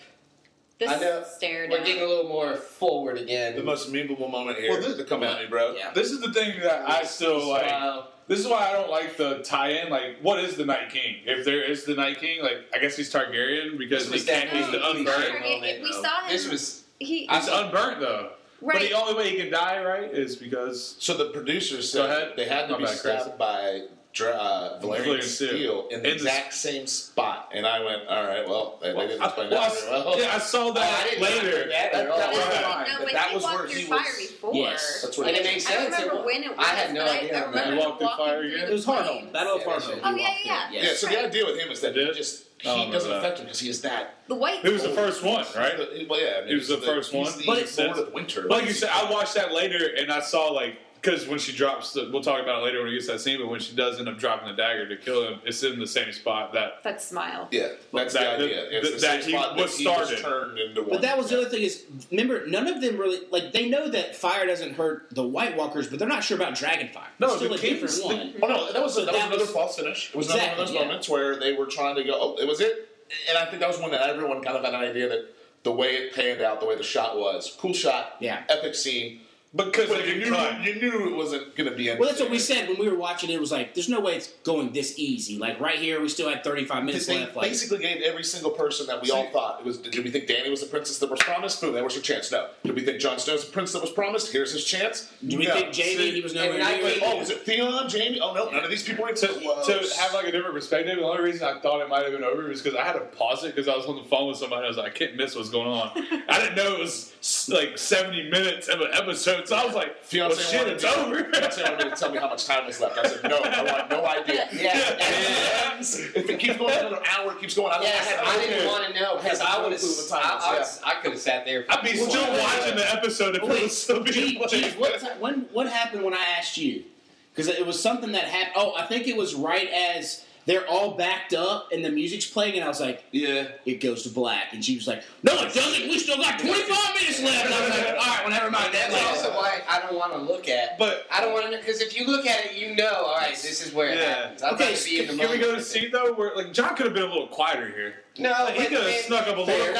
I: This
D: I know.
I: stare
D: We're
I: down.
D: getting a little more forward again.
E: The most memorable moment here
F: Well, this-
E: to come at me, bro.
D: Yeah.
F: This is the thing that I still
D: So,
F: like.
D: uh,
F: This is why I don't like the tie-in. Like, what is the Night King? If there is the Night King, like, I guess he's Targaryen because
D: This
F: he
D: was
F: can't
I: definitely
F: use the
I: the
F: unburnt.
I: Targaryen. we
D: though.
I: saw him-
D: This was
I: he
F: He's unburnt though. But
I: right.
F: the only way he can die, right, is because
E: So the producers
F: Go
E: said
F: ahead.
E: they had to
F: My
E: be
F: bad, Chris.
E: stabbed by dra- uh, Valerian,
F: Valerian
E: Steel,
F: Steel.
E: in the
F: In the-
E: exact same spot, and I went, "All right, well, they, they didn't
F: I,
E: explain
F: well, I
E: that
F: s-
E: very well." Oh,
F: yeah, I saw that
D: I didn't
F: later.
D: remember that at
E: That- that
D: all.
F: was
I: No,
F: fine,
I: no,
E: but
I: when
E: that
I: he
E: was
I: walked
E: where
I: through
E: he
I: fire
E: was-
I: before.
C: Yes, that's what
D: And
C: it
D: it
C: is.
D: makes
I: I
D: sense.
I: remember
D: It wa-
I: when it was.
D: I had no
I: but
D: idea.
I: I, I
D: man.
I: remember
F: He walked through
I: walking
F: fire
I: through
F: again?
C: It was
I: the
C: hard home.
I: flames.
C: Battle of
D: Yeah,
C: hard
D: that's
C: home.
D: it.
I: Oh,
C: He
I: yeah,
C: walked
I: yeah,
C: through
I: yeah.
C: it.
E: Yeah, so the idea with him is that
F: Did
E: he
F: it?
E: just he
F: I don't remember
E: doesn't
F: that.
E: affect him because he is that.
I: The white.
F: He was the first one, right?
E: He's the- well, yeah, I mean,
F: He was
E: he's
F: the first one.
E: He's the
F: But
E: Lord
F: it-
E: of Winter.
F: Like you said, I watched that later, and I saw like because when she drops, the, we'll talk about it later when we get to that scene. But when she does end up dropping the dagger to kill him, it's in the same spot that
I: That smile.
E: yeah, that's
F: That-
E: the idea. It's
F: that-
E: the same
F: that he
E: spot
F: was
E: that he was
F: started.
E: turned into one.
C: But that was the other thing is, remember, none of them really like they know that fire doesn't hurt the White Walkers, but they're not sure about Dragonfire.
F: No,
C: it's still
F: the
C: a
F: kings-
C: different one.
E: Oh no, that was that, was
C: that
E: another
C: was-
E: false finish. It was another one of those
C: Exactly, yeah.
E: moments where they were trying to go. Oh, it was it, and I think that was one that everyone kind of had an idea that the way it panned out, the way the shot was, cool shot,
C: Yeah.
E: epic scene.
F: because
E: But
F: they
E: you
F: can
E: knew
F: cut.
E: you knew it wasn't going to be.
C: Well, that's what we
E: anything.
C: said when we were watching. It It was like, there's no way it's going this easy. Like right here, we still had 35 minutes
E: Because they
C: left. Like,
E: basically gave every single person that we all thought it was. Did we think Danny was the princess that was promised? Boom, that was your chance. No. Did we think Jon Snow's the prince that was promised? Here's his chance.
C: do we
E: no.
C: think Jamie?
F: See,
C: he was nowhere
D: and I
C: near.
D: went,
C: it?
E: Oh, was it Theon? Jamie? Oh no, none of these people were
F: to,
E: even close.
F: to have like a different perspective. The only reason I thought it might have been over was because I had to pause it because I was on the phone with somebody. I was like, I can't miss what's going on. I didn't know it was s- like seventy minutes of an episode, so I was like,
E: Fiance
F: well, shit,
E: wanted
F: it's
E: me-
F: over.
E: Fiance wanted me to tell me how much time was left. I said, no, I want no idea.
D: Yeah.
F: Yeah.
E: If it keeps going another hour, it keeps going. I,
D: Yes,
E: I,
D: I
E: had-
D: didn't want to know because
E: Had
D: I
E: no
D: would have.
E: clue what
D: I,
E: time it was,
D: I, was- I could have sat there.
F: I'd be still
D: Well,
F: watching the episode if it
C: Wait,
F: was still being
C: Gee-
F: played.
C: geez, what, ti- when, what happened when I asked you? Because it was something that happened. Oh, I think it was right as they're all backed up and the music's playing, and I was like,
D: Yeah.
C: it goes to black. And she was like, no, it doesn't. We still got 25 minutes left. And I was like, all right, well, never mind. That
D: That's
C: later."
D: also why I don't want to look at.
F: But
D: I don't want to know because if you look at it, you know. All right, this is where it
F: Yeah.
D: happens. I'd
C: Okay,
D: rather be in the
F: can we
D: moment
F: go to
D: with it.
F: see though where like John could have been a little quieter here?
D: No,
F: Like, he
D: but-
F: could have
D: man,
F: snuck up a little
D: Oh, fair.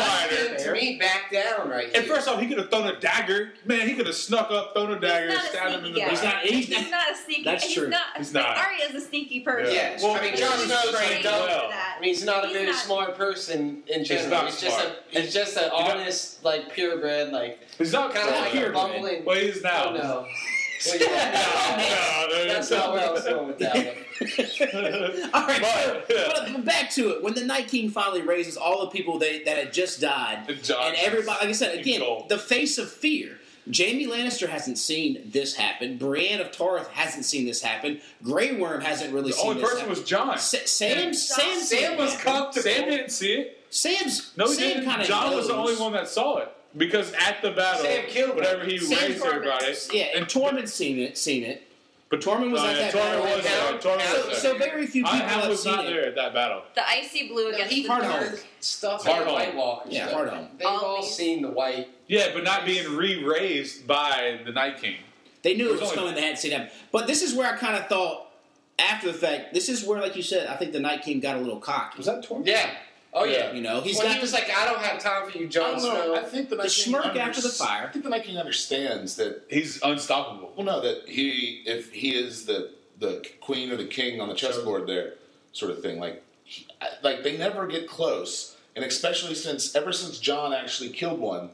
F: quieter.
D: To me, back down right here.
F: And first off, he could have thrown a dagger. Man, he could have snuck up, thrown a dagger,
I: not a
F: stabbed him in the
I: sneaky guy.
F: back.
C: He's not. He's
I: He's not a sneaky.
C: That's
I: he's
C: true.
I: Not,
F: He's not.
I: Arya's a sneaky person.
D: Yeah.
I: She's
D: Well, I mean, Jon
I: trained
D: Snow's
I: for
D: trained well.
I: that.
D: I mean, he's not a
I: He's
D: very
I: not-
D: smart person in general.
F: not
D: he's just
F: smart.
D: a he's just an
F: got-
D: honest, like purebred, like
F: He's not
D: kind of like
F: here.
D: a bumbling.
F: Well, he's now.
D: Oh, no. Well,
F: No,
D: yeah,
F: no, no,
D: That's
F: no.
D: not where I was going with that one.
C: All right, so,
F: But-
C: but, but back to it. When the Night King finally raises all the people they, that had just died,
F: And John
C: and everybody, like I said, again,
F: gold.
C: the face of fear. Jamie Lannister hasn't seen this happen. Brienne of Tarth hasn't seen this happen. Grey Worm hasn't really
F: The
C: seen
F: only
C: this
F: person
C: happen.
F: was John.
C: Sa- Sam, Sam,
D: Sam was comfortable.
F: Sam didn't see it.
C: Sam's
F: No, he
C: Sam kind
F: didn't.
C: of
F: John was the only one that saw it because at the battle,
D: Sam killed him.
F: whenever he
I: Sam
F: raised
I: Tormund.
F: everybody,
C: Yeah, and Tormund's seen it. Seen it. But Tormund was
F: uh,
C: at that
F: Tormund
C: battle.
F: was there.
D: Now-
F: Tormund
D: now-
C: so,
F: was
C: so
F: there.
C: very few people
F: I
C: have
F: was
C: seen
F: not
C: it.
F: there at that battle.
I: The icy blue
D: No,
I: against
D: he
I: the
C: hard
I: dark.
C: home.
D: dark stuff.
F: Hard
D: and the
F: home.
D: White Walkers.
C: Yeah,
D: though.
C: hard home.
D: They've all
I: Always.
D: seen the white.
F: Yeah, but not being re-raised by the Night King.
C: They knew
F: There
C: it
F: was
C: was
F: only-
C: coming. They hadn't seen him. But this is where I kind of thought, after the fact, this is where, like you said, I think the Night King got a little cocky.
E: was that Tormund?
D: Yeah. Oh yeah.
C: You know, he's
D: when
C: got
D: he was like, I don't have time for you,
E: I
D: Jon
E: don't know. I
D: Snow.
E: think the, Night King
C: smirk after the
E: unders-
C: fire.
E: I think the Night King understands that.
F: He's unstoppable.
E: Well, no, that he if he is the the queen or the king on the chessboard there, sort of thing. Like, he- I- like they never get close, and especially since ever since John actually killed one.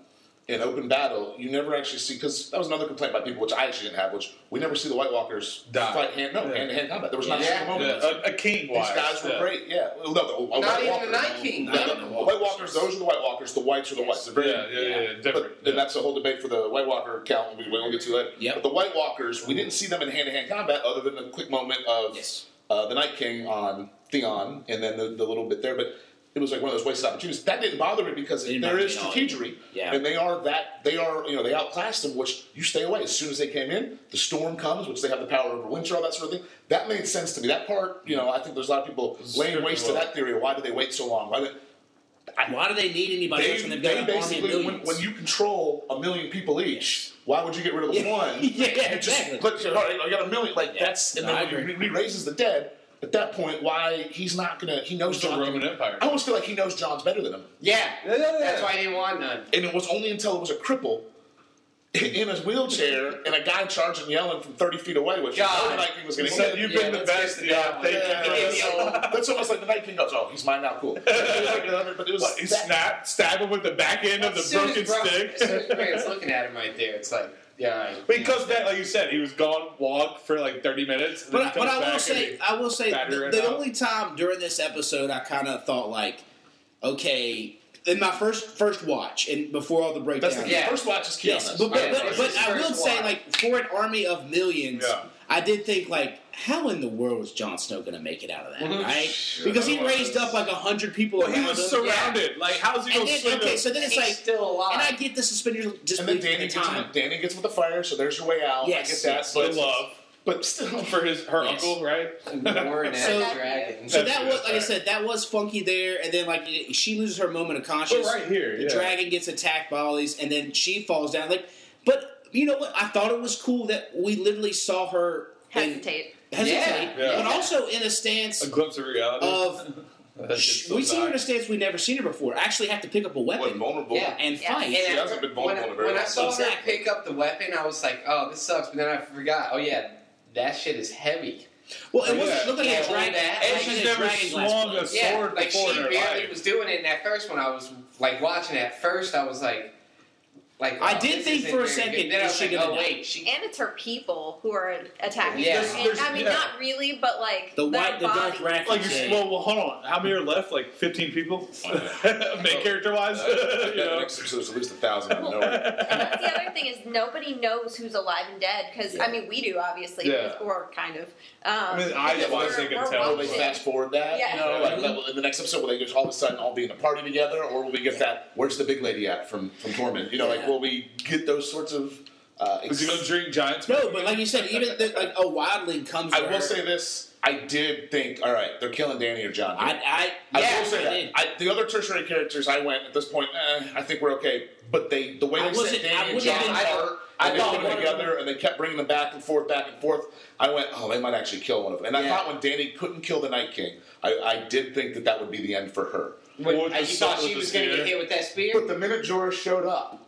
E: In open battle, you never actually see because that was another complaint by people, which I actually didn't have. Which we never see the White Walkers
F: Die.
E: fight hand no
F: Yeah.
E: hand to hand combat. There was not a
D: Yeah.
E: single
F: Yeah,
E: moment.
F: a, a king
E: These
F: wise.
E: guys were
F: yeah.
E: great, yeah. Well, no, the, White
D: Not even
E: Walkers.
D: the Night King.
E: No, no, no, White Walkers, those are the White Walkers. The Whites are the Whites. They're very-
F: Yeah, yeah, yeah, yeah,
E: But,
F: different.
E: and
F: yeah.
E: that's a whole debate for the White Walker count. We, we'll get to that.
C: Yep.
E: But the White Walkers, we didn't see them in hand-to-hand combat other than a quick moment of
C: Yes.
E: uh, the Night King on Theon, and then the, the little bit there. But it was like one of those wasted opportunities. That didn't bother me because
C: It didn't
E: there
C: bother
E: is
C: me at all.
E: strategery,
C: Yeah.
E: and they are that they are you know they outclassed them. Which you stay away as soon as they came in. The storm comes, which they have the power over winter, all that sort of thing. That made sense to me. That part, you know, I think there's a lot of people laying
F: scripted
E: waste to
F: well.
E: that theory. Why do they wait so long? Why do
C: Why do they need anybody
E: they,
C: else when they've
E: they
C: got an army of
E: basically, when,
C: millions?
E: when you control a million people each, why would you get rid of the
C: Yeah.
E: one?
C: Yeah,
E: You just
C: exactly.
E: click, all right, I got a million. Like
C: Yeah.
E: that's and
C: No, I
E: then when
C: agree.
E: you re- raises the dead. at that point why he's not gonna. He knows
F: It's the
E: John.
F: Roman Empire.
E: I almost feel like he knows John's better than him,
D: Yeah,
J: Yeah, yeah, yeah.
D: that's why I didn't want none.
E: and it was only until it was a cripple in his wheelchair and a guy charging, yelling from thirty feet away, which
D: God.
E: the Night King was
F: He
E: gonna
D: Yeah,
F: said,
E: get.
F: "You've
D: yeah,
F: been the
D: let's get
F: best."
D: to
F: Yeah,
D: that one.
F: thank you.
D: Yeah,
F: for
D: yeah,
F: this."
D: yeah.
E: That's almost like the Night King goes, "Oh, he's mine now, cool." But it was
F: Like, he
E: that-
F: snapped, stabbed him with the back end of
D: As
F: the
D: soon as
F: broken
D: Bro- As soon as
F: stick.
D: Grant's looking at him right there, it's like, yeah. all right.
F: Because that, like you said, he was gone, walk for like thirty minutes. and then
C: But,
F: he
C: but
F: comes
C: I will
F: back
C: say,
F: and
C: I will say,
F: batter
C: the,
F: it
C: the
F: up.
C: only time during this episode I kind of thought like, okay, in my first first watch and before all the breakdowns.
E: that's the
D: Yeah.
E: first watch is killing
C: Yes,
E: us.
C: but but,
D: Yeah,
C: but,
D: this
C: but
D: is
C: I will
D: first
C: say,
D: watch.
C: like for an army of millions,
F: Yeah.
C: I did think like, how in the world is Jon Snow going to make it out of that,
D: Mhm.
C: right? Because he raised up like a hundred people.
F: Well, he
C: around
F: was
C: him.
F: surrounded. Like, how's he
C: And
F: gonna
C: then,
F: swing
C: okay,
F: the-
C: so then it's
D: He's
C: like,
D: still alive.
C: and I get the suspenders
E: And then
C: disbelief
E: Danny
C: at the
E: gets,
C: time.
E: with, Danny gets with the fire, so there's your way out.
C: Yes,
E: I get that.
C: yes,
E: but,
F: the love
E: but still,
F: for his her
C: Yes.
F: uncle, right?
D: Warren as
C: So-
D: dragons.
C: So
F: That's
C: that
F: good,
C: was, like I
F: right.
C: said, that was funky there, and then like it- she loses her moment of
F: But
C: conscience.
F: right here,
C: The
F: yeah.
C: dragon gets attacked by all these, and then she falls down. Like, but you know what? I thought it was cool that we literally saw her and-
I: hesitate.
C: hesitate,
F: Yeah. Yeah.
C: but also in a stance
F: a glimpse of reality.
C: of
D: That's
C: sh-
D: just
C: we
D: so
C: see her in
D: bad.
C: a stance we never seen her before. Actually, have to pick up a
E: what,
C: weapon
E: vulnerable.
D: Yeah.
C: and
I: Yeah.
C: fight.
D: And
E: She
D: I-
E: hasn't been vulnerable
D: when,
E: in a very
D: when I
E: long
D: saw
C: time.
D: her
C: Exactly.
D: pick up the weapon, I was like, "Oh, this sucks." But then I forgot. Oh yeah, that shit is heavy.
C: Well, it wasn't
F: Yeah.
C: looking
D: Yeah,
C: at a dragon.
D: that-
C: it
F: and
D: like
C: wasn't
F: she's
C: a
F: never
C: dragon glass
F: swung
C: blow.
F: a sword
D: Yeah, like
F: before
D: she
F: in her
D: barely
F: life.
D: was doing it in that first one. I was like watching it at first. I was like, like
C: I
D: oh,
C: did
D: this
C: think
D: isn't
C: for a
D: very
C: second,
D: Good. Then I
C: is
D: was
C: she
D: like,
C: gonna
D: oh
C: die?
D: wait, she.
I: And it's her people who are attacking
D: Yeah.
I: her.
F: There's-
I: And-
F: there's-
I: I mean,
F: yeah.
I: not really, but like
C: The
I: their
C: white, the dark
I: bodies.
C: rack.
F: Like, you're, well, well, hold on. How many are left? Like 15 people? Main character wise?
E: Uh,
F: you know?
E: Next episode is at least a thousand. I know it.
I: And that's the other thing is nobody knows who's alive and dead because I
E: Yeah.
I: mean we do obviously
F: Yeah.
I: or kind of. Um,
F: I mean, eyes
I: because
F: wise,
I: we're-
F: they can
I: we're
F: tell.
E: Will they
I: watching.
E: fast forward that?
I: Yeah.
E: You know, like level- in the next episode, will they just all of a sudden all be in a party together, or will we get that? Where's the big lady at from from Torment? You know, like
C: Yeah.
E: will we get those sorts of? Uh,
F: Was he going to drink Giants?
C: no, but like you said, even the, like a wildling comes.
E: I
C: to
E: will
C: her.
E: say this: I did think, all right, they're killing Danny or John. here.
C: I, I,
E: I
C: yeah,
E: will say
C: I did.
E: that I, the other tertiary characters, I went at this point. Eh, I think we're okay, but they the way
C: I
E: they set
C: wasn't- I
E: Danny and
C: wouldn't
E: John
C: even-
E: apart,
C: I
E: and they
C: thought
E: put
C: one
E: them
C: of
E: together, and they kept bringing them back and forth, back and forth. I went, oh, they might actually kill one of them. And I
D: Yeah.
E: thought when Danny couldn't kill the Night King, I, I did think that that would be the end for her.
D: When,
F: Well,
D: uh, you
F: just
D: thought
F: so
D: she
F: with
D: was
F: the
D: gonna get
F: spear.
D: hit with that spear?
E: But the minute Jorah showed up,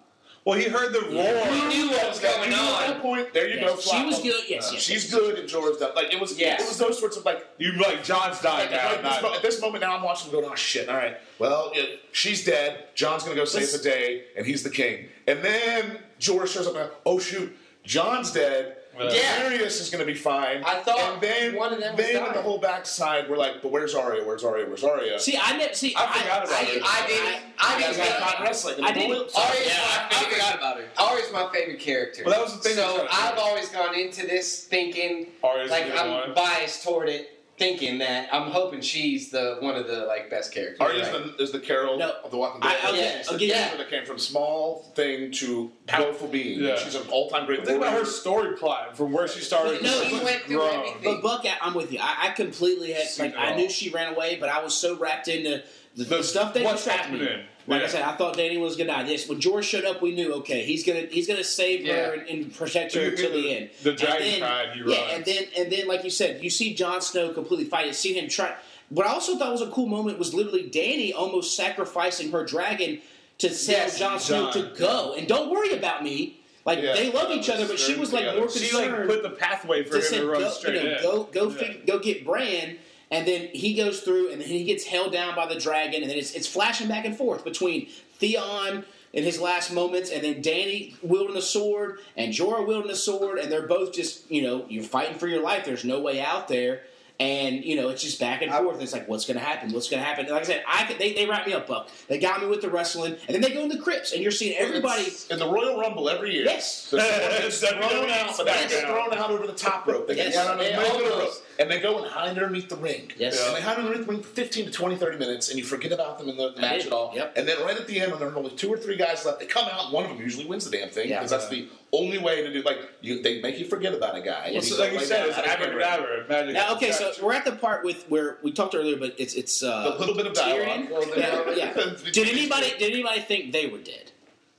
F: Well, he heard the roar.
D: He knew what was going
E: you know, at that
D: on.
E: point, there you
C: Yes,
E: go.
C: she
E: Flop.
C: was good, yes,
E: Uh,
C: yes,
E: she's good, and Jorah's done. Like it was,
D: Yes.
E: it was those sorts of like
F: You like, John's dying
E: Like, like,
F: now.
E: this
F: not-
E: mo- at this moment now, I'm watching them going, oh shit, all right. Well, it, she's dead. John's going to go save the day, and he's the king. And then George shows up and, oh shoot, John's dead.
D: Yeah.
E: Darius is going to be fine.
D: I thought
E: and then,
D: one of them was
E: Then on
D: dying.
E: the whole backside, we're like, but where's Arya? Where's Arya? Where's Arya?
C: See, I never see.
E: I forgot about
C: I,
E: it.
D: I didn't. I
E: Because
D: didn't.
E: I'm
D: know-
E: not wrestling.
C: I didn't-
E: Well,
D: Arya's
E: yeah,
D: my favorite. I forgot about her. Arya's my favorite character.
F: Well, that was the thing
D: So
F: that's-
D: I've always gone into this thinking,
F: Arya's
D: like
F: the good
D: I'm
F: one.
D: biased toward it, thinking that I'm hoping she's the one of the like best characters.
E: Arya's
D: right?
E: the, is the Carol
C: No.
E: of The Walking Dead.
C: I, I'll,
D: Yeah.
C: get, I'll get
E: That's where That came from small thing to powerful being.
F: Yeah.
E: She's an all-time great.
F: Think about
E: warrior.
F: her story plot from where she started.
C: No,
F: She's
C: she
D: went through
F: grown.
D: everything.
C: But Buck, I, I'm with you. I, I completely had
F: She
C: like I
F: know.
C: knew she ran away, but I was so wrapped into the, the
F: The-
C: stuff that
F: what's
C: distracted me.
F: happening.
C: Like I
F: Yeah.
C: said, I thought Danny was gonna die. Yes, when George showed up, we knew okay, he's gonna he's gonna save her
D: Yeah.
C: and, and protect her until the end.
F: The
C: And
F: dragon
C: then-
F: cried, he
C: yeah,
F: runs.
C: and then and then like you said, you see Jon Snow completely fight. You see him try. What I also thought was a cool moment was literally Danny almost sacrificing her dragon to sell
D: Yes,
C: Jon Snow
F: Jon.
C: to go and don't worry about me. Like
E: Yeah.
C: they love each other, but she was like
E: Together.
C: more
F: She
C: concerned
F: like put the pathway for him
C: just said,
F: to run
C: go,
F: straight
C: you know,
F: in.
C: go, go,
F: Yeah.
C: fig- go get Bran, and then he goes through, and then he gets held down by the dragon, and then it's, it's flashing back and forth between Theon in his last moments, and then Danny wielding a sword, and Jorah wielding a sword, and they're both just, you know, you're fighting for your life. There's no way out there. And you know it's just back and forth. It's like what's going to happen? What's going to happen? And like I said, I could, they they wrap me up, Buck. They got me with the wrestling, and then they go in the crypts, and you're seeing everybody.
E: in the Royal Rumble every year.
C: Yes.
E: there's someone gets
F: It's every
E: thrown
F: week.
E: out, but they
F: Yes.
E: get thrown out over the top rope. They get
C: Yes.
E: down on the
D: Yeah,
E: middle of the
D: all
E: rope,
D: those.
E: and they go and hide underneath the ring.
C: Yes.
E: and they hide underneath the ring for 15 to 20, 30 minutes, and you forget about them in the, the match
C: did.
E: at all.
C: Yep.
E: And then right at the end, when there are only two or three guys left, they come out. and One of them usually wins the damn thing
C: Yeah.
E: because that's the only way to do. Like you, they make you forget about a guy.
C: Yes.
E: And
F: So, like you
E: he's
F: said,
E: that,
F: it's
E: I don't remember.
F: abracadabra, magic.
C: Now, okay, so we're at the part with where we talked earlier, but it's it's uh,
E: The little bit of dialogue.
C: Tyrion. Yeah, yeah. Did anybody did anybody think they were dead?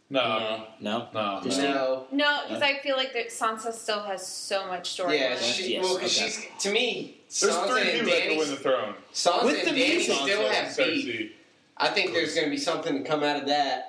F: No,
C: No.
F: no.
C: Just-
D: No.
I: No, because I feel like that Sansa still has so much story.
D: Yeah,
I: left.
D: she,
C: Yes,
D: well, 'cause
C: okay.
D: she's to me.
F: There's
D: Sansa
F: three
D: and
F: people that can win the
D: Danny.
F: throne.
D: Sansa
C: With the
D: and Danny
C: music.
D: still
F: Sansa
D: have
F: and
D: beef.
F: Cersei.
D: I think there's going to be something to come out of that.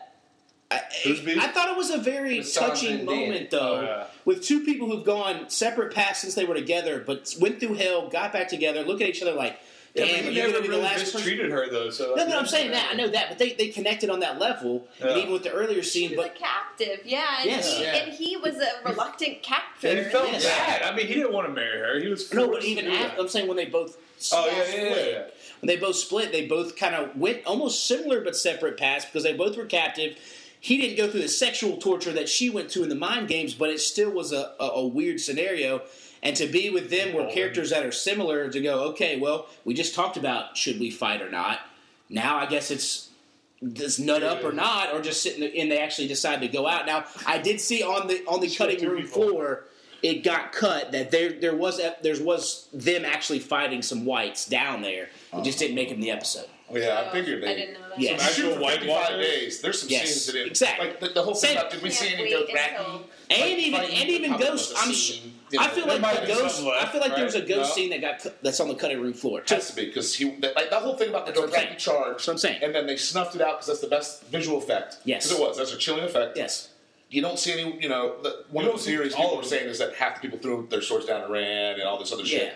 C: I,
F: Who's beef?
C: I thought it was a very
D: With Sansa
C: touching
D: and Dan.
C: moment, though,
F: Oh, yeah.
C: with two people who've gone separate paths since they were together, but went through hell, got back together, look at each other like, "Damn,
F: Yeah, but
C: you're
F: he never
C: gonna be the
F: really
C: last person."
F: mistreated her though. So
C: No, no, I'm saying that. I know that, but they, they connected on that level, and
F: Yeah.
C: even with the earlier
I: She
C: scene.
I: was
C: But
I: a captive, yeah, and,
C: Yes.
I: he,
D: Yeah.
I: and he was a reluctant captor.
F: It felt
C: Yes.
F: bad. I mean, he didn't want to marry her. He was
C: no, but
F: forced
C: even
F: to do that.
C: after, I'm saying when they both
F: Oh yeah, yeah,
C: split,
F: yeah, yeah.
C: when they both split, they both kind of went almost similar but separate paths because they both were captive. He didn't go through the sexual torture that she went to in the mind games, but it still was a, a, a weird scenario. And to be with them where
F: Baldwin.
C: characters that are similar to go, okay, well, we just talked about should we fight or not. Now I guess it's this nut up or not, or just sitting and they actually decide to go out. Now I did see on the on the cutting
F: two
C: room
F: people.
C: floor, it got cut that there there was there was them actually fighting some whites down there. It just didn't make it in the episode.
E: yeah, I figured
I: I
E: they.
I: didn't know that.
C: Yes.
E: Shoot
F: Actual
E: for
F: White
E: 55
F: Walkers?
E: days. There's some
C: Yes,
E: scenes that didn't.
C: exactly.
E: Like the, the whole
C: Same-
E: thing about did we
I: Can't
E: see any
I: wait
E: go back?
I: until-
C: And even and even ghost. I'm sh- I feel like the
F: might be
C: ghost.
F: something left,
C: I feel like there was a
F: right?
C: ghost
F: No?
C: scene that got cut, that's on the cutting room floor.
E: Has to be because he that, like that whole thing about the
C: That's what I'm
E: Dothraki
C: saying.
E: charge.
C: That's what I'm saying.
E: And then they snuffed it out because that's the best visual effect.
C: Yes.
E: because it was. That's a chilling effect.
C: yes,
E: you don't see any. You know, the, one
F: You
E: of the
F: don't see
E: theories
F: all
E: people
F: of
E: were
F: it.
E: saying is that half the people threw their swords down and ran, and all this other shit.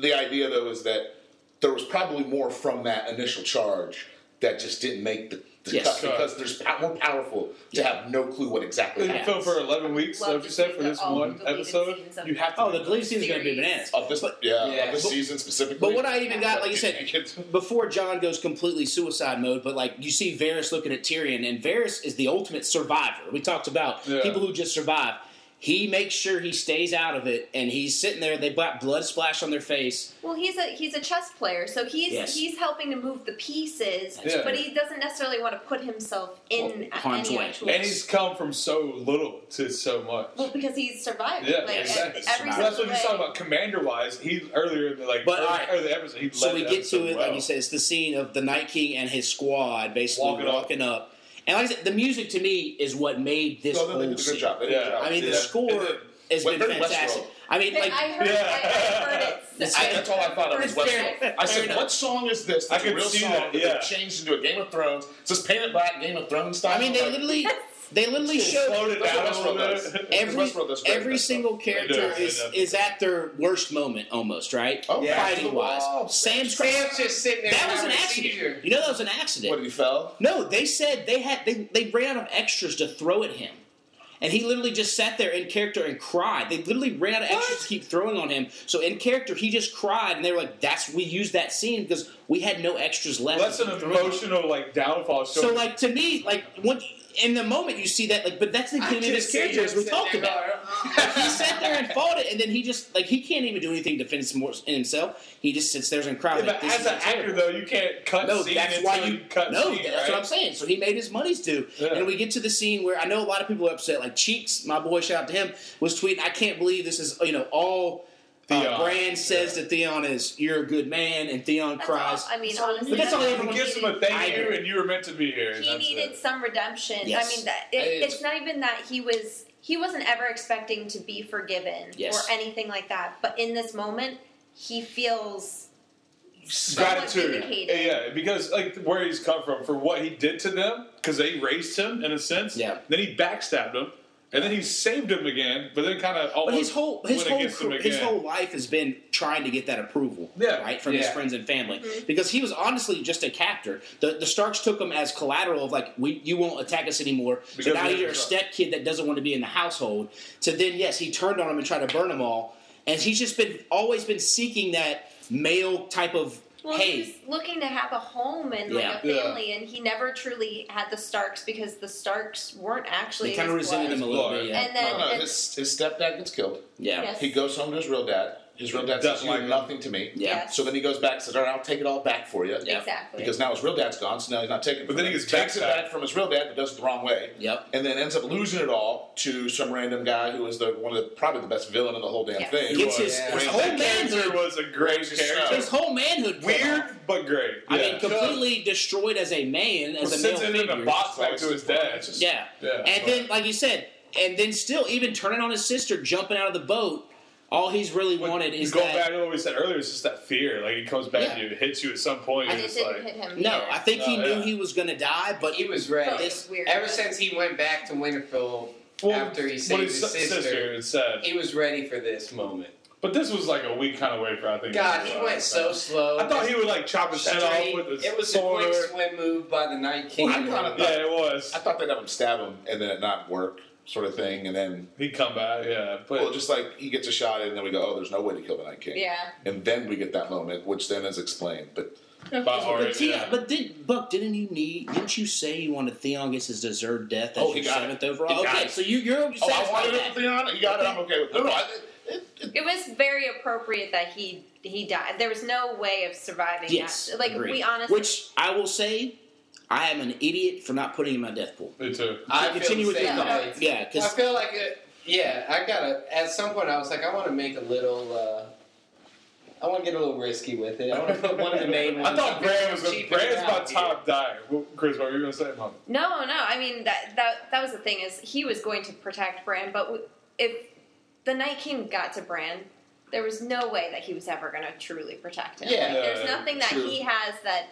E: The idea though is that there was probably more from that initial charge that just didn't make the, the
C: Yes.
E: cut because there's pow- more powerful to have no clue what exactly
F: And
E: happened.
F: so for 11 weeks,
I: Love
F: like you
I: to
F: said,
I: see
F: for
I: the-
F: this
I: all
F: one
I: the deleted
F: episode,
I: scenes of
F: you
I: it.
F: have to.
C: Oh, the glaive scene is going to be
I: Series.
C: bananas.
E: Of this,
C: But-
E: yeah,
D: Yeah.
E: of this
D: But-
E: season specifically.
C: But what I even got, like I said, before John goes completely suicide mode, but like you see Varys looking at Tyrion, and Varys is the ultimate survivor. We talked about
F: Yeah.
C: people who just survive. He makes sure he stays out of it, and he's sitting there. They got blood splash on their face.
I: Well, he's a he's a chess player, so he's
C: Yes.
I: he's helping to move the pieces,
F: Yeah.
I: but he doesn't necessarily want to put himself in
C: Well, harm's
I: any
C: way.
I: actual-
F: and he's come from so little to so much.
I: well because he's survived.
F: Yeah,
I: like, e-,
F: exactly.
I: every
F: Well, that's
I: single
F: what you saw
I: way.
F: about commander wise. He earlier in the like
C: But,
F: early,
C: alright.
F: early episode, he
C: So
F: led
C: we
F: the
C: get
F: episode
C: to it,
F: well.
C: like you said, it's the scene of the Night King and his squad basically walking,
F: Walking up.
C: up. And like I said, the music to me is what made this
E: no, no,
C: whole
E: they did a
C: scene.
E: good job. They did a
F: Yeah.
E: good job.
C: I mean, the
F: Yeah.
C: score
F: And
C: has
E: Well,
C: been
E: very
C: fantastic.
E: Westworld.
C: I mean, like
I: I heard,
F: Yeah.
I: I, I heard it.
E: I, that's all I thought of
C: It's
E: was
C: fair.
E: Westworld.
C: Fair
E: I said,
C: enough.
E: what song is this?
F: I
E: That's a
F: could
E: real
F: see
E: song
F: that,
E: that
F: yeah.
E: they changed into a Game of Thrones. Is this painted black Game of Thrones style?
C: I mean, they
E: Like,
C: literally, they literally showed
F: slowed it
E: That's
F: down
E: what
F: a little
E: Westworld does.
F: bit.
C: every
E: Westworld does great
C: every
E: that stuff.
C: single character
F: They do,
C: is
F: they do.
C: is at their worst moment almost, right?
E: Oh, yeah.
C: Fighting wise, Sam's
D: Sam's just sitting there.
C: that was an
D: having a
C: accident.
D: seizure.
C: You know that was an
E: What did
C: accident.
E: he fell?
C: No, they said they had they they ran out of extras to throw at him. And he literally just sat there in character and cried. They literally ran out of extras to keep throwing on him. So in character, he just cried, and they were like, "That's we used that scene because we had no extras left."
F: That's
C: to
F: an
C: keep throwing."
F: emotional like downfall.
C: So,
F: So,
C: like to me, like when in the moment you see that, like, but that's the
D: I
C: epitome of
D: could
C: his
D: see
C: character
D: him
C: as we
D: sitting
C: talked
D: there
C: about.
D: going, "Uh-uh."
C: he sat there and fought it, and then he just like he can't even do anything to defend his mor- in himself. He just sits there and cries.
F: Yeah,
C: like,
F: but
C: this
F: as
C: is
F: an actor
C: terrible.
F: though, you can't cut.
C: no,
F: scene
C: that's
F: until
C: why you
F: cut.
C: no.
F: scene,
C: that's
F: right?
C: what I'm saying. So he made his money's due,
F: Yeah.
C: and we get to the scene where I know a lot of people are upset. Like Cheeks, my boy, shout out to him, was tweeting, "I can't believe this is you know all." Uh,
F: Theon.
C: Brand says
F: Yeah.
C: that Theon is you're a good man, and Theon
I: That's
C: cries.
I: all- I mean, honestly,
C: But that's all he
I: all
C: ever
F: He gives him a
C: I
F: thank you,
C: agree.
F: and you were meant to be here. and
I: he
F: that's
I: needed
F: it.
I: some redemption.
C: Yes.
I: I mean, that it,
D: It's-
I: it's not even that he was he wasn't ever expecting to be forgiven
C: Yes.
I: or anything like that. But in this moment, he feels somewhat
F: gratitude.
I: vindicated.
F: Yeah, because like where he's come from, for what he did to them, because they raised him in a sense.
C: Yeah.
F: Then he backstabbed him, and then he saved him again, but then kind of almost
C: But his whole his
F: went
C: whole
F: against him
C: cr-
F: again.
C: his whole life has been trying to get that approval,
F: Yeah. Mm-hmm.
C: right, from his
D: Yeah.
C: friends and family, because he was honestly just a captor. The the Starks took him as collateral of like, we you won't attack us anymore. so
F: Because
C: now
F: we have
C: you're a
F: the Starks.
C: step kid that doesn't want to be in the household. So then, yes, he turned on him and tried to burn them all, and he's just been always been seeking that male type of
I: Well,
C: hey.
I: he's looking to have a home and like a
F: Yeah. Yeah.
I: family, and he never truly had the Starks because the Starks weren't actually.
C: They kind of
I: his
C: resented him
I: blood.
C: a little bit, yeah.
I: And then,
E: no, no,
I: and-
E: his, his stepdad gets killed.
C: yeah.
I: Yes.
E: He goes home to his real dad. His real dad says
F: Doesn't
E: you
F: like
E: did
F: him.
E: nothing to me.
I: Yeah. Yes.
E: So then he goes back and says, "All right, I'll take it all back for you."
I: Yeah. Exactly.
E: Because now his real dad's gone, so now he's not taking. it
F: But
E: from
F: then he
E: him.
F: gets
E: takes it
F: backstabbed.
E: back from his real dad, but does it the wrong way.
C: Yep.
E: And then ends up losing it all to some random guy who is the one of the probably the best villain in the whole damn
I: Yes.
E: thing.
C: Gets his,
D: Yeah.
C: his
F: That
C: whole
F: character
C: manhood.
F: was a great
E: Racist
F: character.
E: stuff.
C: His whole manhood. cut
F: Weird
C: off.
F: but great.
C: I
F: yeah.
C: mean, completely destroyed as a man,
F: Well,
C: as a male
F: sends him in
C: figure.
F: a box back to his dad.
C: Yeah.
F: Yeah,
C: and then, like you said, and then still even turning on his sister, jumping out of the boat. All he's really wanted is
F: go
C: that.
F: back to what we said earlier. It's just that fear. Like it comes back
C: Yeah.
F: to you, it hits you at some point.
I: I
F: and
I: just
F: it's
I: didn't
F: like,
I: hit him.
C: No,
I: either.
C: I think he
F: No,
C: knew
F: yeah.
C: he was going to die, but
D: He was ready.
C: This-
I: It's weird.
D: Ever since he went back to Winterfell after he
F: when
D: saved his
F: his si-
D: sister,
F: it's sad.
D: he was ready for this moment.
F: But this was like a weak kind of way for I think.
D: God, he went so slow.
F: I thought he would like chop his head off with his
D: It was
F: sword.
D: a quick swim move by the Night King.
E: I kinda thought-
F: yeah, it was.
E: I thought they'd have him stab him and then it not work, sort of thing, and then
F: He'd come back. Yeah, but
E: well, just like he gets a shot and then we go, "Oh, there's no way to kill the Night King."
I: Yeah.
E: And then we get that moment, which then is explained, but.
F: by Arya,
C: But, Tia,
F: yeah.
C: but did Buck? Didn't you need? Didn't you say you wanted Theon gets his deserved death as
E: Oh, he
C: your
E: got
C: seventh
E: it.
C: overall?
E: He got
C: okay,
E: it.
C: so you, you're
E: Oh, I
C: satisfied
E: wanted
C: with
E: it with Leon. You got it. I'm okay with it. No, no, I, it, it,
I: It was very appropriate that he he died. There was no way of surviving.
C: that. Yes,
I: that. like
C: agreed.
I: we honestly.
C: Which I will say, I am an idiot for not putting in my death pool.
F: me too.
D: I
C: continue
D: feel
C: with
D: the
C: your
D: same
I: thought.
D: way.
C: Yeah,
D: I
C: because
D: feel like it. Yeah, I gotta. At some point, I was like, I want to make a little. uh I want to get a little risky with it. I want to put one of the main ones.
F: I thought Bran was
D: Cheap it
F: Bran's my
D: out here.
F: top die. Well, Chris, what were you gonna say, Mom?
I: No, no. I mean that that that was the thing is he was going to protect Bran, but w- if the Night King got to Bran, there was no way that he was ever going to truly protect him.
D: Yeah,
I: Like, there's
F: yeah,
I: nothing that
F: true.
I: he has that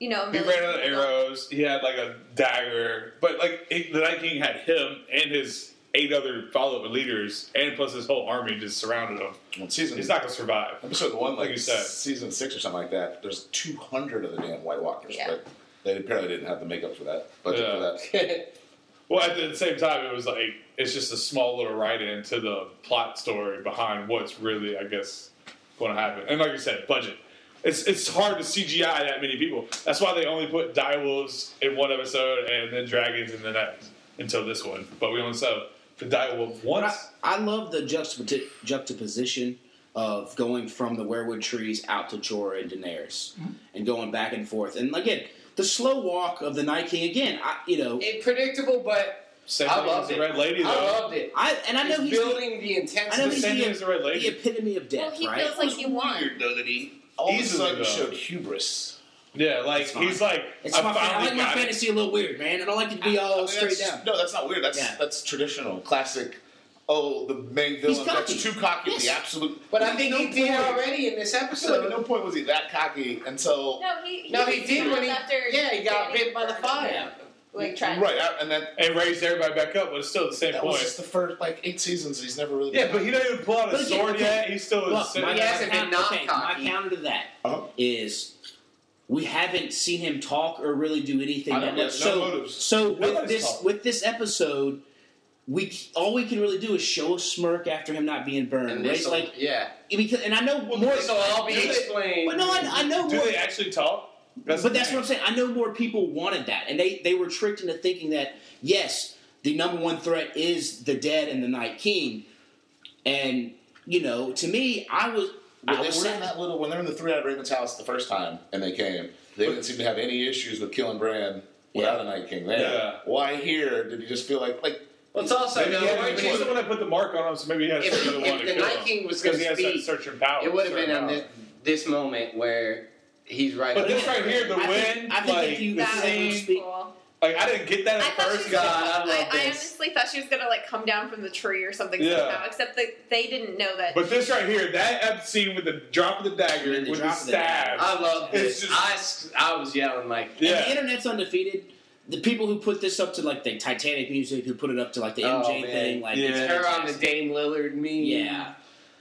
I: you know.
F: He
I: really-
F: ran out of arrows. He had like a dagger, but like it, the Night King had him and his eight other follow-up leaders, and plus his whole army just surrounded him.
E: well, season
F: He's not gonna survive.
E: episode one, like
F: Like you said.
E: season six or something like that. There's 200 of the damn White Walkers,
I: Yeah.
E: but they apparently didn't have the makeup for that. Budget
F: Yeah.
E: for that.
F: Well, at the same time, it was like it's just a small little write-in to the plot story behind what's really, I guess, going to happen. And like you said, budget. It's it's hard to CGI that many people. That's why they only put direwolves in one episode and then dragons in the next until this one. But we only saw the direwolf
C: I,
F: once.
C: I love the juxtapoti- juxtaposition of going from the werewood trees out to Jorah and Daenerys, and going back and forth. And again, the slow walk of the Night King. Again, I you know.
D: It predictable, but
F: Same
D: I
F: thing as
D: loved
F: the
D: it.
F: Red Lady, though.
D: I loved it.
C: I, and I know
D: he's
C: he's, the,
D: building the
C: I know
D: intensity.
F: the
C: he's
F: same
C: the,
F: thing as the Red Lady.
C: the epitome of death,
I: Well, he
C: right?
I: feels like he won.
E: Weird though that he all
F: Easily,
E: of a sudden
F: though.
E: showed hubris.
F: yeah, like
C: fine.
F: he's like,
C: It's
F: I
C: my, I
F: finally
C: like my
F: got it.
C: fantasy a little weird, man. I don't like it to be all
E: I mean,
C: straight
E: that's-
C: down.
E: No, that's not weird. That's
C: Yeah.
E: that's traditional, classic. Oh, the main villain
C: cocky.
E: that's too cocky.
C: Yes.
E: The absolute.
D: But I think
E: no
D: he did
E: point.
D: already in this
E: I feel like at
D: episode.
E: no point was he that cocky until
I: No, he, he
D: No, he
I: was
D: did when he-
I: after
D: yeah, he got bit by the fire.
I: Like trying.
E: right, I- and then
F: and raised everybody back up, but it's still the same
E: that
F: point.
E: was just the first like eight seasons. He's never really.
F: yeah,
E: been
F: but he didn't even pull out a
C: But again,
F: sword
C: okay.
F: yet. He's still
C: Look,
F: in
C: my,
D: He hasn't
C: my
D: been
C: count-
D: not
C: okay,
D: cocky.
C: my counter to that is
E: Uh-huh.
C: we haven't seen him talk or really do anything.
E: I
C: That
E: don't know,
C: much.
E: no
C: So,
E: motives.
C: so with
F: Nobody's
C: this
F: talking.
C: with this episode, we c- all we can really do is show a smirk after him not being burned.
D: And
C: right?
D: this,
C: like
D: yeah,
C: because, and I know more.
D: this will all be explained.
C: But no, I, I know
F: Do
C: more.
F: they actually talk? That's
C: but
F: the
C: that's
F: thing.
C: what I'm saying. I know more people wanted that, and they they were tricked into thinking that yes, the number one threat is the dead and the Night King, and you know, to me, I was.
E: When
C: I
E: they
C: was
E: were
C: sat-
E: in that little, when they're in the three out of Raven's house the first time, and they came, they didn't seem to have any issues with killing Bran without a Night King. There,
F: Yeah.
E: why here did he just feel like like?
D: Well, it's also
F: Maybe
D: no,
F: he had-
D: Orange
F: he's
D: is
F: the
D: the
F: one that put the mark on him, so maybe he has
D: If-
F: to be the
D: if
F: one to
D: the
F: kill
D: Night
F: him.
D: King was
F: 'Cause
D: gonna
F: he has
D: speak,
F: that searching power.
D: It would have
F: certain
D: been on
F: power.
D: thi- this moment where he's right.
F: But
D: up
F: this
D: there.
F: right here, the
C: I think-
F: win,
C: I think
F: like
C: if you-
F: the
I: That was
C: Same.
F: scene,
C: Speak-
I: cool.
F: like I didn't get that
I: I
F: at
I: thought she
F: first.
I: was
D: God,
I: gonna-
D: I love
I: I, I
D: this.
I: honestly thought she was gonna like come down from the tree or something
F: Yeah.
I: somehow. Except that they didn't know that.
F: But this right here, that ep- scene with the drop of the dagger,
C: And the
F: with the
C: drop of the dagger.
F: stab.
D: I love this.
F: It's just-
D: I s- I was yelling like,
C: And the
F: yeah,
C: internet's undefeated. The people who put this up to like the Titanic music, who put it up to like the
D: Oh,
C: MJ
D: man.
C: thing, like
F: Yeah.
C: it's
D: it's her on the Dame Lillard meme.
C: yeah.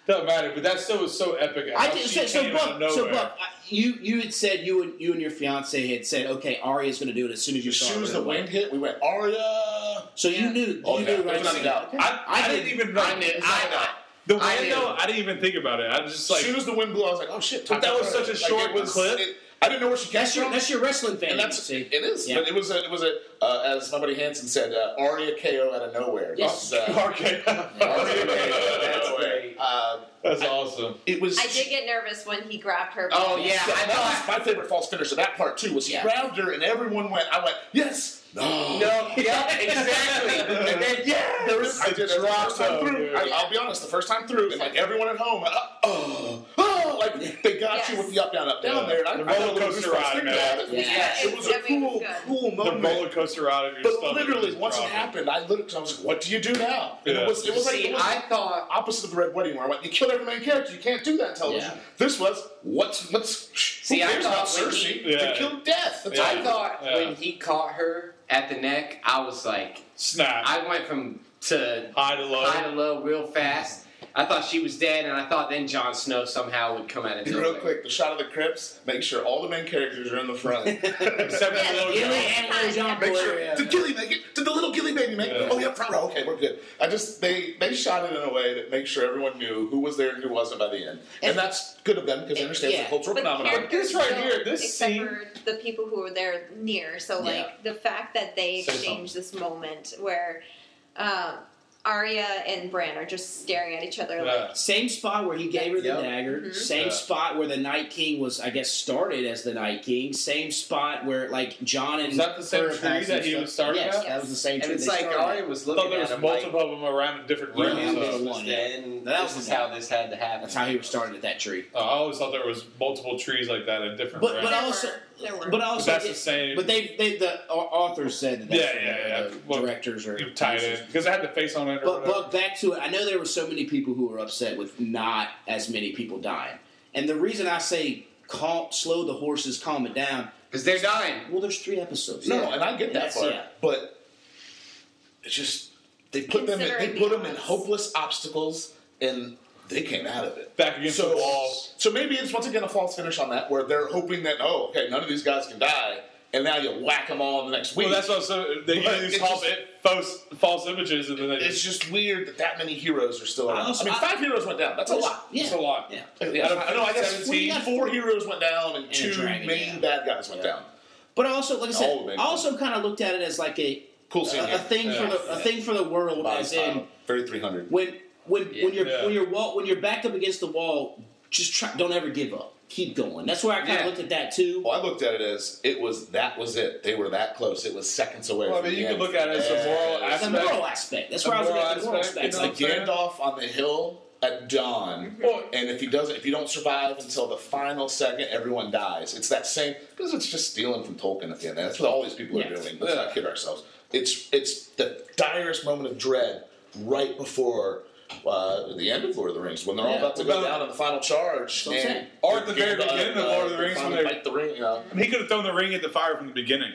F: doesn't matter. But that still was so epic.
C: I
F: how
C: did,
F: she
C: so, so
F: came out
C: Buck,
F: of
C: so
F: nowhere.
C: Buck, I- you you had said you and you and your fiance had said okay, Arya's going to do it as soon as you
E: As
C: saw
E: soon
C: her
E: as
C: right
E: the
C: away.
E: wind hit, we went Arya.
C: So you knew,
E: Oh,
C: you
E: yeah.
C: knew right
E: Without a
C: away.
E: doubt.
C: Okay.
F: I, I,
C: I
F: didn't
C: did-
F: even know.
D: I knew. I,
F: the
D: I
F: window,
D: knew.
F: I didn't even think about it. I was just
E: As
F: like,
E: soon as the wind blew, I was like, "Oh shit!"
F: But that was
E: Tucker.
F: such a short
E: it was-
F: clip.
E: it- I didn't know where she came
C: That's your
E: from.
C: that's your wrestling fan.
E: and that's
C: see.
E: it is,
C: Yeah.
E: but it was a, it was a uh, as my buddy Hanson said, uh, Arya KO out of nowhere.
C: Yes.
E: It's, uh,
F: okay.
E: Arya KO out of
D: That's
E: nowhere.
D: great.
E: Uh,
F: That's awesome.
E: It was.
I: I did get nervous when he grabbed her.
D: Oh, yeah.
E: Yeah,
D: I
E: that
D: thought.
E: was my favorite false finish of that part too. Was he
D: Yeah.
E: grabbed her and everyone went. I went yes, no,
D: No, yeah, exactly. And then, yeah,
E: There is- I did it the first time
F: though,
E: through.
F: dude.
E: I, I'll be honest, the first time through, and like everyone at home, uh, oh, oh, like they got you
I: Yes.
E: with the up, down, up, down
F: Yeah.
E: there. And I,
F: The
E: I thought
F: roller
E: there
F: coaster
E: was
F: ride,
E: something
F: man.
E: that happened.
I: Yeah.
E: Yes, it was a
I: I mean,
E: cool,
I: good.
E: cool
F: The
E: moment.
F: roller coaster out of your
E: but
F: stomach.
E: literally,
F: is
E: once it
F: dropping.
E: happened, I literally I was like, "What do you do now?" And
F: Yeah.
E: it was it was like
D: See,
E: it was
D: I thought
E: opposite of the Red Wedding, where I went, "You killed every main character. You can't do that in television."
D: Yeah.
E: This was what's what's. who
D: See, I
E: cares
D: thought
E: about
D: when
E: Cersei.
D: he-
E: They
F: Yeah.
E: killed death. That's
F: Yeah.
E: all.
D: I thought
F: Yeah.
D: when he caught her at the neck, I was like,
F: snap
D: I went from to
F: high to low.
D: high to low real fast. I thought she was dead, and I thought then Jon Snow somehow would come out of nowhere.
E: Real quick, the shot of the crypts. Make sure all the main characters are in the front.
F: Except for
I: Yeah.
F: Lil
C: Gilly
F: Jon.
C: and Lil Jon
E: Make
C: Boy,
E: sure.
C: yeah.
E: Did Gilly make it? Did the little Gilly baby make
F: Yeah.
E: it? Oh yeah, front row. Okay, we're good. I just they they shot it in a way that makes sure everyone knew who was there and who wasn't by the end, and,
C: And-
E: that's good of them because they
C: and-
E: understand it's
C: yeah.
E: a cultural
I: But
E: phenomenon.
I: characters
F: This right
I: don't,
F: here, this
I: except
F: scene-
I: for the people who were there near. So like the fact that they
F: Say
I: exchange this moment where um, Arya and Bran are just staring at each other like,
F: Yeah.
C: Same spot where he gave her the
D: Yep.
C: dagger.
I: Mhm.
C: Same
F: Yeah.
C: spot where the Night King was, I guess, started as the Night King. Same spot where like John and
F: Is that the same
C: her
F: tree
C: passed
F: that
C: and
F: he
C: stuff.
F: was starting
C: Yes,
F: at?
C: that was the same
D: And
C: tree.
D: it's
C: they
D: like
C: started at.
D: Arya was
F: I thought
D: looking
F: there
D: at
F: was
D: him
F: multiple
D: like,
F: of them around in different
C: Yeah,
F: rooms.
C: that was
F: though.
C: the
D: was
C: one, yeah.
D: then
C: That
D: this
C: was
D: is
C: the
D: how
C: one.
D: this had to happen.
C: That's how he was started at that tree.
F: Uh, I always thought there was multiple trees like that in different
C: But
F: rooms.
C: but
I: There
C: also
I: were- there were.
C: but
F: But
C: also
F: that's the same.
C: But they, they the au- authors said that that's
F: Yeah, yeah,
C: where
F: yeah.
C: the uh,
F: Well,
C: directors are
F: you tied in because I had the face on it. Or
C: But,
F: whatever.
C: but back to it, I know there were so many people who were upset with not as many people dying, and the reason I say calm, slow the horses, calm it down.
D: Because they're dying.
C: Well, there's three episodes.
E: No, and I get that
C: That's-
E: part,
C: yeah.
E: but it's just they put them in, they
I: Considering
E: put
I: the
E: them in
I: odds.
E: hopeless obstacles, and they came out of it.
F: back against
E: so,
F: the wall.
E: So maybe it's once again a false finish on that, where they're hoping that oh, okay, none of these guys can die, and now you whack them all in the next week.
F: Well, that's what I'm saying. They
E: But
F: use these
E: it's
F: false,
E: just-
F: false, false images, and then they
E: it's just weird that that many heroes are still
C: I
E: around. I,
C: also-
E: mean,
C: I-
E: five heroes went down. That's a lot.
C: Yeah.
F: It's a lot.
C: Yeah.
E: Yeah,
F: Out of
E: I know. I guess
F: 17,
E: four, four heroes went down, and,
C: And a
E: two
C: dragon,
E: main
C: yeah.
E: bad guys went
C: Yeah.
E: down.
C: But I also, like I
E: All of
C: said,
E: it.
C: I also kind of looked at it as like a
E: Cool
C: a,
E: scene.
C: a thing um,
F: Yeah.
C: for the a thing for the world, as in
E: very three hundred.
C: when when
D: Yeah.
C: when you're
F: Yeah.
C: when you're wall, when you're backed up against the wall, just try, don't ever give up. Keep going. That's where I kind of
D: Yeah.
C: looked at that too.
E: Well, Oh, I looked at it as it was that was it. They were that close. It was seconds away.
F: Well, I
E: from
F: mean,
E: the
F: you
E: end.
F: could look at it as a moral
C: It's a
F: aspect.
C: moral aspect. That's where I was
F: The
C: looking
F: moral
C: at the moral aspect.
F: aspect,
E: It's
F: you
E: like
C: Like,
F: know what I'm saying?
E: Gandalf
F: Mm-hmm.
E: on the hill at dawn,
F: Well,
E: and if he doesn't, if you don't survive until the final second, everyone dies. It's that same because it's just stealing from Tolkien at the end. That's what all these people
C: Yeah.
E: are doing. Let's not kid ourselves. It's it's the direst moment of dread right before. Uh, the end of Lord of the Rings, when they're all
C: Yeah.
E: about to go
F: Well,
E: down in the final
C: that's
E: charge,
C: what I'm
E: and
C: saying.
F: Or at the very
E: Gandalf,
F: beginning of
E: uh,
F: Lord of the Rings, when
E: finally
F: they-
E: fight the ring, you know.
F: I mean, he could have thrown the ring at the fire from the beginning.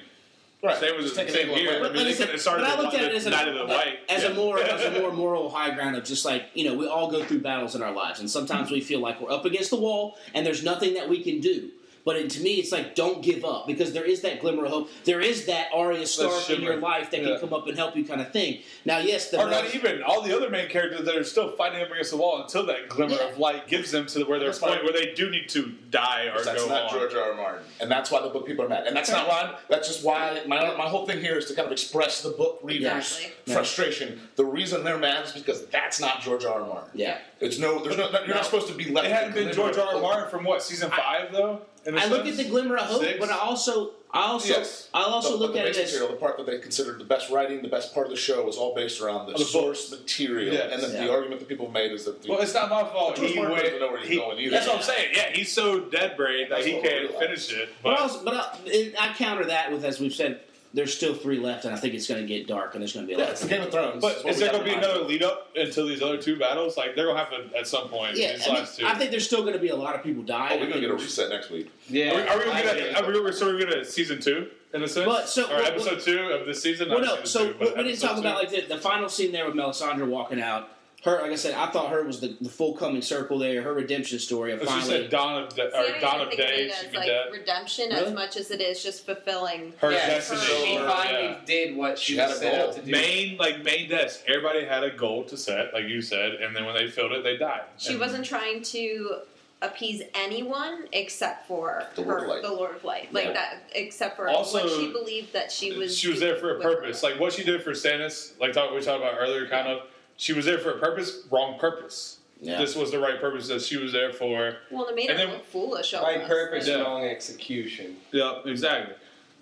E: Right.
F: Same was
E: Just
F: the
E: taking
F: same
E: it
F: here.
E: away.
F: I mean, they
C: like I said,
F: could have started
C: but I
F: the
C: looked
F: White-
C: at it as,
F: the
C: an,
F: Knight of the White.
C: as
F: yeah.
C: a more as a more moral high ground of just like you know we all go through battles in our lives and sometimes we feel like we're up against the wall and there's nothing that we can do. But it, to me, it's like don't give up because there is that glimmer of hope. There is that Arya star in
F: shimmer.
C: your life that
F: Yeah.
C: can come up and help you, kind of thing. Now, yes, the
F: Or not even all the other main characters that are still fighting up against the wall until that glimmer
C: Yeah.
F: of light gives them to where they're
E: That's why-
F: point where they do need to die or
E: that's
F: go
E: not
F: on.
E: George R. R. Martin, and that's why the book people are mad, and that's not why. That's just why my my whole thing here is to kind of express the book readers'
I: Exactly.
E: frustration. The reason they're mad is because that's not George R. R. Martin.
C: yeah.
E: It's no, there's no, you're
F: No.
E: not supposed to be left.
F: It hadn't been George R. R. Martin from what season five though. In a
C: I look at
F: sense?
C: the glimmer of hope,
F: Six?
C: but I also I also
E: Yes.
C: I also
E: the,
C: look
E: the
C: at it
E: base
C: as
E: material, the part that they considered the best writing, the best part of the show, was all based around the,
F: the book.
E: source material,
F: Yes.
E: and the, the
C: Yeah.
E: argument that people made is that the,
F: Well, it's not my fault.
E: George
F: He
E: Martin
F: went,
E: doesn't know where he's
F: he-
E: going either.
F: That's what I'm saying. Yeah, he's so dead brain that
E: That's
F: he
E: what
F: can't
E: we're
F: finish it.
C: But,
F: But
C: also, but I, I counter that with, as we've said, there's still three left, and I think it's going to get dark, and there's going to be a
E: yeah,
C: lot.
E: it's the Game of Thrones.
F: but
E: It's what
F: is
E: we
F: there
E: have
F: gonna be
E: in mind.
F: another lead up until these other two battles? Like they're gonna have to at some point.
C: yeah,
F: these
C: I, mean,
F: last two.
C: I think there's still going to be a lot of people dying.
E: Oh, we're gonna get a
C: I think
E: reset next week.
D: Yeah.
F: Are we, are we gonna
D: I
F: get?
D: mean,
F: A, are we, so we're gonna season two in a sense,
C: But, so,
F: or
C: well,
F: episode
C: well-
F: two of this season?
C: Well,
F: Not
C: no,
F: season
C: so
F: two,
C: we,
F: but
C: we didn't
F: episode
C: talk
F: two.
C: about like the, the final scene there with Melisandre walking out. Her, like I said, I thought her was the, the full coming circle there. Her redemption story of
F: It's just
C: finally.
F: that dawn of de-
I: See, I don't
F: or
I: even
F: dawn of
I: think of
F: day.
I: it
F: She'd
I: as
F: be
I: like
F: dead.
I: redemption
C: Really?
I: as much as it is just fulfilling
F: Her
D: yeah,
F: destiny.
D: She
F: or-
D: finally
F: yeah.
D: did what she,
E: She had
D: was
E: a
D: set
E: goal.
D: out to do.
F: Main like main desk. Everybody had a goal to set, like you said, and then when they filled it, they died.
I: She
F: And-
I: wasn't trying to appease anyone except for
E: The
I: her,
E: Lord of Light.
I: the Lord of Light, like
E: Yeah.
I: that. Except for
F: Also, uh,
I: what she believed that she was.
F: she was there for a
I: with her.
F: purpose. Like what she did for Stannis, like talk, we talked about earlier, kind of. She was there for a purpose, wrong purpose.
C: Yeah.
F: this was the right purpose that she was there for.
I: Well, it made
F: And
I: her
F: then-
I: look foolish.
D: Right
I: almost.
D: purpose,
F: Yeah.
D: wrong execution.
F: Yeah, exactly.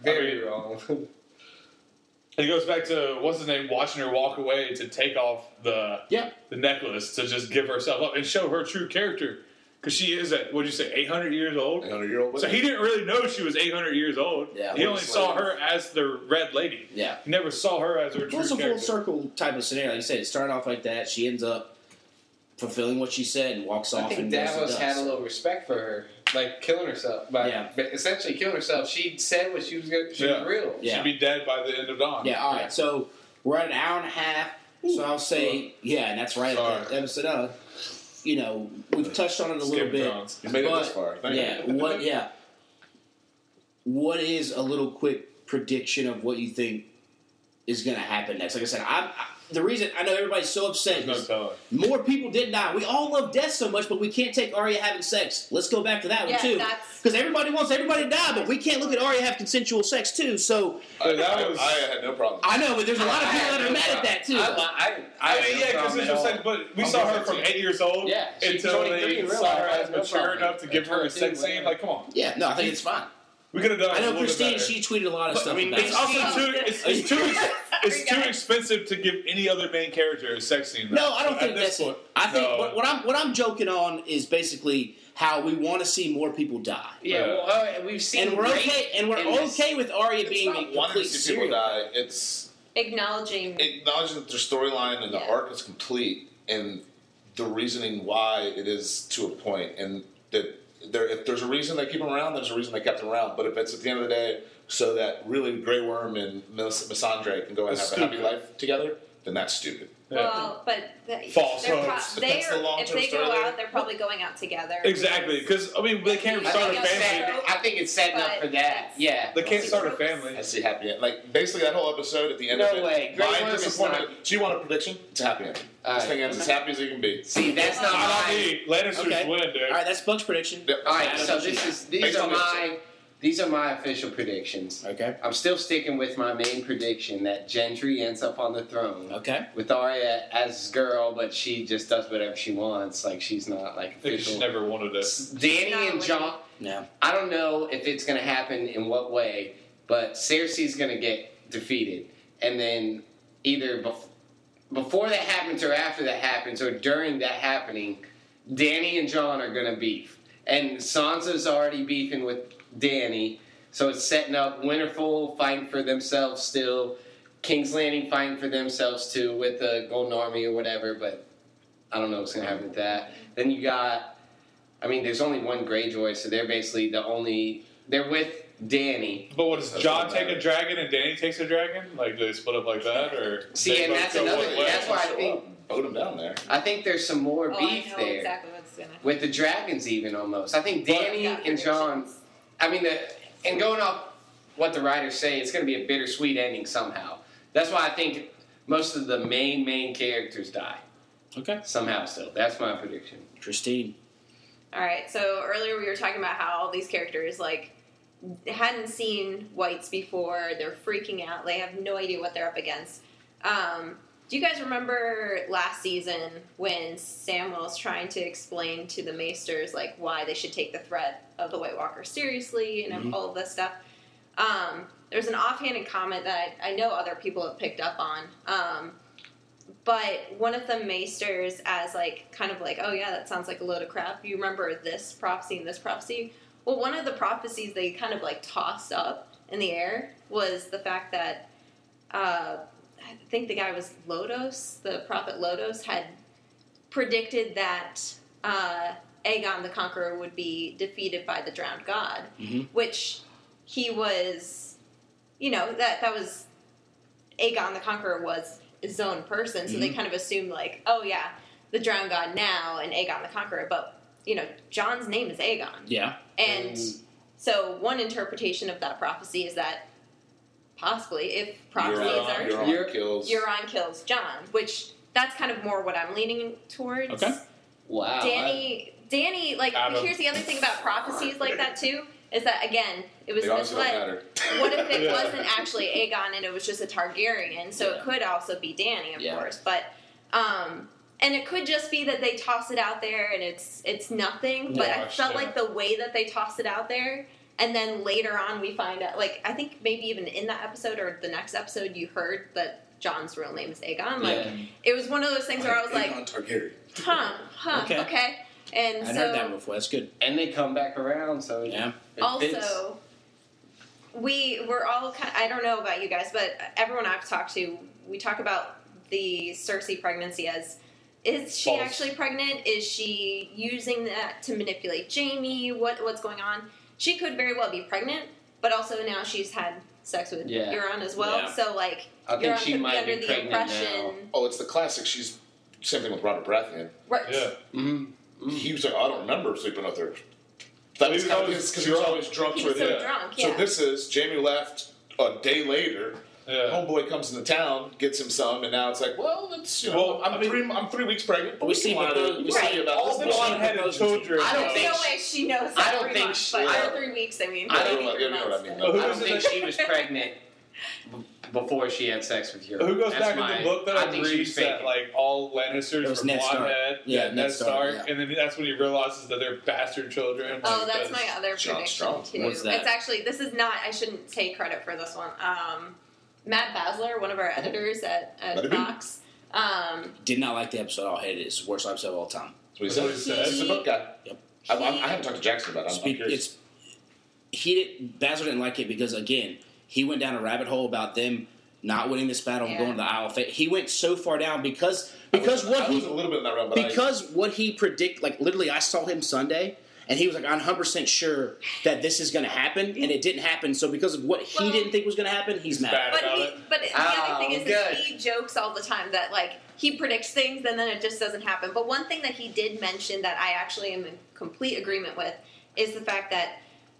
D: Very wrong.
F: It goes back to what's his name watching her walk away to take off the
C: Yeah.
F: the necklace to just give herself up and show her true character because she is at what'd you say 800 years old.
E: 800 year old.
F: So he didn't really know she was 800 years old.
C: Yeah,
F: he
C: what
F: only
C: a
F: saw
C: slave.
F: her as the red lady.
C: Yeah.
F: He never saw her as her
C: Well,
F: true
C: it's a full
F: character.
C: circle type of scenario. Like you said, it started off like that. She ends up fulfilling what she said and walks
D: I
C: off.
D: think
C: and goes
D: Davos
C: and
D: had
C: does.
D: a little respect for her, like killing herself, by
C: Yeah.
D: but essentially killing herself. She said what she was going. She
F: Yeah.
D: was real.
C: Yeah.
F: She'd be dead by the end of dawn.
C: Yeah. All right. So we're at an hour and a half. So I'll
E: uh,
C: say, yeah, and that's right. at the Episode of, you know, we've touched on it a little
F: Skip
C: bit.
F: Jones.
E: You made it this
C: But-
E: far. Thank
C: Yeah.
E: you.
C: What? Yeah. What is a little quick prediction of what you think is going to happen next? Like I said, I'm, I the reason I know everybody's so upset.
F: No
C: is
F: telling.
C: More people did die. We all love death so much, but we can't take Arya having sex. Let's go back to that
I: Yeah,
C: one too,
I: that's-
C: because everybody wants everybody to die, but we can't look at Arya have consensual sex too. So
E: I,
F: That
E: I-
F: was-
E: I had no problem.
C: I know, but there's a lot of
D: I
C: people that
D: had
C: are
D: no
C: mad at
D: problem.
C: that too.
D: I, li- I, I
F: I mean, yeah, because it's just like, but we
D: I'm
F: saw
D: with
F: her
D: that
F: from
D: too.
F: eight years old
D: Yeah, she's
F: until
D: 23
F: they
D: in real
F: saw
D: life,
F: her
D: I
F: as
D: have no
F: mature
D: problem.
F: enough to give her a sex scene. Like, come on,
C: yeah, no, I think it's fine.
F: we could have done.
C: I
F: a
C: know
F: little bit
C: Christine.
F: better.
C: She tweeted a lot of
F: But,
C: stuff.
F: I mean,
C: about
F: it's
C: it.
F: also too. It's, it's too. ex- It's too
I: guys.
F: expensive to give any other main character a sex scene. though.
C: No, I don't
F: At
C: think
F: this
C: that's
F: point,
C: it. I think
F: no.
C: what, what I'm what I'm joking on is basically how we want to see more people die,
D: yeah,
F: Yeah.
D: well, uh, we've seen
C: and we're
D: rape
C: okay, and we're
D: in this-
C: okay with Arya
E: It's
C: being
E: not
C: a
E: wanting
C: complete
E: to see people
C: serial.
E: die. It's
I: Acknowledging
E: acknowledging that their storyline and the
I: Yeah.
E: arc is complete and the reasoning why it is to a point and that there if there's a reason they keep them around there's a reason they kept them around but if it's at the end of the day so that really Grey Worm and Miss Missandre can go and
F: That's
E: have a happy
F: stupid.
E: life together then that's stupid
F: Yeah.
I: Well, but the,
F: False Oh,
I: they're
F: hopes.
I: Pro- they're,
E: That's the long-term
I: if they go
E: story.
I: out, they're probably going out together.
F: Exactly, because I mean, they can't
I: I
D: I
F: start
D: think
F: a
D: it's
I: think that's
F: family.
D: setting up- I think it's setting up
I: But-
D: for that. Yeah.
F: They can't start a family.
E: that's the happy end like basically that whole episode at the end
D: No
E: of it
D: way. Grey
E: my
D: Worm is
E: disappointment do you want a prediction it's a happy end
D: All
E: this
D: right.
E: thing ends as happy as it can be
D: See, that's not
F: Not on
D: mine.
F: me. Lannisters
C: Okay.
F: win, dude.
C: All right, that's Buck's prediction.
E: Yeah,
D: All right, so
C: Yeah.
D: this is these
E: Based
D: are
E: on this.
D: my these are my official predictions.
C: Okay,
D: I'm still sticking with my main prediction that Gentry ends up on the throne
C: okay,
D: with Arya as his girl, but she just does whatever she wants. Like she's not like
F: I think she
D: official.
F: never wanted this.
D: S- Danny
I: Not
D: and
I: a
D: John.
C: no,
D: I don't know if it's going to happen in what way, but Cersei's going to get defeated, and then either bef- before that happens or after that happens or during that happening, Danny and John are going to beef, and Sansa's already beefing with Danny, so it's setting up Winterfell fighting for themselves still, King's Landing fighting for themselves too with the Golden Army or whatever, but I don't know what's going to happen with that. Then you got I mean, there's only one Greyjoy, so they're basically the only. They're with Danny.
F: But what does
E: That's
F: John
E: what
F: take a
E: matters.
F: dragon and Danny takes a dragon? Like do they split up like that, or
D: See,
F: they
D: and
F: both
D: that's
F: go
D: another-
F: one way?
D: that's why I
E: Show
D: think-
E: up, vote them down there
D: I think there's some more
I: Oh,
D: beef
I: I know
D: there
I: exactly what's gonna happen.
D: with the dragons, even almost. I think Danny
I: Yeah,
D: and John.
I: predictions.
D: I mean, the, and going off what the writers say, it's going to be a bittersweet ending somehow. That's why I think most of the main main characters die
C: okay.
D: somehow. Still, that's my prediction.
C: Christine,
I: All right. So earlier we were talking about how all these characters like hadn't seen whites before. They're freaking out. They have no idea what they're up against. Um, do you guys remember last season when Samwell's trying to explain to the Maesters like why they should take the threat of the White Walker seriously and all of this stuff? Um, there's an offhanded comment that I, I know other people have picked up on. Um, but one of the maesters as like kind of like oh yeah that sounds like a load of crap you remember this prophecy and this prophecy well one of the prophecies they kind of like tossed up in the air was the fact that uh, i think the guy was lodos the prophet lodos had predicted that uh, aegon the conqueror would be defeated by the drowned god which he was you know that that was Aegon the Conqueror was his own person, so they kind of assumed like, oh yeah, the drowned god now and Aegon the Conqueror, but you know, John's name is Aegon.
C: yeah,
I: And
D: Mm.
I: so one interpretation of that prophecy is that possibly if prophecy is
E: Euron,
I: our
E: Euron
D: You're-
E: kills
I: Euron kills John, which that's kind of more what I'm leaning towards.
C: Okay.
D: Wow.
I: Danny Danny like
F: Adam.
I: here's the other thing about prophecies like that too, is that again, it was
E: they honestly don't
I: misled
E: matter
I: what if it
F: Yeah.
I: wasn't actually Aegon and it was just a Targaryen? So it could also be Danny, of
C: Yeah.
I: course. But um, and it could just be that they toss it out there and it's it's nothing. But I
F: Washed,
I: felt
F: yeah.
I: like the way that they toss it out there, and then later on we find out. Like I think maybe even in that episode or the next episode, you heard that John's real name is Aegon. Like
C: Yeah.
I: it was one of those things where I was like,
E: Aegon Targaryen.
I: huh, huh,
C: Okay.
I: okay. And
C: I
I: so
C: heard that before. That's good.
D: And they come back around, so it-
C: Yeah.
D: it fits.
I: also we were all kind i don't know about you guys but everyone i've talked to we talk about the cersei pregnancy as is she
F: False.
I: actually pregnant is she using that to manipulate jamie what what's going on she could very well be pregnant but also now she's had sex with
D: Yeah.
I: Euron as well
C: Yeah.
I: so like
D: I think
I: Euron
D: she
I: could
D: might
I: be under
D: be
I: the
D: pregnant
I: impression
E: Oh, it's the classic. She's same thing with Robert Baratheon.
I: right
F: Yeah.
D: Mhm.
E: He was like, "Oh, I don't remember sleeping with her.
F: Well,
E: That was
F: he was
E: kind of
F: always
E: his because
F: drunk.
E: he was always drunk
I: he
E: with
I: was so
E: it.
I: drunk yeah
E: So this is Jamie left a day later.
F: Yeah.
E: Homeboy comes into town, gets him some, and now it's like, well, it's you know,
F: Well,
E: I'm
F: I mean-
E: three, I'm three weeks pregnant. But
C: We
E: we,
C: see
E: see
C: what
E: why
C: the-
E: we
I: Right.
E: see about
F: All
E: this.
F: blonde-headed children.
D: I don't
I: There's
D: think
I: no
D: she-
I: way she knows
D: I
I: that
D: don't
I: three
D: think
I: months,
D: she-
I: but,
D: I
I: or
D: don't-
I: three weeks I mean
D: I
I: but
E: don't
I: maybe
E: know-
I: three
E: you know what I
I: months,
E: mean,
I: but-
F: though.
D: I
F: Who
D: don't
F: was it
D: think
F: that-
D: she was pregnant b- before she had sex with Euron.
F: Who goes
D: That's
F: back
D: my,
F: in the book that
D: I think she
F: agrees
D: was
F: that
D: faking.
F: like all Lannisters
C: It was
F: were
C: Ned
F: blonde
C: Stark.
F: head?
C: Yeah, Ned
F: Ned
C: Stark,
F: Stark,
C: yeah.
F: and then that's when he realizes that they're bastard children.
I: Oh,
F: like,
I: that's my other
E: John
I: prediction
E: Strong.
I: too.
C: What's that?
I: It's actually this is not. I shouldn't take credit for this one. Um, Matt Basler, one of our editors at, at
E: Let it be.
I: Fox, um,
C: Did not like the episode. I'll hate it. It's the worst episode of all time.
E: That's what he said. It's the book guy.
C: Yep.
E: I, I, I haven't talked to Jackson about it. I'm, I'm
C: Speak-
E: curious.
C: it's he did, Basil didn't like it because again he went down a rabbit hole about them not winning this battle and
I: Yeah.
C: going to the Isle of Fate. He went so far down because
E: I
C: because
E: was,
C: what
E: I
C: he
E: was a little bit in that realm, but I,
C: because what he predict like literally I saw him Sunday and he was like I'm 100 percent sure that this is going to happen and it didn't happen. So because of what he
I: Well-
C: didn't think was going to happen, he's mad.
F: bad.
I: but
F: about
I: he,
F: it.
I: but the
D: Oh,
I: other thing is, is
D: good.
I: he jokes all the time that like he predicts things and then it just doesn't happen. But one thing that he did mention that I actually am in complete agreement with is the fact that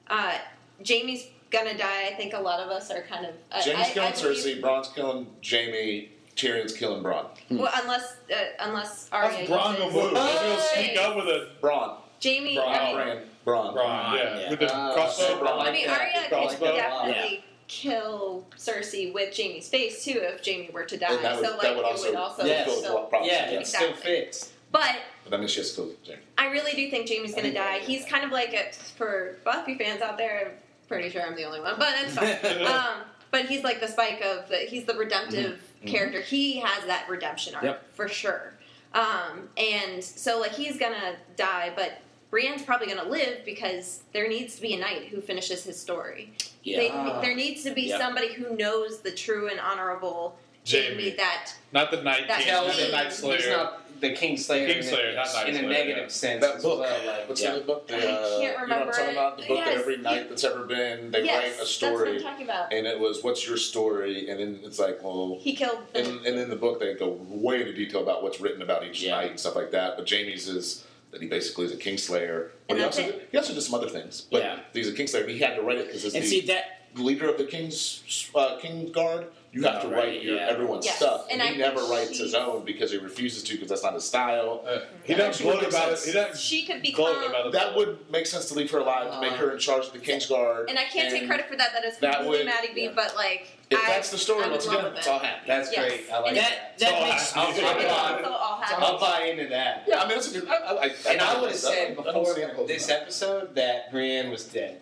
I: uh, Jamie's gonna die. I think a lot of us are kind of I-
E: James
I: I,
E: killing
I: I believe-
E: Cersei, Bronn's killing Jamie, Tyrion's killing Bronn.
I: Well, unless uh, unless Arya
F: That's Bronn
I: uses-
F: gonna move. He's gonna
I: Oh,
F: sneak up with a
E: Bronn,
I: Jamie,
F: Bronn.
I: I mean,
E: Bronn, Oh. Bronn.
F: Bronn, yeah,
C: yeah.
F: with the
D: Uh,
F: crossbow.
E: Bronn.
I: I mean,
D: Yeah,
I: Arya could
D: crossbow.
I: definitely kill Cersei with Jamie's face too if Jamie were to die.
E: And that would,
I: so like
E: that would also,
I: it would also
E: fulfill
D: Yes.
E: the
I: so-
E: problem.
D: yeah, it
I: Exactly.
D: still fits.
I: But
E: But that means she has to kill Jamie.
I: I really do think Jamie's gonna die. He's kind of like a, for Buffy fans out there. I'm pretty sure I'm the only one, but it's fine.
C: Oh,
I: um, but he's like the spike of the, he's the redemptive character. He has that redemption arc
C: Yep.
I: for sure. Um, and so like he's gonna die, but Brienne's probably gonna live because there needs to be a knight who finishes his story.
C: Yeah.
I: They, there needs to be
C: Yeah.
I: somebody who knows the true and honorable Jamie,
F: Jamie.
I: that
F: Not the Night
I: That
F: King,
I: tells
F: not the
I: me
F: Night
D: It's
F: Slayer.
D: not the Kingslayer. in
F: Kingslayer,
D: a-
F: not Night
D: In a
F: Slayer,
D: negative
F: yeah.
D: sense.
E: That
D: as
E: book.
D: well, like-
E: What's
C: Yeah.
E: the book? The,
I: I
E: uh,
I: can't
E: You know
I: remember
E: what I'm talking about? The
I: it.
E: book that
I: Yes,
E: every
I: you-
E: night that's ever been, they
I: yes,
E: write a
I: that's
E: story,
I: what I'm talking about.
E: and it was, what's your story? And then it's like, well,
I: He killed the
E: and, and in the book they go way into detail about what's written about each
C: Yeah.
E: night and stuff like that. But Jamie's is that he basically is a Kingslayer. But
I: And
E: he
I: that's
E: also,
I: it.
E: he also did some other things. But
C: Yeah.
E: he's a Kingslayer. He had to write it because as
C: and
E: the
C: see that
E: leader of the King's uh, King Guard, you have to
C: Yeah,
E: write
C: right,
E: your
C: yeah.
E: everyone's
I: Yes,
E: stuff.
I: and
E: And,
I: I
E: he
I: think
E: never writes his
I: she's-
E: own because he refuses to because that's not his style.
F: Uh, he
E: That
F: doesn't
E: actually
F: gloat
E: makes
F: about it.
E: sense.
F: He doesn't
I: she could
F: gloat
I: become
F: about it.
E: That would make sense to leave her alive to make her in charge of the King's Guard.
I: and I can't take
E: and
I: credit for that. That is
E: That would-
I: completely Maddie B,
E: yeah.
I: but like
E: If
I: I,
E: that's the story,
I: I would
E: once again,
I: love
E: it's
I: it.
E: all happening.
D: That's
I: Yes.
D: great. I like
C: that
D: that.
C: that
F: So I-
C: makes
D: I'll-
I: It would also all
D: I'll
I: happen.
D: buy into that.
E: Yeah, I mean, that's a good. I, I, I,
D: And I would have said
E: I don't see it
D: before
E: holding
D: this
E: up.
D: episode that Brienne was dead.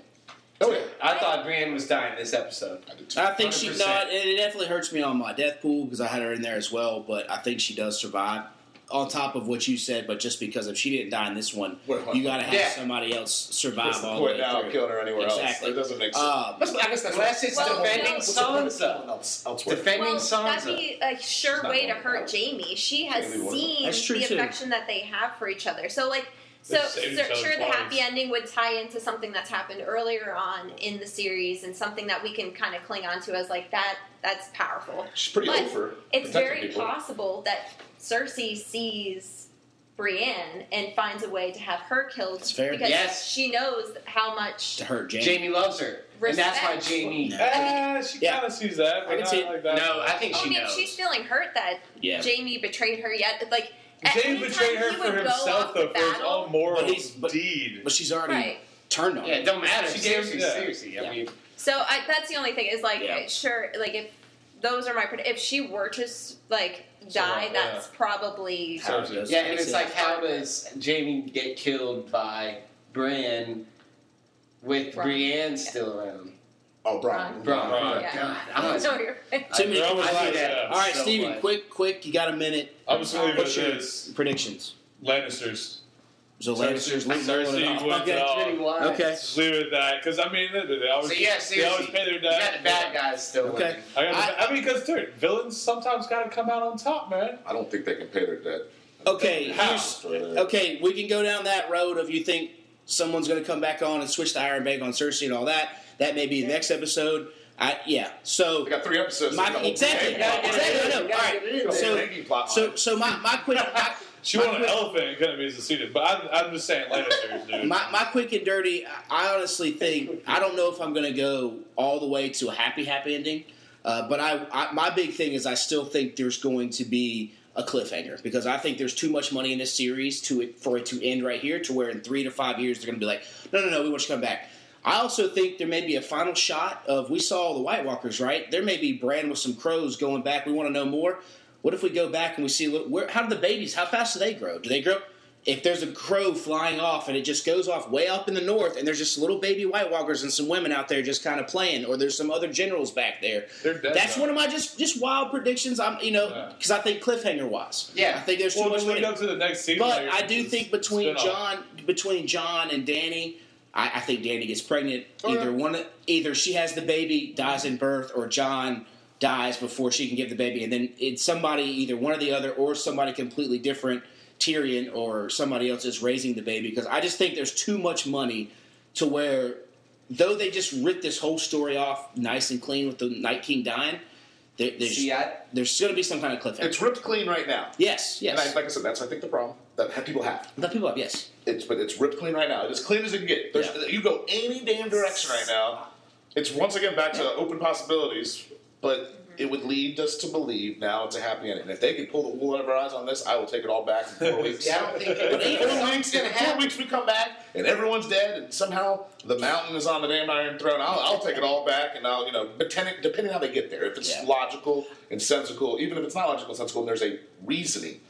E: Oh, yeah.
D: I thought Brienne was dying this episode.
E: I do too.
C: I think she
D: 100%.
C: not. It it definitely hurts me on my death pool because I had her in there as well. But I think she does survive. On top of what you said, but just because if she didn't die in this one,
E: Wait, hold
C: you
E: on.
C: got to have
D: Yeah.
C: somebody else survive
E: What's the
C: all
E: point
C: the way
E: now of
C: through.
E: killing her anywhere
C: Exactly.
E: else? It doesn't make sense.
C: Um,
E: That's- I guess that's
D: Unless it's
I: Well,
D: defending
I: no.
E: What's the point of killing
D: Sansa.
E: else- elsewhere?
D: Defending
I: well,
D: Sansa.
I: that'd be a
E: She's
I: sure
E: not
I: way to
E: going
I: hurt
E: out.
I: Jamie. She has
E: Jamie wouldn't.
I: seen
C: That's true,
I: the
C: too.
I: affection that they have for each other. So like. So,
F: They've saved
I: so
F: each other
I: sure, the
F: twice.
I: happy ending would tie into something that's happened earlier on in the series, and something that we can kind of cling on to as like that. That's powerful.
E: She's pretty
I: But
E: over. protecting
I: It's very
E: people.
I: possible that Cersei sees Brienne and finds a way to have her killed
C: That's fair.
I: because
D: Yes.
I: she knows how much.
C: to hurt Jamie.
D: Jamie loves her, and that's why
I: Respect.
D: Jamie.
C: No.
F: Ah, she
C: Yeah.
F: kind of sees that, but
C: I can
F: not
C: see it.
F: like that.
D: No, I think
I: I
D: she
I: mean,
D: knows.
I: Oh, she's feeling hurt that
C: Yeah,
I: Jamie betrayed her. Yet, it's like at
F: Jamie
I: any
F: betrayed
I: time
F: her
I: he
F: for
I: would go off
F: himself,
I: the
F: though, for his
I: battle-
F: own moral
C: But he's- but-
F: deed.
C: but she's already
I: right?
C: turned on.
D: Yeah, it
C: him.
D: don't matter.
F: She
D: seriously,
F: gives- yeah.
D: seriously.
C: Yeah.
D: I mean,
I: So I, that's the only thing is like
C: Yeah.
I: sure, like if those are my. pred- If she were to s- like die,
F: like,
I: that's probably
F: Serves it.
D: Yeah, and it's
C: Yeah.
D: like how does Jamie get killed by Bran with
I: Bron.
D: Brienne still around?
E: Oh, Brian.
D: Bron,
F: Bron,
D: Bron,
I: yeah.
D: God, I was,
I: No, you're right.
C: Two minutes.
F: I was
C: I
F: like,
C: see that.
F: yeah,
C: All right,
D: so
C: Steven,
D: what?
C: quick, quick. You got a minute.
F: I'm just gonna leave it at
C: What's your
F: this.
C: predictions?
F: Lannisters.
C: So
F: Cersei-
C: Lannisters lose their
F: Cersei
C: own-
F: wins it
D: Okay,
F: all.
D: pretty wise.
C: Okay.
F: Just leave it at that, because I mean, they, they always,
D: So yeah,
F: they always
D: seriously,
F: pay their
D: you got the
F: debt.
D: bad guys still
C: Okay.
D: winning.
F: I, got the- I mean, because dude, villains sometimes gotta come out on top, man.
E: I don't think they can pay their debt.
C: Okay,
F: How?
C: here's- okay, we can go down that road of you think someone's going to come back on and switch the Iron Bank on Cersei and all that. That may be the next episode. I yeah. So
E: We got three episodes.
C: my
E: in the whole
C: exactly,
E: thing.
C: exactly. I know. All right. So
E: Thank you, plot
C: so
E: line.
C: so my my quick my,
F: She
C: my
F: won an
C: quick-
F: elephant and couldn't be succeeded, but I, I'm just saying Lannisters, dude.
C: My, my quick and dirty, I- I honestly think, I don't know if I'm going to go all the way to a happy, happy ending, uh, but I, I my big thing is I still think there's going to be a cliffhanger because I think there's too much money in this series to it, for it to end right here to where in three to five years they're going to be like, no, no, no, we want you to come back. I also think there may be a final shot of we saw the White Walkers, right? There may be Bran with some crows going back. We want to know more. What if we go back and we see a little, where, how do the babies? How fast do they grow? Do they grow? If there's a crow flying off and it just goes off way up in the north, and there's just little baby White Walkers and some women out there just kind of playing, or there's some other generals back there.
F: They're dead,
C: That's
F: though.
C: one of my just just wild predictions. I'm you know
F: Yeah.
C: because I think cliffhanger wise.
D: Yeah.
C: I think there's too
F: Well,
C: much
F: when we
C: money.
F: go to the next season,
C: But
F: like,
C: I do
F: it's
C: think between
F: spin-off.
C: John, between John and Danny, I, I think Danny gets pregnant.
D: Okay.
C: Either one, either she has the baby, dies in birth, or John dies before she can give the baby, and then it's somebody, either one or the other, or somebody completely different, Tyrion or somebody else, is raising the baby. Because I just think there's too much money to where, though they just ripped this whole story off nice and clean with the Night King dying, there, there's
D: See, I,
C: there's going to be some kind of cliffhanger.
E: It's ripped clean right now.
C: Yes, yes.
E: And I, like I said, that's I think the problem that ha- people have.
C: Let people up. Yes.
E: It's but it's ripped clean right now. It's as clean as it can get. There's,
C: Yeah.
E: You go any damn direction right now. It's once again back to open possibilities, but it would lead us to believe now it's a happy ending. And if they can pull the wool out of our eyes on this, I will take it all back in four weeks.
D: yeah, I don't think
E: If in four weeks,
D: something's
E: if
D: gonna
E: in four
D: happen.
E: weeks we come back and everyone's dead, and somehow the mountain is on the damn Iron Throne, I'll, I'll take it all back, and I'll you know depending depending how they get there, if it's
C: Yeah.
E: logical and sensical, even if it's not logical and sensical, and there's a reasoning.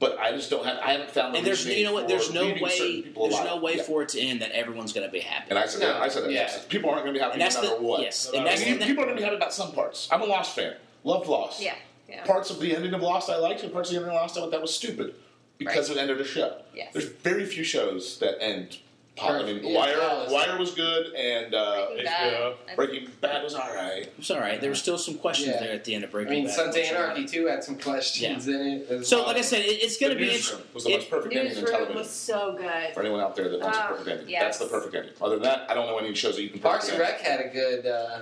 E: But I just don't have. I haven't found. the
C: And there's
E: reasoning
C: you know what
E: for
C: there's no
E: leaving certain
C: way
E: people
C: there's
E: alive.
C: no way
E: Yeah.
C: for it to end that everyone's going to be happy.
E: And I said,
D: No.
E: that, I said that.
D: Yeah.
E: People aren't going to be happy
C: And that's
E: no matter
C: the-
E: what.
C: yes.
E: No
C: And
E: matter
C: that's
E: what.
C: the-
E: people are going to be happy about some parts. I'm a Lost fan. Loved Lost.
I: yeah, yeah.
E: Parts of the ending of Lost I liked, and parts of the ending of Lost I thought that was stupid because it ended a show.
I: Yes.
E: There's very few shows that end. pop- I mean,
D: Perfect. Yeah,
E: Wire,
D: flawless.
E: Wire was good, and uh,
F: HBO.
I: Breaking Bad. I-
E: Breaking Bad was all right.
C: It's all right. There were still some questions
D: Yeah.
C: there at the end of
D: I
C: Breaking
D: mean,
C: Bad.
D: Sons of Anarchy too had some questions in it. as
C: So
D: well.
C: like I said, it, it's going to
E: The
C: be
E: Newsroom
C: interesting.
E: was the
C: it-
E: most perfect ending in
K: Newsroom
E: television.
K: was so good.
E: For anyone out there that wants
K: Ah,
E: a perfect ending,
I: Uh, yes.
E: that's the perfect ending. Other than that, I don't know any shows that you can.
D: Parks and
E: perfect
D: Rec had a good, uh,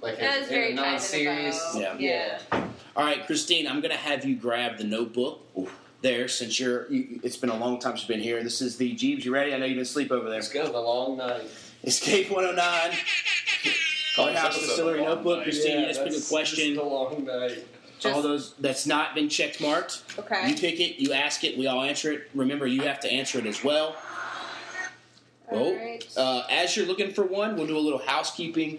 D: like
I: That was
D: a,
I: very
D: a non-serious.
I: kind
C: Yeah.
I: of yeah.
C: All right, Christine, I'm going to have you grab the notebook
E: Oof.
C: there since you're. You, it's been a long time since you've been here. This is the Jeeves. You ready? I know you've been asleep over there.
D: Let's go. The long night.
C: Escape 109. Courthouse
E: episode
C: Distillery
E: of Long
C: Notebook.
E: Night.
C: Christine, you just pick a
D: that's
C: question.
D: Just a long night.
I: Just-
C: all those that's not been check marked.
I: Okay.
C: You pick it, you ask it, we all answer it. Remember, you have to answer it as well.
I: All
C: Oh,
I: right.
C: uh, as you're looking for one, we'll do a little housekeeping.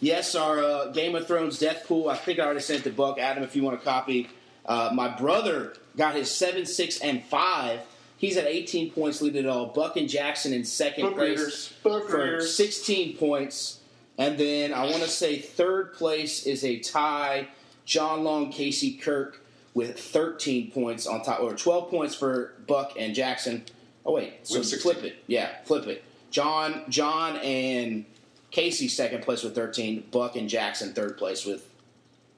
C: Yes, our uh, Game of Thrones death pool. I think I already sent it to Buck Adam. If you want a copy, uh, my brother got his seven, six, and five. He's at 18 points, leading it all. Buck and Jackson in second
E: Book
C: place
E: readers. Book
C: for
E: readers.
C: 16 points. And then I want to say third place is a tie. John Long, Casey Kirk with 13 points on top, or 12 points for Buck and Jackson. Oh wait, so
E: With 16.
C: flip it. Yeah, flip it. John, John and Casey second place with 13. Buck and Jackson third place with.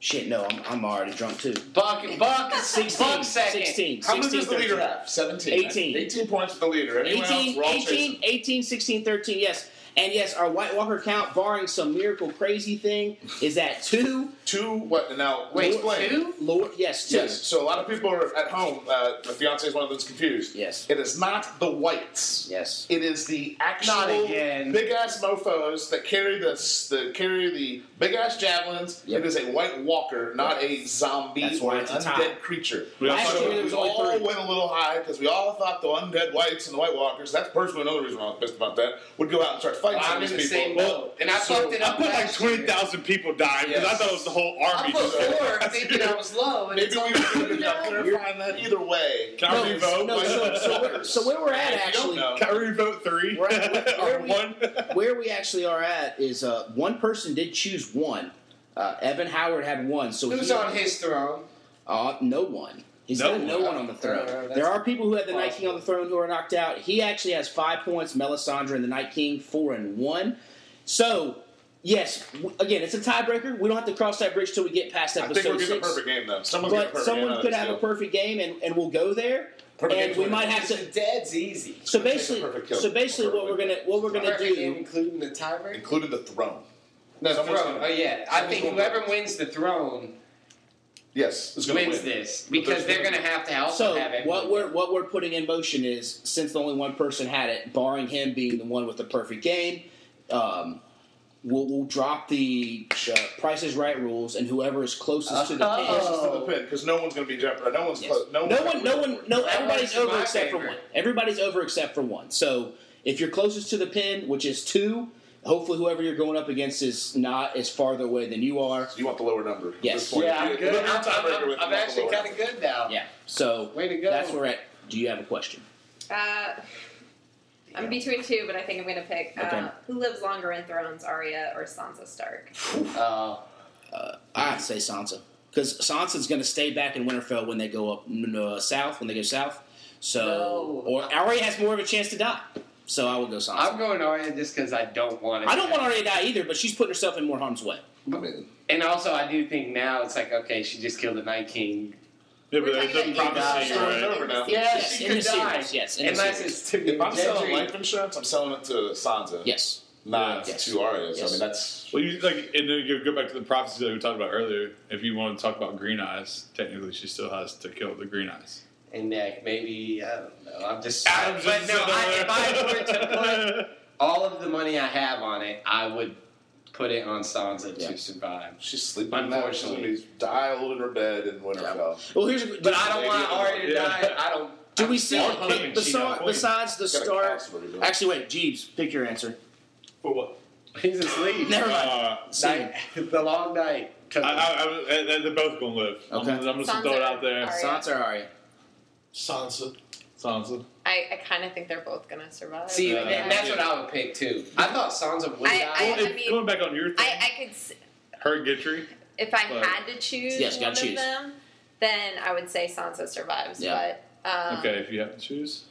C: Shit, no, I'm, I'm already drunk too.
D: Buck, Buck,
C: 16,
D: Buck second.
C: 16,
E: How many does the
C: 16,
E: leader
C: 13.
E: have? Seventeen.
C: 18.
E: Eighteen points for the leader. Anyone else?
C: 18,
E: We're all
C: 18,
E: chasing.
C: 18, 16, 13, yes. And yes, our White Walker count, barring some miracle crazy thing, is at two.
E: Two. What? Now
D: Wait,
E: explain.
D: two?
C: Lord, yes, two.
E: Yes. So a lot of people are at home. Uh, my fiance is one of those confused.
C: Yes.
E: It is not the whites.
C: Yes.
E: It is the actual
D: again.
E: big ass mofo's that carry the that carry the big ass javelins.
C: Yep.
E: It is a white walker, not a zombie
C: That's why
E: or an
C: it's a
E: undead
C: tie.
E: creature.
F: We
C: Last
F: also-
C: year there was
E: So we
C: only
E: all
C: three.
E: went a little high because we all thought the undead whites and the white walkers. That's personally another reason why I'm pissed about that. Would go out and start fighting
D: I'm
E: some
D: in
E: of
D: the
E: these
D: same
E: people.
D: boat, and I
E: so
D: fucked it
F: I
D: up.
F: put like
D: last year.
F: twenty thousand people dying because I
D: Yes.
F: thought it was the whole army.
D: I put four thinking I was low, and
E: Maybe
D: it's
E: we
D: only
E: can end up
D: $2,000.
E: clarifying that either way.
F: Can I
C: No,
F: revote?
C: no, so, so, where, so where we're at actually,
F: Can I revote three?
C: We're at- where- where
F: Or
C: we-
F: one?
C: where we actually are at is uh, one person did choose one. Uh, Evan Howard had one, so
D: Who's
C: he,
D: on his throne?
C: Uh, no one. He's
F: No
C: got no
F: one.
C: one on the throne.
D: Uh, that's
C: there are people who had the Night
D: possible.
C: King on the throne who are knocked out. He actually has five points. Melisandre and the Night King four and one. So yes, w- again, it's a tiebreaker. We don't have to cross that bridge till we get past
E: I
C: episode
E: think we're getting a
C: six.
E: perfect game though. Someone's getting a
C: but
E: perfect game out
C: someone
E: of
C: could
E: this
C: have a
E: deal.
C: perfect game, and, and we'll go there.
E: Perfect
C: and
E: game's
C: we
E: winning.
C: might have to.
D: Dad's easy.
C: So
E: Perfect-
C: basically,
E: perfect kill.
C: so basically, what we're gonna what we're gonna
D: Perfect game,
C: do.
D: including the tiebreaker.
E: including the throne.
D: The
E: Someone's
D: throne.
E: gonna-
D: Oh yeah, I think
E: someone's gonna-
D: whoever wins the throne
E: Yes, it's going to
D: wins
E: win.
D: this because
E: there's
D: they're
E: gonna-
D: going to have to also
C: So
D: have
C: what
D: everyone.
C: we're what we're putting in motion is since the only one person had it, barring him being the one with the perfect game, um, we'll, we'll drop the uh, Price is Right rules, and whoever is closest to the
D: Oh.
C: pin.
E: Closest to the pin because no one's going to be jeopardized. No one's
C: Yes.
E: close. No,
C: No one, no one, no.
D: That
C: Everybody's
D: works in
C: over
D: my
C: except for
D: favor.
C: one. Everybody's over except for one. So if you're closest to the pin, which is two, hopefully whoever you're going up against is not as farther away than you are.
E: You want the lower number. at
C: Yes.
E: this point.
D: yeah, I'm
E: You-
D: good.
E: you
D: I'm,
E: want the tiebreaker
D: I'm,
E: with
D: I'm
E: the
D: actually
E: lower
D: kind
E: number.
D: of good now.
C: Yeah. So
D: Way to go.
C: that's where we're at. Do you have a question?
I: Uh, I'm between two, but I think I'm going to pick uh,
C: Okay.
I: who lives longer in Thrones, Arya or Sansa Stark.
D: Uh,
C: I'd say Sansa because Sansa's going to stay back in Winterfell when they go up n- uh, south. When they go south, so
D: No.
C: or Arya has more of a chance to die. So I will go Sansa.
D: I'm going Arya just because I don't want it.
C: I don't want Arya to die either, but she's putting herself in more harm's way.
E: I mean,
D: And also, I do think now it's like okay, she just killed the Night King.
F: Yeah,
I: We're
F: but there's
I: talking
F: the
I: about
F: prophecy,
I: you guys.
F: right?
E: over now.
D: Yeah,
C: yes,
D: she
C: in the
D: could die.
C: series. Yes, in the
D: Unless
C: series.
D: it's too
E: if I'm selling
D: Gendry.
E: life insurance, I'm selling it to Sansa,
C: Yes.
E: not
C: Yes.
E: to Arya. So I
C: Yes.
E: mean, that's
F: Well, you like, and then you go back to the prophecy that we talked about earlier. If you want to talk about green eyes, technically she still has to kill the green eyes.
D: And like maybe I don't know. I'm just.
F: Adam's
D: Uh, but
F: just
D: no, I, if I
F: sitting
D: were to put
F: there.
D: all of the money I have on it, I would put it on Sansa
C: Yeah.
D: to survive.
E: she's sleeping. now. She's going
D: Unfortunately.
E: to be dialed in her bed in Winterfell.
C: Well, here's a,
D: But I don't
E: Maybe
D: want
E: I'm
D: Arya to
F: yeah.
D: die. I don't.
C: Do we
D: I'm
C: see
D: still
C: but-
D: hoping she
C: besides,
D: don't.
C: besides the
E: She's got a
C: start?
E: castle to do.
C: Actually, wait, Jeeves, pick your answer.
F: For what?
D: He's asleep.
C: Never mind.
F: Uh,
C: See,
D: Night- the long night.
F: I, I, I, they- they're both gonna live.
C: Okay.
F: I'm, I'm just gonna throw it out there.
I: Sansa.
C: Sansa or Arya?
H: Sansa.
F: Sansa.
I: I, I kind of think they're both going to survive.
D: See,
F: Yeah.
D: and that's what I would pick too. I thought Sansa would
I: I-
D: die.
I: I-
F: Well, if,
I: mean,
F: going back on your thing,
I: I, I could, s-
F: her and Gitry.
I: if I
F: But-
I: had to choose
C: Yes, you gotta
I: one
C: choose.
I: of them, then I would say Sansa survives.
C: Yeah.
I: But um,
F: Okay, if you have to choose.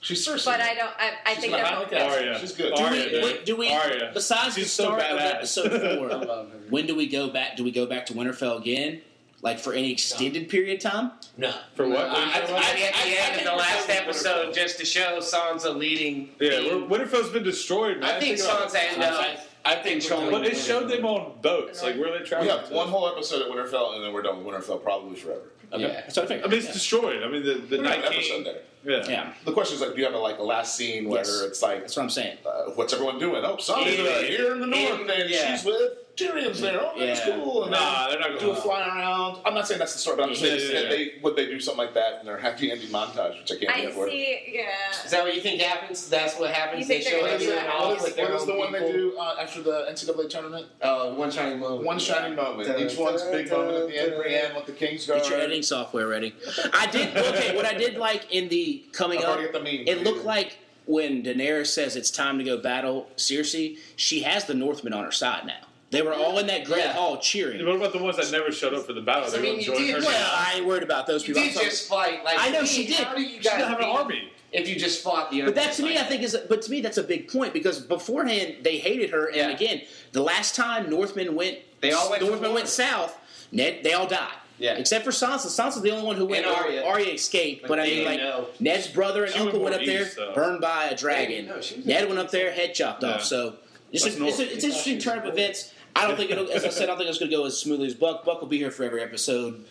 E: She's Cersei.
I: But I don't. I, I
E: She's
I: think
E: not
I: they're
E: out
I: both.
E: there.
I: good.
F: Arya.
E: She's good.
C: Do
F: Arya,
C: we,
F: dude.
C: wait, do we
F: Arya.
C: besides
F: She's
C: the start
F: so
C: of
F: badass.
C: episode
D: I
C: four,
D: love her.
C: when do we go back? Do we go back to Winterfell again? Like for any extended period of time?
H: No.
F: For what?
D: I, I,
F: Winterfell?
D: I, at the
C: I- I
D: end
C: think
D: of the
C: we're
D: last
C: talking
D: episode, just to show Sansa leading.
F: yeah,
D: the-
F: we're, Winterfell's been destroyed, man.
D: I think
F: about
D: Sansa uh, ended
C: Sansa-
D: up.
H: I think
D: Control.
F: But it showed them on boats, like where they
E: We
F: traveled.
E: have
F: to.
E: one whole episode at Winterfell, and then we're done with Winterfell probably forever.
D: Yeah.
C: So I think.
F: I mean, it's destroyed. I mean, the, the
E: We're gonna have
F: Night
E: an episode
F: King.
E: there.
F: Yeah.
C: yeah,
E: The question is like, do you have a, like a last scene where
C: Yes.
E: it's like,
C: that's what I'm saying.
E: uh, what's everyone doing? Oh, Sansa's
F: Even-
E: over here in the north,
D: even-
E: and
D: yeah.
E: she's with Tyrion's there. Oh, that's
C: Yeah.
E: cool. And
F: Nah, they're not
E: they
F: going
E: do a fly around. I'm not saying that's the story, but I'm just
F: Yeah,
E: saying
F: yeah,
E: that they would they do something like that in their happy ending montage, which I can't
I: I
E: get for.
I: see. Yeah.
D: Is that what you think happens? That's what
I: You
D: happens. They
I: think
D: show
I: they're
D: us
I: gonna do
D: doing
I: that?
D: all
E: What
D: with
E: is,
D: their
E: what is
D: own
E: the one they
D: people.
E: do uh, after the NCAA tournament?
D: Uh, one shining moment.
E: One shining moment. Each one's a big moment at the end. Brienne with the King's Guard.
C: Get your editing software ready. I did okay. What I did like in the
E: I'm
C: coming up,
E: already at the meme.
C: it looked like when Daenerys says it's time to go battle Cersei, she has the Northmen on her side now. They were all in that great
D: Yeah.
C: hall cheering.
F: What about the ones that never showed up for the battle?
D: I
F: They
D: mean,
F: wouldn't
D: you
F: join
D: did-
F: her.
C: Well, I ain't worried about those
D: You
C: people.
D: did
C: I'm talking-
D: just fight. Like
C: I know
D: me.
C: she did.
D: How do you
F: She
D: guys
F: doesn't have an
D: beat-
F: army.
D: If you just fought the.
C: But that to me, I
D: Undertaker?
C: think is. But to me, that's a big point because beforehand they hated her, and
D: Yeah.
C: again, the last time Northmen went,
D: They all went to
C: Northmen
D: war.
C: went south. Ned, they all died.
D: Yeah.
C: Except for Sansa. Sansa's the only one who went.
D: And Arya.
C: Arya escaped,
D: But
C: but, I
D: they
C: mean, like
D: know.
C: Ned's brother and
F: She
C: uncle went
F: went
C: up
F: more
C: there,
F: east, though.
C: burned by a dragon.
D: no, she was-
C: Ned went up there, head chopped
F: Yeah.
C: off. So it's,
F: That's
C: a, it's,
F: north.
C: a, it's an interesting turn of events. I don't think it'll. As I said, I don't think it's going to go as smoothly as Buck. Buck will be here for every episode.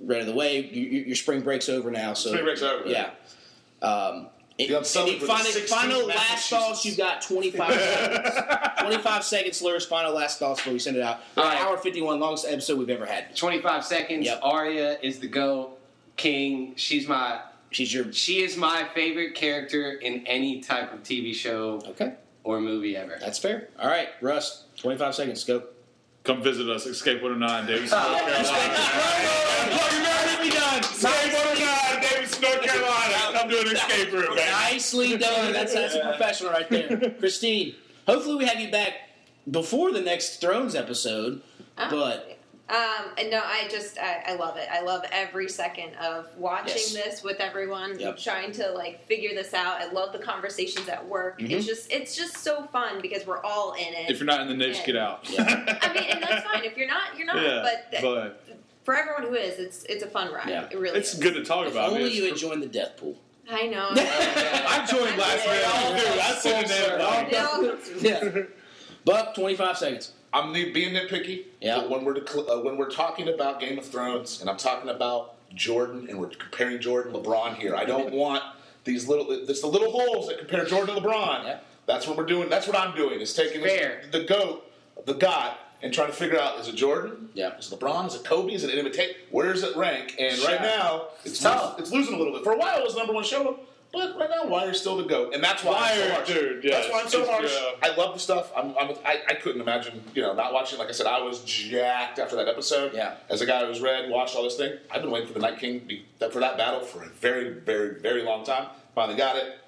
C: Right of the way, You- you- your spring break's over now. So
E: Spring break's over.
C: Yeah. Um, and,
E: The upsell
C: and
E: with
C: you
E: the
C: final,
E: 16
C: final last thoughts,
E: Massachusetts.
C: you've got 25 seconds. 25 seconds, Lurs. Final last thoughts before we send it out.
D: All right.
C: Hour 51, longest episode we've ever had.
D: 25 seconds.
C: Yep.
D: Arya is the go king. She's my
C: She's your.
D: she is my favorite character in any type of TV show
C: Okay.
D: or movie ever.
C: That's fair. All right, Russ, 25 seconds, go.
F: Come visit us, Escape 109, Davidson, North Carolina. Davidson, North Carolina. Come do an escape room, man.
C: Nicely done. That's, that's a professional right there. Christine, hopefully we have you back before the next Thrones episode.
I: Oh.
C: But
I: Um, and no, I just I, I love it. I love every second of watching
C: Yes.
I: this with everyone,
C: Yep.
I: trying to like figure this out. I love the conversations at work.
C: Mm-hmm.
I: It's just it's just so fun because we're all in it.
F: If you're not in the niche, get out.
I: I mean, and that's fine. If you're not, you're not.
F: yeah,
I: but
F: but
I: for everyone who is, it's it's a fun ride.
C: Yeah.
I: It really
F: it's
I: is.
F: good to talk
C: if
F: about. man.
C: only
F: It's
C: you had
F: cool.
C: joined the death pool.
I: I know.
F: I joined last year.
C: Yeah.
F: Dude, I said
E: Full
F: that.
I: It all comes through.
C: Yeah. Buck, 25 seconds.
E: I'm ne- being nitpicky.
C: Yeah.
E: But when we're decl- uh, when we're talking about Game of Thrones, and I'm talking about Jordan, and we're comparing Jordan LeBron here, I don't want these little this the little holes that compare Jordan to LeBron.
C: Yeah.
E: That's what we're doing. That's what I'm doing. Is taking
C: Fair.
E: this, the goat, the god, and trying to figure out is it Jordan?
C: Yeah.
E: Is it LeBron? Is it Kobe? Is it an imitate? Where's it rank? And
C: Shot.
E: right now, it's
C: Tough.
E: lo- it's losing a little bit. For a while, it was number one show. But right now, Wire's still the goat, and that's why I'm so
F: Wire,
E: harsh.
F: dude,
E: that's
F: yeah.
E: why I'm so
F: It's-
E: harsh.
F: yeah.
E: I love the stuff. I'm, I'm, I, I couldn't imagine, you know, not watching. Like I said, I was jacked after that episode.
C: Yeah.
E: As a guy who's read, watched all this thing, I've been waiting for the Night King to be, that- for that battle for a very, very, very long time. Finally got it.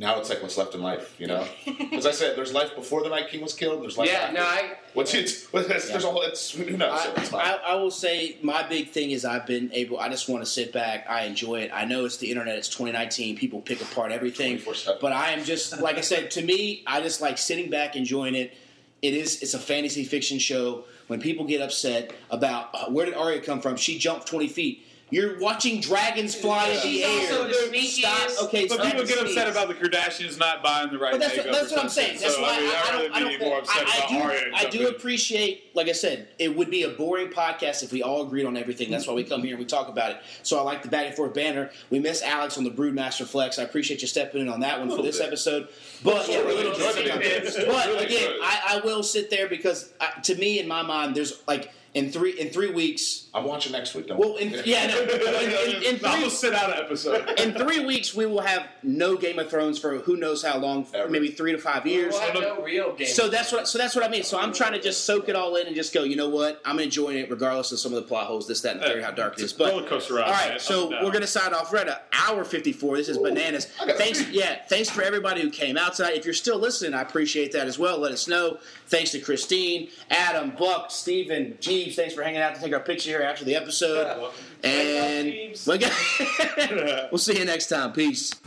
E: Now it's like what's left in life, you know. As I said, there's life before the Night King was killed. And there's life.
D: Yeah,
E: after.
D: no, I-
E: What's it? What's, There's a whole. It's who knows. so
C: I,
E: it's fine.
C: I, I will say my big thing is I've been able. I just want to sit back. I enjoy it. I know it's the internet. It's 2019. People pick apart everything.
E: 24/7.
C: But I am just like I said. To me, I just like sitting back, enjoying it. It is. It's a fantasy fiction show. When people get upset about uh, where did Arya come from, she jumped 20 feet. You're watching dragons fly in the
K: She's
C: air.
K: also the sneakiest.
C: Stop. Okay,
F: But
C: stop
F: people
C: the
F: get upset
C: sneeze.
F: about the Kardashians not buying the right
C: But that's,
F: makeup.
C: what, that's
F: or
C: what I'm
F: something.
C: saying. That's
F: so,
C: why
F: I, mean,
C: I,
F: really
C: don't. I
F: be
C: don't.
F: more upset
C: I, I
F: about Arya
C: do.
F: and
C: I do
F: something.
C: appreciate. Like I said, it would be a boring podcast if we all agreed on everything. That's why we come here and we talk about it. So I like the back and forth banner. We miss Alex on the Broodmaster Flex. I appreciate you stepping in on that
F: Oh,
C: one for this episode. But yeah,
E: Still
C: we're
E: really
C: gonna
E: enjoyed
C: just-
E: it.
C: but
F: Really
C: again,
F: good.
C: I, I will sit there because I, to me, in my mind, there's like in three in three weeks.
E: I'm watching next week. Don't
C: Well, in, yeah, no, in, in, in three
F: I'm gonna sit out an episode.
C: in three weeks we will have no Game of Thrones for who knows how long,
E: Ever.
C: maybe three to five years.
D: We'll have no real game.
C: So that's what so that's what I mean. So I'm trying to just soak it all in and just go. You know what? I'm enjoying it regardless of some of the plot holes, this, that, and the third, how dark it is. But
F: roller coaster ride.
C: all
F: man.
C: right,
F: Up
C: so
F: and down.
C: we're gonna sign off. We're at an hour fifty-four. This is bananas. Thanks, yeah, thanks for everybody who came out tonight. If you're still listening, I appreciate that as well. Let us know. Thanks to Christine, Adam, Buck, Steven, Jeeves. Thanks for hanging out to take our picture here after the episode.
D: Yeah, welcome.
C: and
D: Thanks,
C: we'll see you next time. Peace.